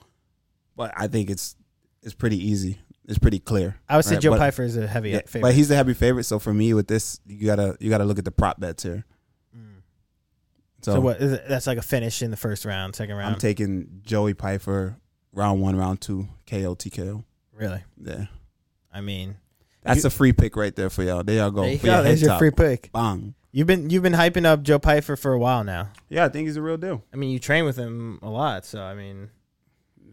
Speaker 1: but I think it's it's pretty easy. It's pretty clear.
Speaker 2: I would say
Speaker 1: right?
Speaker 2: Joe
Speaker 1: But-
Speaker 2: Pfeiffer is a heavy
Speaker 1: Yeah,
Speaker 2: favorite.
Speaker 1: but he's the heavy favorite. So for me, with this, you gotta you gotta look at the prop bets here. So,
Speaker 2: Mm. so, what? Is it, that's like a finish in the first round, second round.
Speaker 1: I'm taking Joey Piper round one, round two, KO TKO.
Speaker 2: really?
Speaker 1: Yeah,
Speaker 2: I mean,
Speaker 1: that's a free pick right there for y'all. There y'all go.
Speaker 2: there you
Speaker 1: for your
Speaker 2: go. There's
Speaker 1: head
Speaker 2: your
Speaker 1: top.
Speaker 2: free pick.
Speaker 1: Bang.
Speaker 2: You've been you've been hyping up Joe Pfeiffer for a while now.
Speaker 1: Yeah, I think he's a real deal.
Speaker 2: I mean, you train with him a lot, so I mean,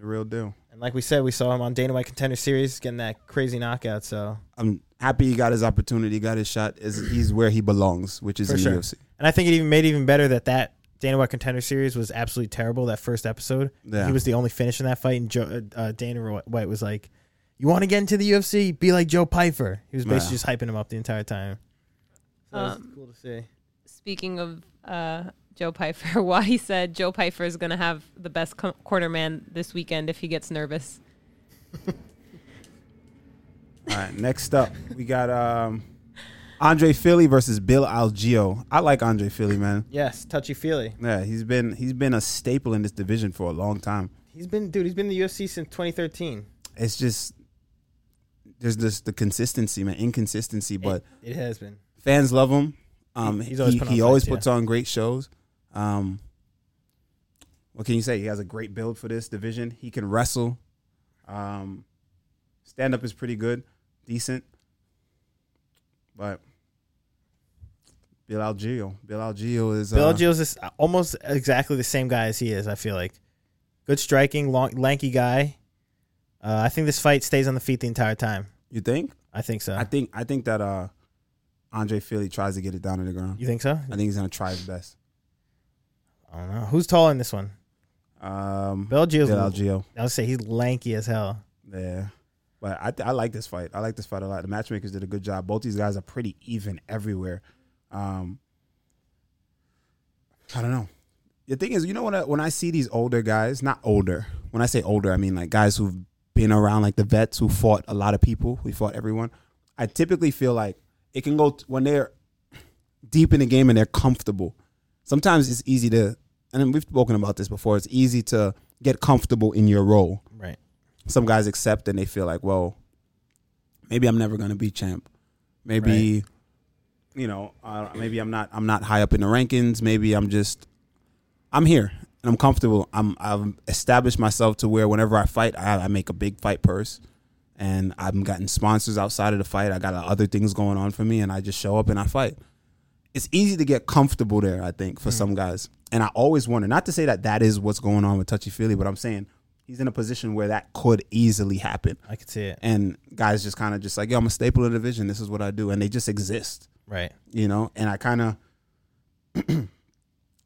Speaker 1: A real deal.
Speaker 2: and like we said, we saw him on Dana White Contender Series getting that crazy knockout. So,
Speaker 1: I'm happy he got his opportunity, got his shot. Is he's where he belongs, which is
Speaker 2: For
Speaker 1: in the
Speaker 2: sure.
Speaker 1: UFC.
Speaker 2: and I think it even made it even better that that Dana White Contender Series was absolutely terrible. That first episode,
Speaker 1: Yeah.
Speaker 2: he was the only finish in that fight, and Joe, uh, uh, Dana White was like, "You want to get into the UFC? Be like Joe Pfeiffer." He was basically
Speaker 1: Yeah.
Speaker 2: just hyping him up the entire time. So that was
Speaker 3: Um,
Speaker 2: cool to see.
Speaker 3: Speaking of uh, Joe Piper, Wadi said Joe Piper is going to have the best co- cornerman this weekend if he gets nervous.
Speaker 1: All right, next up, we got um, Andre Philly versus Bill Algeo. I like Andre Philly, man.
Speaker 2: Yes, touchy feely.
Speaker 1: Yeah, he's been he's been a staple in this division for a long time.
Speaker 2: He's been dude. He's been in the UFC since 2013.
Speaker 1: It's just there's just the consistency, man, inconsistency, but
Speaker 2: it, it has been.
Speaker 1: fans love him. Um,
Speaker 2: He's
Speaker 1: he
Speaker 2: always
Speaker 1: he
Speaker 2: put
Speaker 1: always,
Speaker 2: on fights, yeah.
Speaker 1: puts on great shows. Um, what can you say? He has a great build for this division. He can wrestle. Um, Stand up is pretty good, decent. But Bilal Gio, Bilal Gio is uh,
Speaker 2: Bill Gio's is almost exactly the same guy as he is. I feel like good striking, long, lanky guy. Uh, I think this fight stays on the feet the entire time.
Speaker 1: You think?
Speaker 2: I think so.
Speaker 1: I think I think that uh, Andre Philly tries to get it down to the ground.
Speaker 2: you think so?
Speaker 1: I think he's gonna try his best.
Speaker 2: I don't know. Who's taller in this one?
Speaker 1: Um,
Speaker 2: Bill Gio's.
Speaker 1: Bilal Gio,
Speaker 2: I would say he's lanky as hell.
Speaker 1: yeah. But I th- I like this fight. I like this fight a lot. The matchmakers did a good job. Both these guys are pretty even everywhere. Um, I don't know. The thing is, you know when I, when I see these older guys, not older. When I say older, I mean like guys who've been around, like the vets who fought a lot of people. We fought everyone. I typically feel like it can go t- when they're deep in the game and they're comfortable. Sometimes it's easy to, and then we've spoken about this before. It's easy to get comfortable in your role.
Speaker 2: Right.
Speaker 1: Some guys accept and they feel like, well, maybe I'm never gonna be champ. Maybe, you know, uh, maybe I'm not. I'm not high up in the rankings. Maybe I'm just, I'm here and I'm comfortable. I'm I've established myself to where whenever I fight, I, I make a big fight purse. And I've gotten sponsors outside of the fight. I got other things going on for me, and I just show up and I fight it's easy to get comfortable there, I think, for some guys. And I always wonder, not to say that that is what's going on with Touchy Feely, but I'm saying he's in a position where that could easily happen.
Speaker 2: I could see it.
Speaker 1: And guys just kind of just like, yo, I'm a staple of the division. This is what I do. And they just exist,
Speaker 2: Right.
Speaker 1: you know? And I kind of,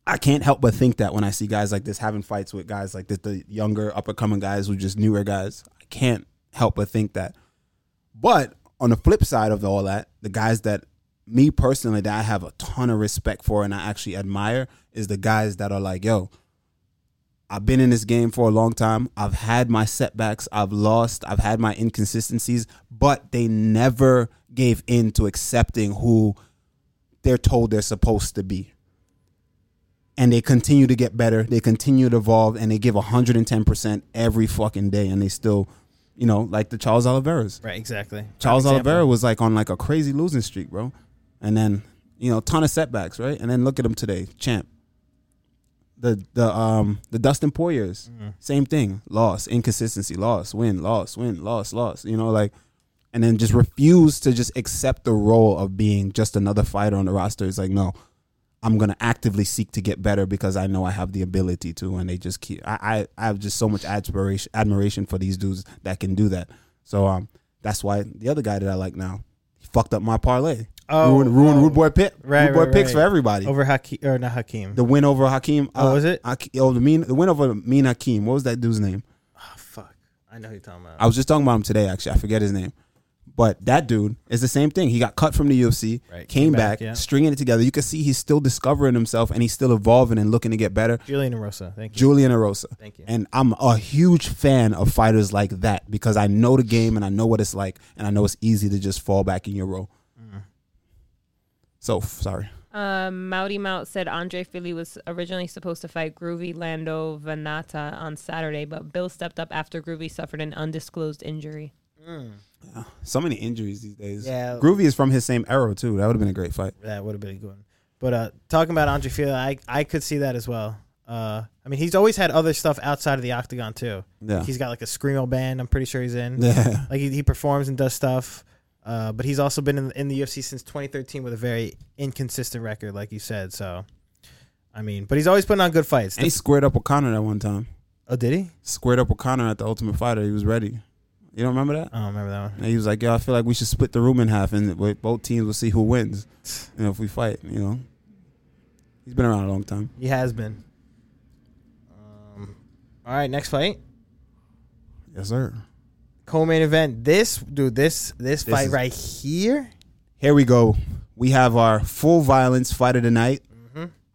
Speaker 1: I can't help but think that when I see guys like this having fights with guys like this, the younger, up and coming guys who just newer guys, I can't help but think that. But on the flip side of all that, the guys that me personally that I have a ton of respect for and I actually admire is the guys that are like, yo, I've been in this game for a long time. I've had my setbacks. I've lost. I've had my inconsistencies, but they never gave in to accepting who they're told they're supposed to be. And they continue to get better. They continue to evolve and they give 110% every fucking day. And they still, you know, like the Charles Oliveras.
Speaker 2: Right. Exactly.
Speaker 1: Charles
Speaker 2: Prime example.
Speaker 1: Oliveira was like on like a crazy losing streak, bro. And then, you know, ton of setbacks, right? And then look at him today, champ. The the um the Dustin Poyers, same thing. Loss, inconsistency, loss, win, loss, win, loss, loss. You know, like and then just refuse to just accept the role of being just another fighter on the roster. It's like, no, I'm gonna actively seek to get better because I know I have the ability to, and they just keep. I I, I have just so much admiration admiration for these dudes that can do that. So um, that's why the other guy that I like now, he fucked up my parlay.
Speaker 2: Oh,
Speaker 1: ruined, ruined
Speaker 2: oh.
Speaker 1: rude boy pit,
Speaker 2: Right,
Speaker 1: rude boy
Speaker 2: right,
Speaker 1: picks
Speaker 2: right.
Speaker 1: for everybody.
Speaker 2: over Hakeem or not Hakeem.
Speaker 1: the win over Hakeem.
Speaker 2: Oh, was it?
Speaker 1: Hak- oh, the mean the win over Mean Hakeem. What was that dude's name?
Speaker 2: oh, fuck. I know who you're talking about.
Speaker 1: I was just talking about him today. Actually, I forget his name, but that dude is the same thing. He got cut from the UFC,
Speaker 2: Right,
Speaker 1: came,
Speaker 2: came
Speaker 1: back,
Speaker 2: back, yeah.
Speaker 1: stringing it together. You can see he's still discovering himself and he's still evolving and looking to get better.
Speaker 2: Julian Rosa. Thank you.
Speaker 1: Julian Arosa.
Speaker 2: Thank you.
Speaker 1: And I'm a huge fan of fighters like that because I know the game and I know what it's like and I know it's easy to just fall back in your role.
Speaker 2: Mm-hmm.
Speaker 1: So f- sorry.
Speaker 3: Um, Mouty Mount said Andre Philly was originally supposed to fight Groovy Lando Venata on Saturday, but Bill stepped up after Groovy suffered an undisclosed injury.
Speaker 1: So many injuries these days.
Speaker 2: Yeah.
Speaker 1: Groovy is from his same era too. That would have been a great fight.
Speaker 2: That would have been a good. One. But uh, talking about Andre Field, I I could see that as well. Uh, I mean, he's always had other stuff outside of the octagon too.
Speaker 1: Yeah.
Speaker 2: He's got like a screamo band. I'm pretty sure he's in.
Speaker 1: Yeah.
Speaker 2: Like he, he performs and does stuff. Uh, but he's also been in, in the UFC since 2013 with a very inconsistent record, like you said. So, I mean, but he's always putting on good fights.
Speaker 1: And he squared up with Connor that one time.
Speaker 2: oh, did he?
Speaker 1: Squared up with Connor at the Ultimate Fighter. He was ready. You don't remember that?
Speaker 2: I don't remember that one.
Speaker 1: And he was like, "Yo, I feel like we should split the room in half, and we- both teams will see who wins. You know, if we fight, you know." He's been around a long time.
Speaker 2: He has been. Um, all right, next fight,
Speaker 1: Yes, sir.
Speaker 2: co-main event. This dude, this this,
Speaker 1: This
Speaker 2: fight
Speaker 1: is-
Speaker 2: right here.
Speaker 1: Here we go. We have our full violence fight of the night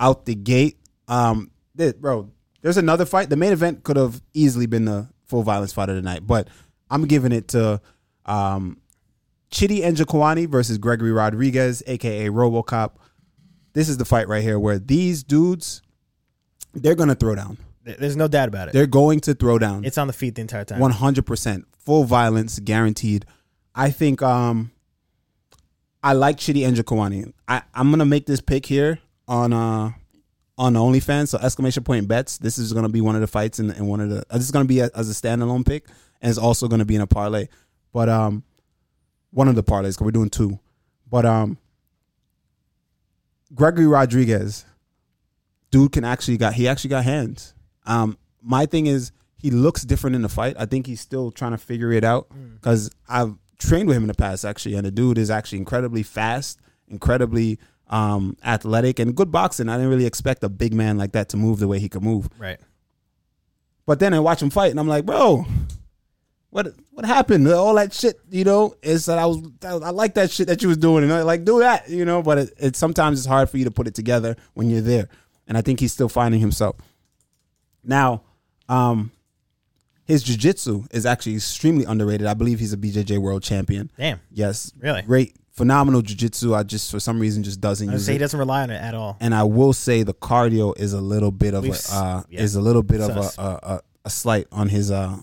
Speaker 1: out the gate. Um, th- bro, there's another fight. The main event could have easily been the full violence fight of the night, but I'm giving it to um, Chidi Njokwani versus Gregory Rodriguez, aka RoboCop. This is the fight right here where these dudes, they're gonna throw down.
Speaker 2: Th- There's no doubt about it.
Speaker 1: They're going to throw down.
Speaker 2: It's on the feet the entire time.
Speaker 1: One hundred percent, full violence guaranteed. I think um, I like Chidi Njokwani. I I'm gonna make this pick here on uh on OnlyFans. So exclamation point bets. This is gonna be one of the fights in, in one of the. uh, This is gonna be a, as a standalone pick, and it's also gonna be in a parlay. But um, one of the parlays because we're doing two. But um, Gregory Rodriguez, dude can actually got he actually got hands. Um, my thing is he looks different in the fight. I think he's still trying to figure it out because I've trained with him in the past actually, and the dude is actually incredibly fast, incredibly um, athletic, and good boxing. I didn't really expect a big man like that to move the way he could move.
Speaker 2: Right.
Speaker 1: But then I watch him fight, and I'm like, bro, what what happened? All that shit, you know, is that I was I like that shit that you was doing, and I like do that, you know. But it, it sometimes it's hard for you to put it together when you're there, and I think he's still finding himself. Now, um, his jujitsu is actually extremely underrated. I believe he's a BJJ world champion.
Speaker 2: Damn.
Speaker 1: Yes,
Speaker 2: Really?
Speaker 1: great, phenomenal jujitsu. I just for some reason just doesn't
Speaker 2: I would
Speaker 1: use
Speaker 2: say he
Speaker 1: it.
Speaker 2: doesn't rely on it at all.
Speaker 1: And I will say the cardio is a little bit of a
Speaker 2: We've s-
Speaker 1: uh,
Speaker 2: yeah.
Speaker 1: is a little bit of
Speaker 2: Sus.
Speaker 1: a, a, a a slight on his uh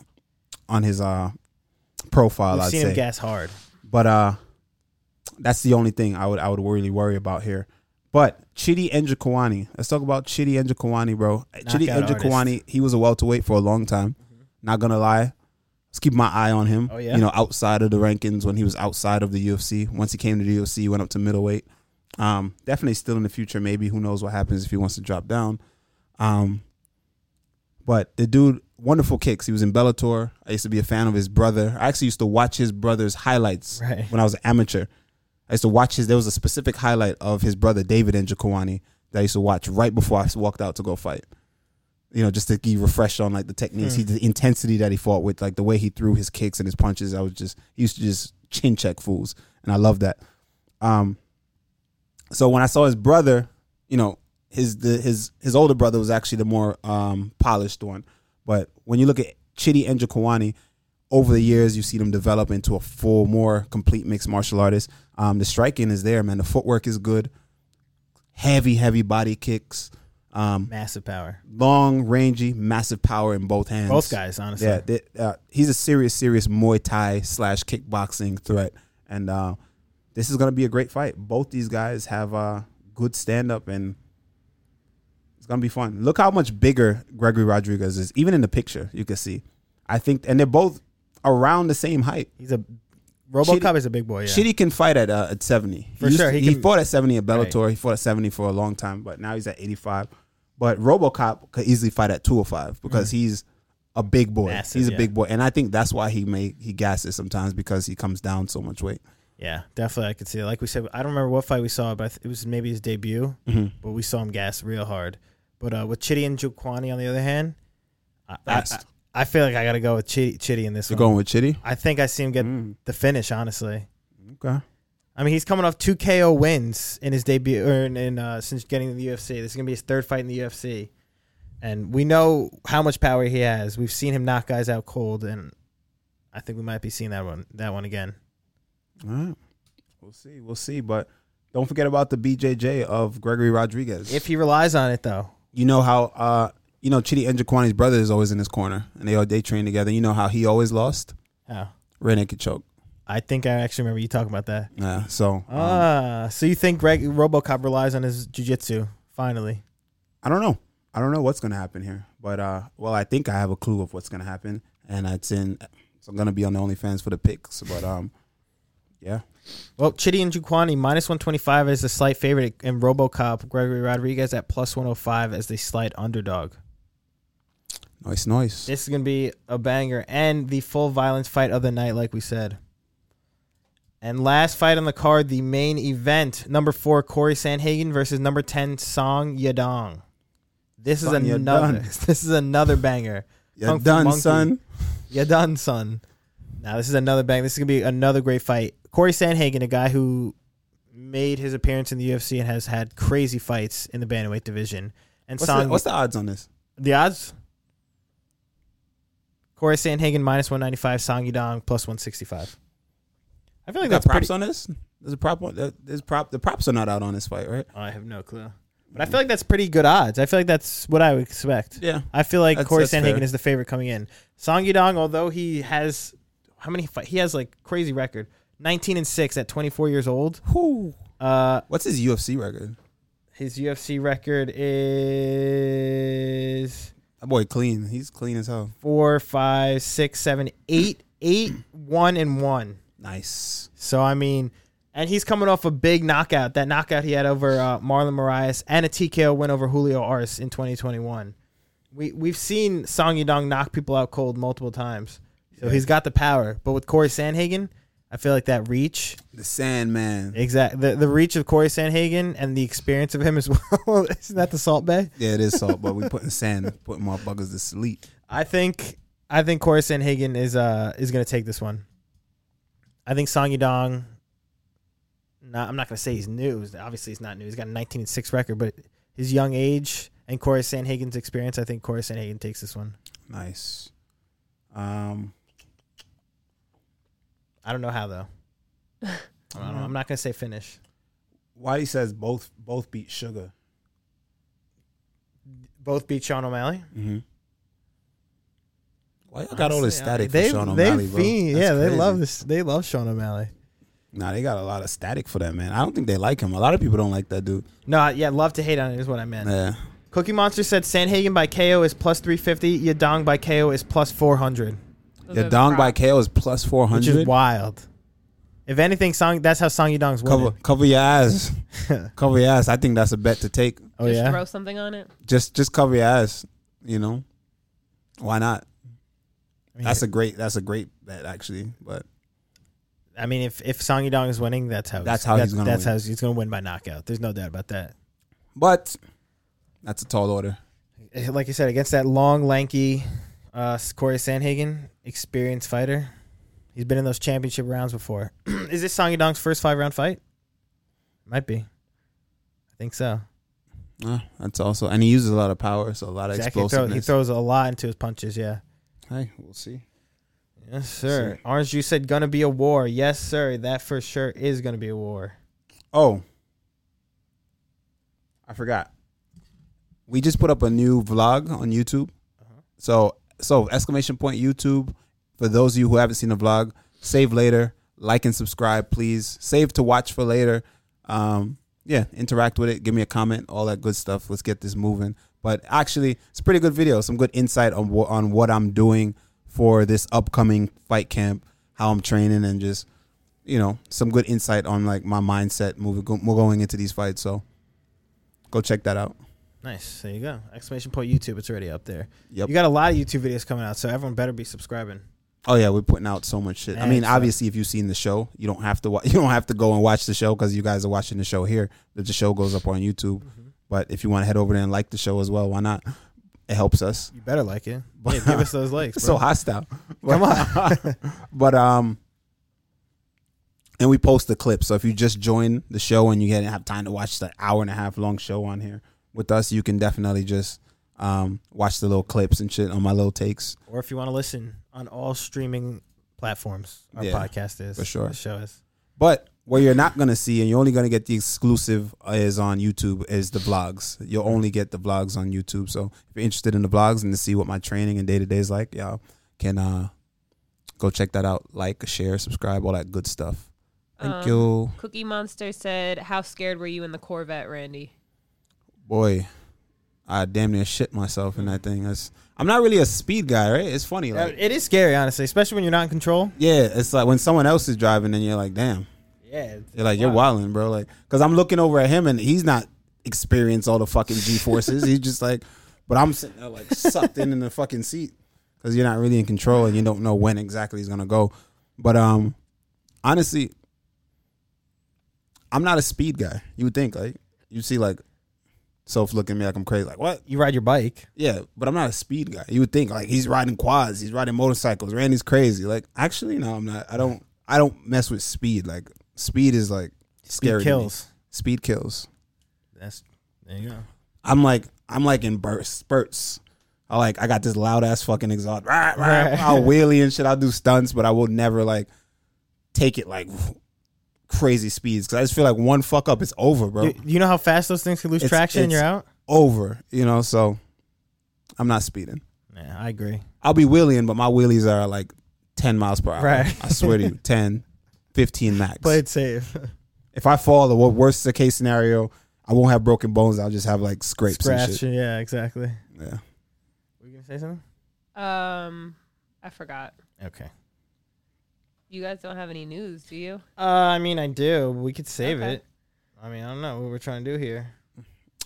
Speaker 1: on his uh profile.
Speaker 2: We've
Speaker 1: I'd
Speaker 2: seen
Speaker 1: say,
Speaker 2: him gas hard.
Speaker 1: but uh, that's the only thing I would I would really worry about here. But Chidi Njokwani, let's talk about Chidi Njokwani, bro. Chidi
Speaker 2: Knockout Mm-hmm.
Speaker 1: Njokwani, he was a welterweight for a long time. Not gonna lie, let's keep my eye on him.
Speaker 2: Oh, yeah?
Speaker 1: you know, outside of the rankings when he was outside of the UFC. Once he came to the UFC, he went up to middleweight. Um, definitely still in the future. Maybe who knows what happens if he wants to drop down. Um, but the dude, wonderful kicks. He was in Bellator. I used to be a fan of his brother. I actually used to watch his brother's highlights
Speaker 2: Right.
Speaker 1: when I was an amateur. I used to watch his. There was a specific highlight of his brother David and Jaquani that I used to watch right before I walked out to go fight. You know, just to be refreshed on like the techniques, he, the intensity that he fought with, like the way he threw his kicks and his punches. I was just he used to just chin check fools, and I love that. Um, so when I saw his brother, you know, his the his his older brother was actually the more um, polished one. But when you look at Chidi Njokwani, over the years you see them develop into a full, more complete mixed martial artist. Um, the striking is there, man. The footwork is good. Heavy, heavy body kicks. Um,
Speaker 2: Massive power.
Speaker 1: long, rangy, massive power in both hands.
Speaker 2: Both guys, honestly.
Speaker 1: Yeah, they, uh, he's a serious, serious Muay Thai slash kickboxing threat, and uh, this is gonna be a great fight. Both these guys have uh, good stand up, and it's gonna be fun. Look how much bigger Gregory Rodriguez is, even in the picture. You can see, I think, and they're both around the same height.
Speaker 2: He's a RoboCop is a big boy. Yeah.
Speaker 1: Shitty can fight at uh, at seventy.
Speaker 2: For
Speaker 1: he used
Speaker 2: sure,
Speaker 1: to-
Speaker 2: he
Speaker 1: he,
Speaker 2: can-
Speaker 1: fought at seventy at Bellator. He fought at seventy for a long time, but now he's at eighty five. But RoboCop could easily fight at two hundred five because he's a big boy.
Speaker 2: Mm. Massive,
Speaker 1: he's a
Speaker 2: yeah.
Speaker 1: big boy, and I think that's why he may he gasses sometimes because he comes down so much weight.
Speaker 2: Yeah, definitely. I could see it. Like we said, I don't remember what fight we saw, but I th- it was maybe his debut. But we saw him gas real hard. But uh, with Chitty and Jukwani, on the other hand, I, I,
Speaker 1: Fast.
Speaker 2: I, I feel like I got to go with Chitty, Chitty in this
Speaker 1: You're
Speaker 2: one.
Speaker 1: going with Chitty,
Speaker 2: I think I see him get
Speaker 1: Mm.
Speaker 2: the finish, honestly.
Speaker 1: okay?
Speaker 2: I mean, he's coming off two KO wins in his debut, or in, in uh, since getting in the UFC. This is gonna be his third fight in the UFC, and we know how much power he has. We've seen him knock guys out cold, and I think we might be seeing that one, that one again.
Speaker 1: All right, we'll see, we'll see. But don't forget about the BJJ of Gregory Rodriguez.
Speaker 2: If he relies on it, though,
Speaker 1: you know how uh you know Chitty and Jaquani's brother is always in his corner, and they all they train together. You know how he always lost.
Speaker 2: oh,
Speaker 1: Rear naked choke.
Speaker 2: I think I actually remember you talking about that.
Speaker 1: Yeah, so um,
Speaker 2: Ah, so you think Greg RoboCop relies on his jujitsu? Finally,
Speaker 1: I don't know. I don't know what's gonna happen here, but uh, well, I think I have a clue of what's gonna happen, and it's in. It's gonna be on the OnlyFans for the picks, but um, yeah,
Speaker 2: well, Chitty and Jukwani minus one twenty five as the slight favorite, and RoboCop Gregory Rodriguez at plus one hundred five as the slight underdog.
Speaker 1: nice, nice.
Speaker 2: This is gonna be a banger and the full violence fight of the night, like we said. And last fight on the card, the main event, number four, Corey Sanhagen versus number ten, Song Yadong. This is
Speaker 1: Son
Speaker 2: another.
Speaker 1: Yadong.
Speaker 2: This is another banger.
Speaker 1: Yeah,
Speaker 2: Kung Fu
Speaker 1: done,
Speaker 2: Monkey.
Speaker 1: son.
Speaker 2: Yadong, son. Now this is another bang. This is gonna be another great fight. Corey Sanhagen, a guy who made his appearance in the UFC and has had crazy fights in the bantamweight division, and
Speaker 1: What's
Speaker 2: Song
Speaker 1: the, what's the odds on this?
Speaker 2: the odds? Corey Sandhagen minus 195, Song Yudong plus 165. I feel like
Speaker 1: got
Speaker 2: that's
Speaker 1: props
Speaker 2: pretty.
Speaker 1: on this? There's a prop. On, there- there's prop. The props are not out on this fight, right?
Speaker 2: Oh, I have no clue. But I feel like that's pretty good odds. I feel like that's what I would expect.
Speaker 1: Yeah.
Speaker 2: I feel like
Speaker 1: That's-
Speaker 2: Corey
Speaker 1: that's
Speaker 2: Sandhagen
Speaker 1: fair.
Speaker 2: is the favorite coming in. Song Yudong, although he has how many fight? He has like crazy record. 19 and 6 at 24 years old.
Speaker 1: Whew.
Speaker 2: Uh
Speaker 1: What's his UFC record?
Speaker 2: his UFC record is
Speaker 1: That boy clean. He's clean as hell.
Speaker 2: four, five, six, seven, eight eight one and one.
Speaker 1: Nice.
Speaker 2: So I mean, and he's coming off a big knockout. That knockout he had over uh, Marlon Marias and a TKO win over Julio Ars in 2021. We we've seen Song Yudong knock people out cold multiple times. So he's got the power, but with Corey Sanhagen, I feel like that reach,
Speaker 1: The Sandman.
Speaker 2: exact the, the reach of Corey Sanhagen and the experience of him as well. Isn't that the Salt Bay?
Speaker 1: Yeah, it is salt, but we putting sand, putting my buggers to sleep.
Speaker 2: I think I think Corey Sanhagen is uh is gonna take this one. I think Song Yudong. Nah, I'm not gonna say he's new. Obviously, he's not new. He's got a 19 and six record, but his young age and Corey Sanhagen's experience, I think Corey Sanhagen takes this one.
Speaker 1: Nice. Um,
Speaker 2: I don't know how though. I don't know. I'm not gonna say finish.
Speaker 1: Whitey says both both beat Sugar.
Speaker 2: Both beat Sean O'Malley.
Speaker 1: Mm-hmm. Why y'all got all this static
Speaker 2: They-
Speaker 1: for Sean
Speaker 2: they
Speaker 1: O'Malley, bro?
Speaker 2: fiend-
Speaker 1: That's
Speaker 2: yeah, they
Speaker 1: crazy.
Speaker 2: love this. They love Sean O'Malley.
Speaker 1: Nah, they got a lot of static for that man. I don't think they like him. A lot of people don't like that dude.
Speaker 2: No, yeah, love to hate on it is what I meant.
Speaker 1: Yeah,
Speaker 2: Cookie Monster said Sanhagen by KO is plus 350. Yadong by KO is plus 400.
Speaker 3: Those are
Speaker 1: yeah.
Speaker 3: the
Speaker 1: Dong by
Speaker 3: props.
Speaker 1: KO is plus four
Speaker 2: which is
Speaker 1: hundred.
Speaker 2: wild. If anything, Song that's how Song Yudong's
Speaker 1: Cover
Speaker 2: winning.
Speaker 1: cover your eyes. cover your eyes. I think that's a bet to take.
Speaker 2: Oh
Speaker 3: Just
Speaker 2: yeah,
Speaker 3: throw something on it.
Speaker 1: Just just cover your eyes. You know, why not?
Speaker 2: I mean,
Speaker 1: That's a great that's a great bet actually. But
Speaker 2: I mean, if if Song Yudong is winning, that's how
Speaker 1: That's how he's gonna
Speaker 2: that's
Speaker 1: win.
Speaker 2: how he's gonna win by knockout. There's no doubt about that.
Speaker 1: but that's a tall order.
Speaker 2: Eh, Like you said, against that long, lanky uh, Corey Sanhagen, experienced fighter, he's been in those championship rounds before. is this Song Yudong's first five round fight? Might be. I think so.
Speaker 1: Uh, that's also, and he uses a lot of power, so a lot of
Speaker 2: Exactly. He, throw- he
Speaker 1: explosiveness.
Speaker 2: throws a lot into his punches. Yeah.
Speaker 1: hey, we'll see.
Speaker 2: Yes, sir.
Speaker 1: Sir.
Speaker 2: Orange Juice said, gonna be a war. Yes, sir. That for sure is gonna be a war.
Speaker 1: Oh, I forgot. We just put up a new vlog on YouTube. So, so exclamation point YouTube. For those of you who haven't seen the vlog, save later, like and subscribe, please. Save to watch for later. Um, yeah, interact with it. Give me a comment, all that good stuff. Let's get this moving. But actually, it's a pretty good video. Some good insight on what on what I'm doing for this upcoming fight camp, how I'm training, and just you know some good insight on like my mindset moving go, going into these fights. So go check that out.
Speaker 2: Nice. There you go. Exclamation point YouTube. It's already up there.
Speaker 1: Yep.
Speaker 2: You got a lot of YouTube videos coming out, so everyone better be subscribing.
Speaker 1: Oh yeah, we're putting out so much shit. I mean,
Speaker 2: Excellent.
Speaker 1: obviously, if you've seen the show, you don't have to wa- you don't have to go and watch the show because you guys are watching the show here. But the show goes up on YouTube.
Speaker 2: Mm-hmm.
Speaker 1: But if you want to head over there and like the show as well, why not? It helps us.
Speaker 2: You better like it. Yeah, give us those likes.
Speaker 1: So
Speaker 2: Bro.
Speaker 1: hostile.
Speaker 2: Come on.
Speaker 1: But um, and we post the clip. So if you just joined the show and you didn't have time to watch the hour and a half long show on here with us, you can definitely just um watch the little clips and shit on my little takes.
Speaker 2: or if you want to listen on all streaming platforms, our
Speaker 1: Yeah,
Speaker 2: podcast is
Speaker 1: for sure.
Speaker 2: The show is.
Speaker 1: But where you're not gonna see, and you're only gonna get the exclusive is on YouTube is the vlogs. You'll only get the vlogs on YouTube. So if you're interested in the vlogs and to see what my training and day to day is like, y'all can uh go check that out. Like, share, subscribe, all that good stuff. Thank
Speaker 3: Um,
Speaker 1: you,
Speaker 3: Cookie Monster said, "How scared were you in the Corvette, Randy?"
Speaker 1: boy. I damn near shit myself in that thing. That's, I'm not really a speed guy, right? It's funny,
Speaker 2: Uh,
Speaker 1: like
Speaker 2: It is scary, honestly, especially when you're not in control.
Speaker 1: yeah, it's like when someone else is driving and you're like, damn.
Speaker 2: Yeah.
Speaker 1: You're like, you're wilding, bro. Like, cause I'm looking over at him and he's not experienced all the fucking G forces. he's just like, but I'm sitting there like sucked in in the fucking seat because you're not really in control and you don't know when exactly he's gonna go. But um, honestly, I'm not a speed guy. You would think like you see like self looking at me like I'm crazy. Like what?
Speaker 2: You ride your bike.
Speaker 1: Yeah, but I'm not a speed guy. You would think like he's riding quads, he's riding motorcycles. Randy's crazy. Like actually, no, I'm not. I don't. I don't mess with speed. Like speed is like scary.
Speaker 2: Speed
Speaker 1: to me.
Speaker 2: kills.
Speaker 1: Speed kills.
Speaker 2: That's there you go.
Speaker 1: I'm like I'm like in bursts, spurts. I like I got this loud ass fucking exhaust. Rah, rah.
Speaker 2: Right.
Speaker 1: I'll wheelie and shit. I'll do stunts, but I will never like take it like crazy speeds because I just feel like one fuck up is over, bro.
Speaker 2: You, you know how fast those things can lose
Speaker 1: It's-
Speaker 2: traction and
Speaker 1: it's-
Speaker 2: you're out?
Speaker 1: Over, you know. So I'm not speeding.
Speaker 2: Yeah, I agree.
Speaker 1: I'll be wheeling, but my wheelies are like 10 miles per hour.
Speaker 2: Right.
Speaker 1: I swear to you, 10, 15 max.
Speaker 2: Play it safe.
Speaker 1: if I fall, the wor- worst the case scenario, I won't have broken bones. I'll just have like scrapes and
Speaker 2: Scratch.
Speaker 1: shit.
Speaker 2: Yeah, exactly.
Speaker 1: Yeah.
Speaker 2: Were you gonna say something?
Speaker 3: Um, I forgot.
Speaker 2: Okay.
Speaker 3: You guys don't have any news, do you?
Speaker 2: Uh, I mean, I do. but We could save
Speaker 3: Okay.
Speaker 2: it. I mean, I don't know what we're trying to do here.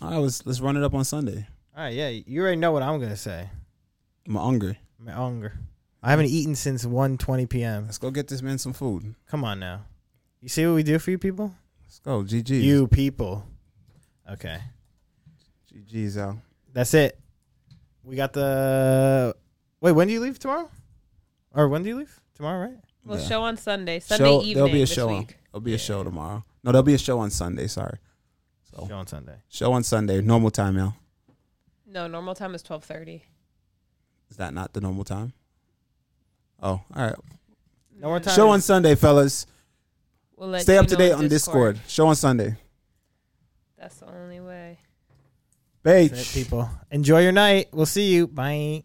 Speaker 1: All right, let's let's run it up on Sunday.
Speaker 2: All right, yeah, you already know what I'm gonna say.
Speaker 1: I'm hungry.
Speaker 2: My hunger. I haven't eaten since 1.20 p.m.
Speaker 1: Let's go get this man some food.
Speaker 2: Come on now. You see what we do for you people?
Speaker 1: Let's go. GG.
Speaker 2: You people. Okay,
Speaker 1: GG's out.
Speaker 2: that's it. We got the. Wait, when do you leave tomorrow? Or when do you leave tomorrow? Right?
Speaker 3: We'll
Speaker 1: Yeah.
Speaker 3: show on Sunday, Sunday
Speaker 1: Show-
Speaker 3: evening.
Speaker 1: There'll be a
Speaker 3: this
Speaker 1: show. On,
Speaker 3: Week.
Speaker 1: there'll be a
Speaker 2: Yeah.
Speaker 1: show tomorrow. No, there'll be a show on Sunday. Sorry. So
Speaker 2: Show on Sunday.
Speaker 1: show on Sunday, normal time, y'all.
Speaker 3: No, normal time is twelve thirty.
Speaker 1: Is that not the normal time? Oh, all right.
Speaker 2: No more time.
Speaker 1: Show on Sunday, fellas.
Speaker 3: We'll let
Speaker 1: Stay
Speaker 3: you
Speaker 1: up to
Speaker 3: know in
Speaker 1: date on Discord. Show on Sunday.
Speaker 3: That's the only way.
Speaker 2: That's it,
Speaker 1: Beach.
Speaker 2: people. Enjoy your night. We'll see you. Bye.